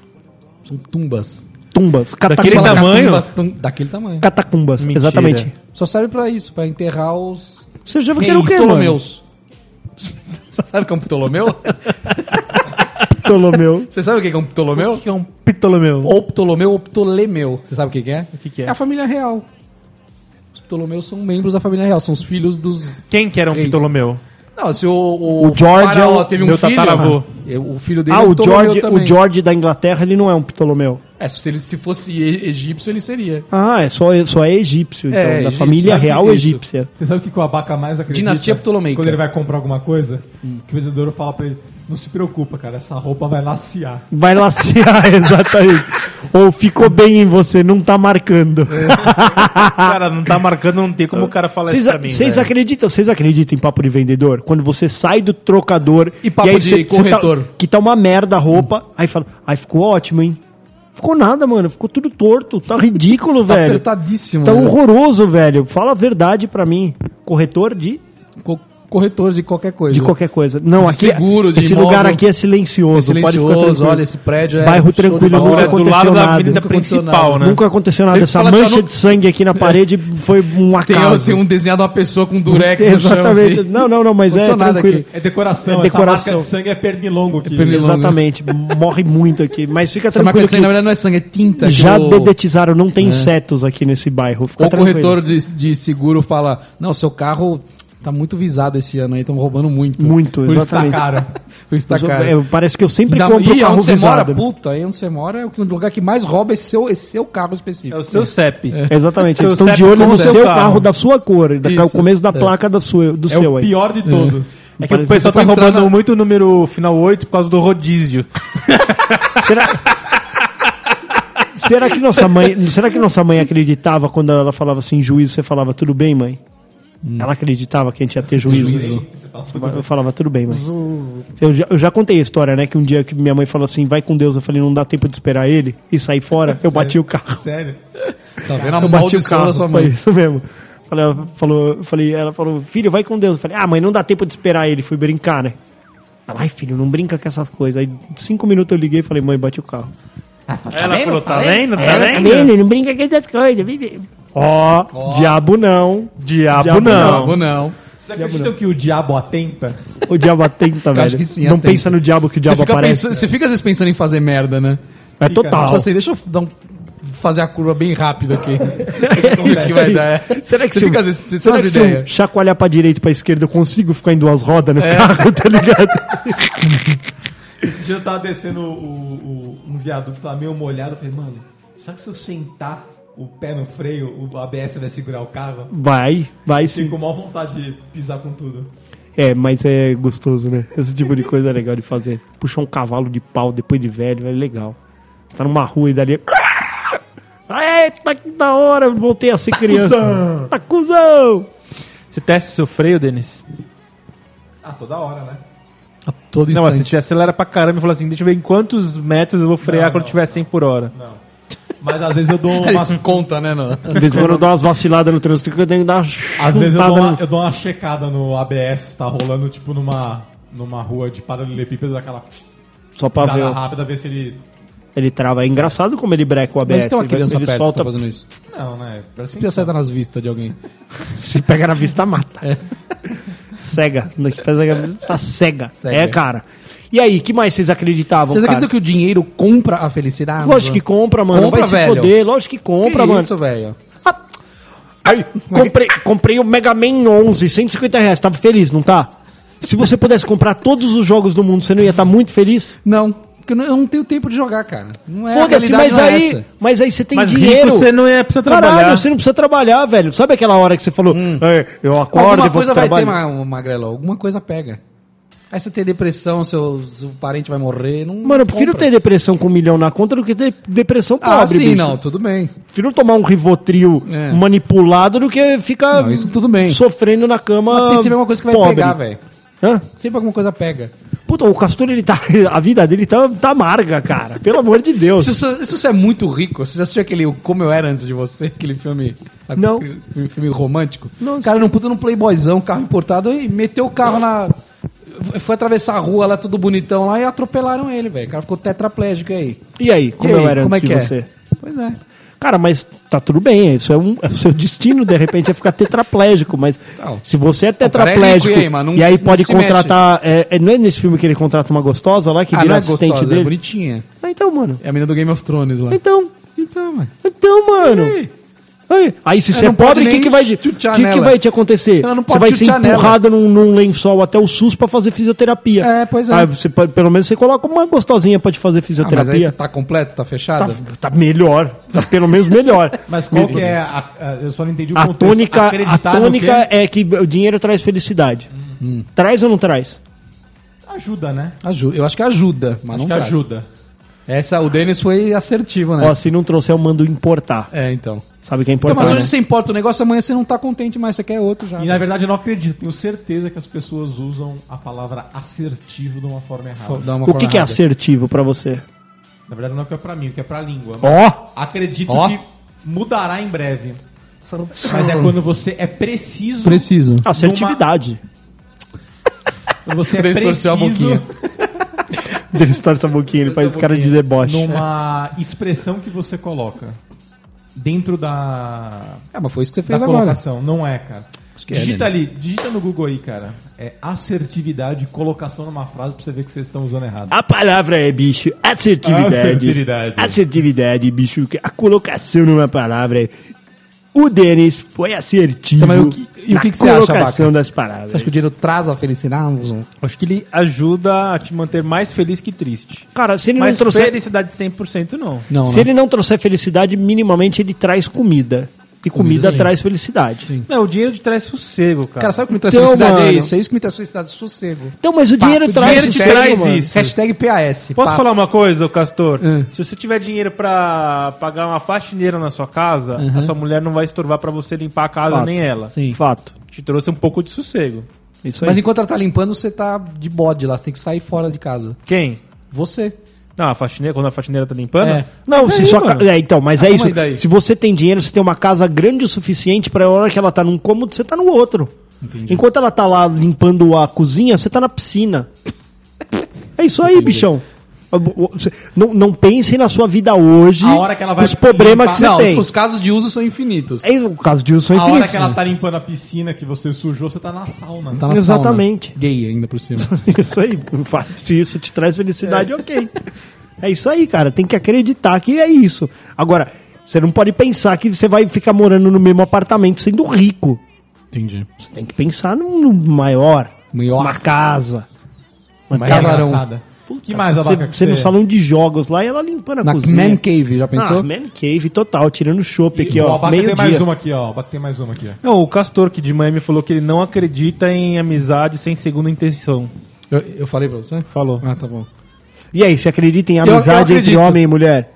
Speaker 7: São tumbas.
Speaker 4: Tumbas.
Speaker 5: Daquele
Speaker 4: Catacumbas.
Speaker 7: Fala
Speaker 5: tamanho?
Speaker 7: catumbas, tum- daquele tamanho.
Speaker 4: Catacumbas,
Speaker 5: Mentira.
Speaker 4: exatamente.
Speaker 7: Só serve pra isso, pra enterrar os
Speaker 4: Você já viu que
Speaker 7: Quem?
Speaker 4: era o quê, mano?
Speaker 7: Ptolomeus. Você sabe o que é um Ptolomeu?
Speaker 4: Ptolomeu.
Speaker 7: Você sabe o que é um Ptolomeu?
Speaker 5: Que é um pitolomeu.
Speaker 7: Ou Ptolomeu ou Ptolemeu. Você sabe o que que é? O
Speaker 5: que que é?
Speaker 7: É a família real. Os Ptolomeus são membros da família real, são os filhos dos...
Speaker 5: Quem que era um
Speaker 7: Reis.
Speaker 5: pitolomeu?
Speaker 7: Não, se o... O,
Speaker 4: O George
Speaker 7: faraó
Speaker 4: é o
Speaker 7: teve um
Speaker 5: meu
Speaker 7: filho...
Speaker 5: tataravô.
Speaker 7: é, O filho dele
Speaker 4: Ah,
Speaker 7: é um
Speaker 4: o
Speaker 7: Ptolomeu
Speaker 4: George,
Speaker 7: também.
Speaker 4: o George da Inglaterra, ele não é um Ptolomeu.
Speaker 7: É, se ele se fosse e- egípcio, ele seria.
Speaker 4: Ah, é só, só é egípcio, então.
Speaker 7: É,
Speaker 4: da
Speaker 7: egípcio.
Speaker 4: família
Speaker 7: Sabe
Speaker 4: real
Speaker 7: isso?
Speaker 4: egípcia.
Speaker 3: Você sabe o que que o Abaca mais acredita?
Speaker 7: Dinastia Ptolomeica.
Speaker 3: Quando ele vai comprar alguma coisa, que o vendedor fala pra ele, não se preocupa, cara, essa roupa vai laciar.
Speaker 4: Vai laciar, exatamente. Ou ficou bem em você, não tá marcando.
Speaker 7: É.
Speaker 5: cara, não tá marcando, não tem como o cara falar
Speaker 4: Vocês
Speaker 5: isso pra mim.
Speaker 4: vocês
Speaker 5: velho.
Speaker 4: acreditam? Vocês acreditam em papo de vendedor? Quando você sai do trocador
Speaker 7: E papo
Speaker 4: aí
Speaker 7: de
Speaker 4: você- você tá-
Speaker 7: corretor.
Speaker 4: que tá uma merda a roupa, aí fala, ai ficou ótimo, hein? Ficou nada, mano. Ficou tudo torto. Tá ridículo,
Speaker 7: Tá
Speaker 4: velho.
Speaker 7: apertadíssimo.
Speaker 4: Tá
Speaker 7: né?
Speaker 4: horroroso, velho. Fala a verdade pra mim. Corretor de,
Speaker 7: Co- Corretor de qualquer coisa.
Speaker 4: de qualquer coisa. Não,
Speaker 7: De
Speaker 4: aqui
Speaker 7: seguro, de
Speaker 4: esse
Speaker 7: imóvel.
Speaker 4: lugar aqui é silencioso.
Speaker 7: É
Speaker 4: pode ficar
Speaker 7: silencioso,
Speaker 4: tranquilo.
Speaker 7: olha, esse prédio é...
Speaker 4: Bairro
Speaker 7: show de
Speaker 4: tranquilo,
Speaker 7: bola.
Speaker 4: nunca
Speaker 5: Agora, do lado
Speaker 4: aconteceu
Speaker 5: da
Speaker 4: nada.
Speaker 5: avenida
Speaker 7: Nunca aconteceu
Speaker 5: principal, né?
Speaker 4: Nunca aconteceu nada.
Speaker 7: Ele
Speaker 4: Essa
Speaker 7: fala assim,
Speaker 4: mancha
Speaker 7: ó, não-
Speaker 4: de sangue aqui na parede foi um
Speaker 7: Tem,
Speaker 4: acaso.
Speaker 7: tem um desenhado de uma pessoa com um durex no
Speaker 4: Exatamente.
Speaker 7: chão, assim.
Speaker 4: Não, não, não, mas é
Speaker 7: Aconteceu nada
Speaker 4: tranquilo.
Speaker 7: aqui.
Speaker 3: É decoração,
Speaker 4: É
Speaker 3: essa
Speaker 4: decoração.
Speaker 3: marca de sangue é pernilongo aqui.
Speaker 7: pernilongo.
Speaker 4: Exatamente. Morre muito aqui. Mas fica
Speaker 7: Essa marca
Speaker 4: tranquilo
Speaker 7: de sangue, na
Speaker 4: que
Speaker 7: verdade, não é sangue, é tinta. que
Speaker 4: já
Speaker 7: o,
Speaker 4: dedetizaram, não tem insetos aqui nesse bairro. Fica
Speaker 7: o
Speaker 4: tranquilo.
Speaker 7: corretor de, de seguro fala, não, seu carro tá muito visado esse ano aí, estão roubando muito.
Speaker 4: Muito,
Speaker 3: Por isso tá
Speaker 4: exatamente.
Speaker 3: caro.
Speaker 7: Por isso tá caro.
Speaker 4: É, Parece que eu sempre
Speaker 7: Ainda-
Speaker 4: compro
Speaker 7: Ih,
Speaker 4: carro
Speaker 7: onde você mora,
Speaker 4: visado.
Speaker 7: puta, aí onde você mora é o que- o lugar que mais rouba esse seu, esse seu carro específico.
Speaker 5: É o seu CEP.
Speaker 4: Exatamente,
Speaker 5: Seu
Speaker 4: eles estão de
Speaker 5: CEP,
Speaker 4: olho
Speaker 5: seu
Speaker 4: no
Speaker 5: CEP.
Speaker 4: seu carro, da sua cor, da,
Speaker 7: Isso.
Speaker 4: o começo da
Speaker 7: É.
Speaker 4: placa da sua, do
Speaker 3: É
Speaker 4: seu
Speaker 3: o
Speaker 4: aí.
Speaker 3: pior de todos.
Speaker 5: É que o
Speaker 4: Parece-
Speaker 5: pessoal tá
Speaker 7: Você foi entrar
Speaker 5: roubando
Speaker 7: na-
Speaker 5: muito o número final 8 por causa do rodízio.
Speaker 4: Será... será que nossa mãe, será que nossa mãe acreditava quando ela falava assim juízo, você falava tudo bem, mãe?
Speaker 7: Hum.
Speaker 4: Ela acreditava que a gente ia ter juízo. Eu falava tudo bem, mãe. Eu já, eu já contei a história, né, que um dia que minha mãe falou assim, vai com Deus, eu falei, não dá tempo de esperar ele e sair fora, eu bati o carro.
Speaker 3: Sério?
Speaker 7: Tá vendo
Speaker 4: Eu
Speaker 7: a
Speaker 4: bati o
Speaker 7: maldição
Speaker 4: carro,
Speaker 7: da sua
Speaker 4: foi
Speaker 7: mãe.
Speaker 4: isso mesmo. Falei, ela falou, eu falei, ela falou, filho, vai com Deus. Eu falei, ah, mãe, não dá tempo de esperar ele. Fui brincar, né? Ela, ai, filho, não brinca com essas coisas. Aí, cinco minutos eu liguei e falei, mãe, bati o carro.
Speaker 5: Ela falou, tá vendo? Tá
Speaker 4: Ela, "Menino, É não brinca com essas coisas. vive." Ó, diabo não.
Speaker 5: Diabo,
Speaker 4: Diabo
Speaker 5: não.
Speaker 7: Ou não.
Speaker 3: Vocês acreditam que o diabo atenta?
Speaker 4: O diabo atenta, velho.
Speaker 7: acho que sim,
Speaker 4: não
Speaker 7: atenta.
Speaker 4: pensa no diabo que o
Speaker 7: Você
Speaker 4: diabo
Speaker 7: fica,
Speaker 4: aparece.
Speaker 7: pensando- você fica às vezes pensando em fazer merda, né?
Speaker 4: É
Speaker 7: Tipo
Speaker 4: total.
Speaker 7: assim, deixa eu dar um- fazer a curva bem rápida aqui. Isso é que vai dar.
Speaker 4: Será que
Speaker 7: você
Speaker 4: se eu-
Speaker 7: fica às vezes você tem
Speaker 4: Será
Speaker 7: umas
Speaker 4: que se um- eu
Speaker 7: ideias?
Speaker 4: chacoalhar pra direita e pra esquerda, eu consigo ficar em duas rodas no
Speaker 7: É.
Speaker 4: carro, tá ligado?
Speaker 3: Esse dia eu tava descendo o- o- um viaduto, tava meio molhado. Eu falei, mano, será que se eu sentar o pé no freio, o ABS vai segurar o carro.
Speaker 4: Vai, vai sim.
Speaker 3: Fico com maior vontade de pisar com tudo.
Speaker 4: É, mas é gostoso, né? Esse tipo de coisa é legal de fazer. Puxar um cavalo de pau depois de velho, é legal. Você tá numa rua e dali. é Eita, que da hora! eu Voltei a ser criança. Tá cuzão!
Speaker 5: Você testa o seu freio, Denis?
Speaker 3: Ah, toda hora, né?
Speaker 9: A todo
Speaker 5: Não, mas
Speaker 9: instante.
Speaker 5: você te acelera pra caramba e fala assim, deixa eu ver em quantos metros eu vou frear
Speaker 3: Não,
Speaker 5: quando
Speaker 3: não,
Speaker 5: tiver 100 por hora.
Speaker 3: Mas às vezes eu dou
Speaker 5: um
Speaker 3: umas.
Speaker 7: Mas conta, né? Não.
Speaker 4: De vez em quando eu dou umas vaciladas no trânsito que eu tenho que dar uma chutada.
Speaker 3: Às vezes eu dou, uma,
Speaker 4: no-
Speaker 3: eu dou uma checada no ABS, se tá rolando tipo numa, numa rua de paralelepípedo daquela
Speaker 4: Só pra ver.
Speaker 3: pisada
Speaker 4: ó.
Speaker 3: rápida, ver se ele.
Speaker 4: Ele trava. É engraçado como ele breca o ABS.
Speaker 9: Mas tem uma
Speaker 4: ele vai-
Speaker 9: criança
Speaker 4: né? ele
Speaker 9: perto que tá
Speaker 4: solta,
Speaker 9: fazendo isso.
Speaker 3: Não, né? Parece
Speaker 9: Você acerta nas vistas de alguém.
Speaker 4: se pega na vista, mata.
Speaker 9: É.
Speaker 4: Cega. Daqui faz a cabeça, tá cega.
Speaker 9: Cega.
Speaker 4: É, cara. E aí, que mais vocês acreditavam,
Speaker 9: Vocês
Speaker 4: cara?
Speaker 9: acreditam que o dinheiro compra a felicidade?
Speaker 4: Lógico que compra, mano.
Speaker 9: Compra,
Speaker 4: Vai
Speaker 9: velho.
Speaker 4: se foder. Lógico que compra, mano.
Speaker 9: isso, velho.
Speaker 4: Aí, comprei, comprei o Mega Man 11, 150 reais. Tava feliz, não tá? Se você pudesse comprar todos os jogos do mundo, você não ia estar muito feliz?
Speaker 9: Não, porque eu não- eu não tenho tempo de jogar, cara. Não é a
Speaker 4: Foda-se,
Speaker 9: realidade
Speaker 4: mas
Speaker 9: não é
Speaker 4: aí,
Speaker 9: essa.
Speaker 4: mas aí você tem
Speaker 5: Mas
Speaker 4: dinheiro.
Speaker 5: rico você não é, precisa trabalhar.
Speaker 4: Caralho, você não precisa trabalhar, velho. Sabe aquela hora que você falou, "É, eu acordo e
Speaker 9: Hum. Alguma
Speaker 4: vou pro
Speaker 9: coisa vai ter,
Speaker 4: trabalho.
Speaker 9: ma- ma- Magrelo. Alguma coisa pega. Aí você tem depressão, seu, seu parente vai morrer. Não
Speaker 4: Mano, eu prefiro
Speaker 9: compra.
Speaker 4: ter depressão com um milhão na conta do que ter depressão pobre,
Speaker 9: Ah, sim,
Speaker 4: bicho.
Speaker 9: não, tudo bem.
Speaker 4: Prefiro tomar um Rivotril
Speaker 9: É.
Speaker 4: manipulado do que ficar
Speaker 9: Não, isso tudo bem.
Speaker 4: sofrendo na
Speaker 9: Mas
Speaker 4: cama
Speaker 9: tem sempre alguma coisa que vai
Speaker 4: Ah, pobre.
Speaker 9: pegar, velho.
Speaker 4: Hã?
Speaker 9: Sempre alguma coisa pega.
Speaker 4: Puta, o Castor, ele tá. A vida dele tá, tá amarga, cara. Pelo amor de Deus.
Speaker 7: Se você, se você é muito rico, você já assistiu aquele O Como Eu Era Antes de Você, aquele filme.
Speaker 4: Não.
Speaker 7: aquele filme romântico?
Speaker 4: Não,
Speaker 7: O cara não puta num playboyzão, carro importado, e meteu o carro na. Foi atravessar a rua lá, tudo bonitão lá, e atropelaram ele, velho. O cara ficou tetraplégico e aí.
Speaker 4: E aí, como
Speaker 7: E aí,
Speaker 4: eu era
Speaker 7: como
Speaker 4: antes
Speaker 7: é
Speaker 4: de
Speaker 7: que
Speaker 4: você?
Speaker 7: é? Pois é.
Speaker 4: Cara, mas tá tudo bem, isso é, um, é o seu destino, de repente é ficar tetraplégico, mas
Speaker 7: Não.
Speaker 4: se você é
Speaker 7: cara é rico,
Speaker 4: tetraplégico
Speaker 7: e aí, mano? Não
Speaker 4: e aí
Speaker 7: se-
Speaker 4: pode
Speaker 7: não se mexe.
Speaker 4: contratar, é, é- não é nesse filme que ele contrata uma gostosa lá que
Speaker 7: ah,
Speaker 4: vira
Speaker 7: não é
Speaker 4: assistente
Speaker 7: gostosa, é
Speaker 4: dele?
Speaker 7: bonitinha.
Speaker 4: ah, então, mano,
Speaker 7: É a menina do Game of Thrones lá.
Speaker 4: então,
Speaker 7: Então, mano.
Speaker 4: então, mano. Aí, aí, se você é
Speaker 7: não pode
Speaker 4: pobre, o que,
Speaker 7: nem
Speaker 4: que, vai, de- que,
Speaker 7: chutear
Speaker 4: que
Speaker 7: nela.
Speaker 4: vai te acontecer?
Speaker 7: Ela não
Speaker 4: Você
Speaker 7: pode
Speaker 4: vai ser
Speaker 7: chutear nela.
Speaker 4: empurrado num, num lençol até o SUS pra fazer fisioterapia.
Speaker 7: É, pois é.
Speaker 4: Aí você pode- pelo menos você coloca uma gostosinha pra te fazer
Speaker 7: Ah, mas aí
Speaker 4: fisioterapia.
Speaker 7: tá completo, tá
Speaker 4: Tá,
Speaker 7: fechado?
Speaker 4: tá melhor, tá pelo menos melhor.
Speaker 3: Mas qual que é a, a- Eu só não entendi o
Speaker 4: A
Speaker 3: contexto.
Speaker 4: tônica, a
Speaker 3: Acreditar no
Speaker 4: tônica
Speaker 3: quê?
Speaker 4: é que o dinheiro traz felicidade.
Speaker 7: Hum.
Speaker 4: Hum. Traz ou não traz?
Speaker 3: Ajuda, né?
Speaker 7: Aju- eu acho que ajuda, mas
Speaker 3: Acho
Speaker 7: não
Speaker 3: que
Speaker 7: traz.
Speaker 3: ajuda.
Speaker 7: Essa, o Denis foi assertivo, né?
Speaker 4: Ó, se não trouxer, eu mando importar.
Speaker 7: É, então.
Speaker 4: Sabe o que é
Speaker 7: Então,
Speaker 4: importar?
Speaker 7: mas hoje
Speaker 4: né?
Speaker 7: você importa o negócio, amanhã você não tá contente mais, você quer outro já.
Speaker 3: E na verdade eu não acredito. Tenho certeza que as pessoas usam a palavra assertivo de uma forma
Speaker 7: Fo-
Speaker 3: errada.
Speaker 7: dá uma
Speaker 4: O que,
Speaker 7: forma
Speaker 4: que é
Speaker 7: errada.
Speaker 4: assertivo pra você?
Speaker 3: Na verdade não é o que é pra mim, o que é pra língua. Mas
Speaker 4: Ó!
Speaker 3: Acredito
Speaker 7: Ó.
Speaker 3: que mudará em breve. Mas é quando você é preciso.
Speaker 7: Preciso.
Speaker 4: Assertividade.
Speaker 3: Quando você é
Speaker 7: Distorceu a
Speaker 3: preciso
Speaker 4: Ele distorce a boquinha, ele faz cara de deboche.
Speaker 3: numa expressão que você coloca. Dentro da,
Speaker 7: É, mas foi isso que você
Speaker 3: da
Speaker 7: fez agora.
Speaker 3: colocação. Não é, cara.
Speaker 7: que é,
Speaker 3: digita
Speaker 7: Denis.
Speaker 3: ali, digita no Google aí, cara. É assertividade, colocação numa frase pra você ver que vocês estão usando errado.
Speaker 4: A palavra é, bicho, assertividade.
Speaker 3: Assertividade.
Speaker 4: Assertividade, bicho. que A colocação numa palavra é... O Denis foi assertivo
Speaker 7: Então, mas o que- e o
Speaker 4: na
Speaker 7: que que você acha,
Speaker 4: colocação
Speaker 7: Abaca?
Speaker 4: das palavras.
Speaker 7: Você acha que o dinheiro traz a felicidade?
Speaker 5: Acho que ele ajuda a te manter mais feliz que triste.
Speaker 4: Cara, se ele
Speaker 5: Mas
Speaker 4: não trouxer...
Speaker 5: felicidade 100% não.
Speaker 7: Não, né?
Speaker 4: Se ele não trouxer felicidade, minimamente ele traz comida. E comida,
Speaker 7: Comida, sim.
Speaker 4: traz felicidade.
Speaker 5: Não, É, o dinheiro te traz sossego, cara.
Speaker 7: Cara, sabe o que me traz
Speaker 4: Então,
Speaker 7: felicidade? É
Speaker 4: mano.
Speaker 7: isso, é isso que me traz felicidade, sossego.
Speaker 4: Então, mas o dinheiro
Speaker 7: Passa,
Speaker 4: traz
Speaker 5: dinheiro te
Speaker 4: sossego,
Speaker 5: traz
Speaker 4: mano.
Speaker 5: isso.
Speaker 7: Hashtag PAS.
Speaker 5: Posso
Speaker 7: paz.
Speaker 5: falar uma coisa, ô Castor?
Speaker 7: Hum.
Speaker 5: Se você tiver dinheiro pra pagar uma faxineira na sua casa, a sua mulher não vai estorvar pra você limpar a casa
Speaker 4: Fato.
Speaker 5: nem ela.
Speaker 7: Uhum. Sim.
Speaker 4: Fato.
Speaker 5: Te trouxe um pouco de sossego.
Speaker 4: Isso aí.
Speaker 7: Mas enquanto ela tá limpando, você tá de bode lá, você tem que sair fora de casa.
Speaker 5: Quem?
Speaker 7: Você.
Speaker 5: Não, a faxineira, quando a faxineira tá limpando?
Speaker 7: É.
Speaker 4: Não, se
Speaker 5: Aí,
Speaker 4: sua
Speaker 5: mano.
Speaker 4: ca- é, então, mas é
Speaker 7: calma
Speaker 4: isso.
Speaker 7: aí, daí.
Speaker 4: Se você tem dinheiro, você tem uma casa grande o suficiente pra hora que ela tá num cômodo, você tá no outro. Enquanto ela tá lá limpando a cozinha, você tá na piscina. É isso aí, bichão. Ah, O- o- você- Não, não pense na sua vida hoje
Speaker 3: A hora que ela vai
Speaker 4: os problemas que você
Speaker 7: não, os,
Speaker 4: tem.
Speaker 7: os casos de uso são infinitos.
Speaker 4: É, o caso de Wilson né?
Speaker 3: A hora
Speaker 4: Infinito.
Speaker 3: que ela tá limpando a piscina que você sujou, você tá na sauna.
Speaker 7: Tá na
Speaker 4: Exatamente.
Speaker 7: sauna. Gay ainda por cima.
Speaker 4: Isso aí, fa- se isso te traz felicidade, ok. É isso aí, cara. Tem que acreditar que é isso. Agora, você não pode pensar que você vai ficar morando no mesmo apartamento sendo rico.
Speaker 7: Entendi.
Speaker 4: Você tem que pensar num, num maior,
Speaker 7: Maior.
Speaker 4: uma casa. Uma
Speaker 3: Mas é
Speaker 4: casa
Speaker 7: casarão.
Speaker 3: engraçada. que mais
Speaker 4: Você,
Speaker 3: abaca que
Speaker 4: você no salão de jogos lá e ela limpando a
Speaker 7: Na
Speaker 4: cozinha.
Speaker 7: Man Cave, já pensou?
Speaker 4: Ah, man cave total, tirando o chopp aqui,
Speaker 3: E, ó,
Speaker 4: ó.
Speaker 3: abaca
Speaker 4: Meio
Speaker 3: tem mais
Speaker 4: dia.
Speaker 3: uma aqui, ó. Abaca tem mais uma aqui, ó.
Speaker 5: Não, o Castor, que de Miami falou que ele não acredita em amizade sem segunda intenção.
Speaker 7: Eu, eu falei pra você?
Speaker 5: Falou.
Speaker 7: Ah, tá bom.
Speaker 4: E aí, você acredita em
Speaker 7: eu
Speaker 4: amizade entre
Speaker 7: acredito.
Speaker 4: homem e mulher?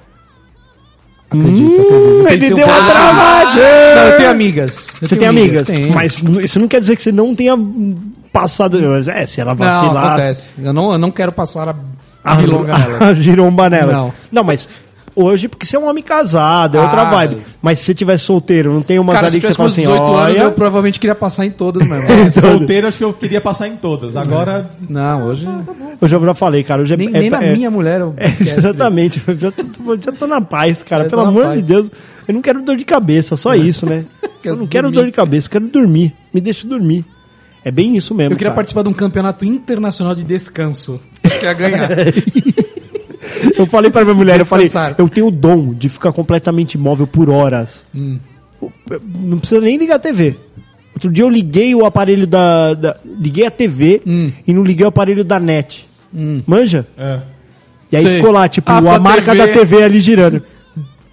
Speaker 7: Acredito, acredito. Tem que
Speaker 4: Hum, Ele
Speaker 7: ser um
Speaker 4: deu uma
Speaker 7: pouco-
Speaker 4: travada!
Speaker 7: Não, eu tenho amigas. Eu
Speaker 4: Você tem
Speaker 7: tenho
Speaker 4: amigas,
Speaker 7: tenho.
Speaker 4: mas n- isso não quer dizer que você não tenha hum, passado. É, se ela
Speaker 7: Não,
Speaker 4: vacilar,
Speaker 7: acontece. Eu não, eu não quero passar a, a
Speaker 4: a,
Speaker 7: milonga nela.
Speaker 4: a giromba nela. Não.
Speaker 7: Não.
Speaker 4: mas hoje, porque você é um homem casado, é outra
Speaker 7: Ah.
Speaker 4: vibe. Mas se você tiver solteiro, não tem umas
Speaker 7: Cara, se
Speaker 4: ali que
Speaker 7: tivesse
Speaker 4: você
Speaker 7: com
Speaker 4: fala
Speaker 7: meus
Speaker 4: assim,
Speaker 7: 18 anos,
Speaker 4: olha...
Speaker 7: eu provavelmente queria passar em todas mesmo.
Speaker 3: Solteiro, acho que eu queria passar em todas. Agora,
Speaker 7: Não, hoje.
Speaker 4: Eu já, já falei, cara, hoje é...
Speaker 7: Nem,
Speaker 4: tá é-
Speaker 7: nem na
Speaker 4: é-
Speaker 7: minha mulher eu.
Speaker 4: É, exatamente, eu já tô, tô- já tô na paz, cara.
Speaker 7: Eu tô
Speaker 4: Pelo
Speaker 7: na
Speaker 4: amor
Speaker 7: paz. É.
Speaker 4: de Deus, eu não quero dor de cabeça, só isso, né? Eu
Speaker 7: Quero
Speaker 4: não quero
Speaker 7: dormir.
Speaker 4: dor de cabeça, quero dormir. Me deixa dormir. É bem isso mesmo.
Speaker 7: Eu queria
Speaker 4: cara.
Speaker 7: participar de um campeonato internacional de descanso. Que ia ganhar.
Speaker 4: Eu falei pra minha mulher, eu falei,
Speaker 7: Descansar.
Speaker 4: eu tenho o dom de ficar completamente imóvel por horas.
Speaker 7: Hum.
Speaker 4: Não precisa nem ligar a TV. Outro dia eu liguei o aparelho da. da- liguei a TV
Speaker 7: Hum.
Speaker 4: e não liguei o aparelho da net. Manja?
Speaker 3: é.
Speaker 4: E aí
Speaker 7: Sei.
Speaker 4: ficou lá, tipo,
Speaker 7: Ah,
Speaker 4: a
Speaker 7: da
Speaker 4: marca
Speaker 7: TV.
Speaker 4: da TV ali girando.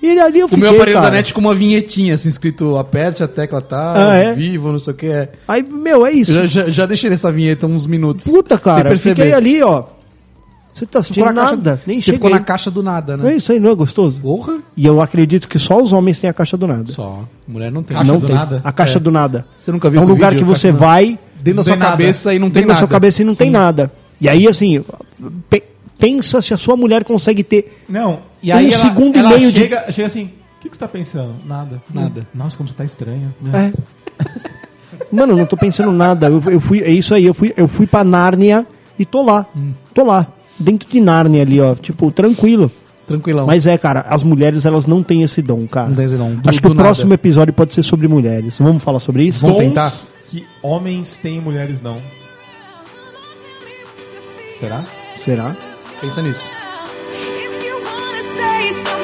Speaker 4: E ele ali eu
Speaker 7: o
Speaker 4: fiquei,
Speaker 7: meu aparelho
Speaker 4: cara.
Speaker 7: da net com uma vinhetinha, assim, escrito aperte a tecla tal,
Speaker 4: Ah, é?
Speaker 7: vivo, não sei o que. É.
Speaker 4: Aí, meu, é isso.
Speaker 7: Eu já, já, já deixei essa vinheta uns minutos.
Speaker 4: Puta,
Speaker 7: Sem
Speaker 4: cara, eu
Speaker 7: perceber.
Speaker 4: fiquei ali, ó. Você tá
Speaker 7: Ficou
Speaker 4: assistindo
Speaker 7: na caixa-
Speaker 4: nada, nem
Speaker 7: Você ficou na
Speaker 4: cheguei.
Speaker 7: caixa do nada,
Speaker 4: Não é
Speaker 7: né?
Speaker 4: isso aí, não é gostoso?
Speaker 7: Porra.
Speaker 4: E eu acredito que só os homens têm a caixa do nada.
Speaker 7: Só. Mulher não tem.
Speaker 3: Caixa
Speaker 4: não
Speaker 3: do
Speaker 4: tem.
Speaker 3: nada?
Speaker 4: A caixa
Speaker 7: É.
Speaker 4: do nada.
Speaker 7: Você nunca viu
Speaker 4: É um
Speaker 7: esse
Speaker 4: lugar
Speaker 7: vídeo,
Speaker 4: que você
Speaker 7: caixa do
Speaker 4: vai,
Speaker 7: Dentro da
Speaker 3: Não
Speaker 7: sua
Speaker 3: tem nada.
Speaker 7: cabeça e não tem
Speaker 4: dentro da
Speaker 7: nada.
Speaker 4: sua cabeça e não tem
Speaker 7: Sim.
Speaker 4: nada. E aí, assim, pe- pensa se a sua mulher consegue ter.
Speaker 3: Não, e
Speaker 4: Um
Speaker 3: aí ela,
Speaker 4: segundo e
Speaker 3: ela
Speaker 4: meio de-
Speaker 3: chega, chega assim, o que, que você tá pensando? Nada.
Speaker 7: Nada.
Speaker 3: Nossa, como você tá estranho.
Speaker 4: É. Mano, eu não tô pensando nada. Eu, eu fui, é isso aí, eu fui, eu fui pra Nárnia e tô lá.
Speaker 7: Hum.
Speaker 4: Tô lá. Dentro de Nárnia ali, ó. Tipo, tranquilo.
Speaker 7: Tranquilão.
Speaker 4: Mas é, cara, as mulheres elas não têm esse dom, cara.
Speaker 7: Então. Não tem esse dom. Do-
Speaker 4: Acho que o
Speaker 7: do nada.
Speaker 4: próximo episódio pode ser sobre mulheres. Vamos falar sobre isso?
Speaker 7: Vamos
Speaker 3: Dons
Speaker 7: tentar?
Speaker 3: que homens têm e mulheres não. Será?
Speaker 4: Será?
Speaker 7: Pensa nisso.
Speaker 8: If you wanna say something Ah,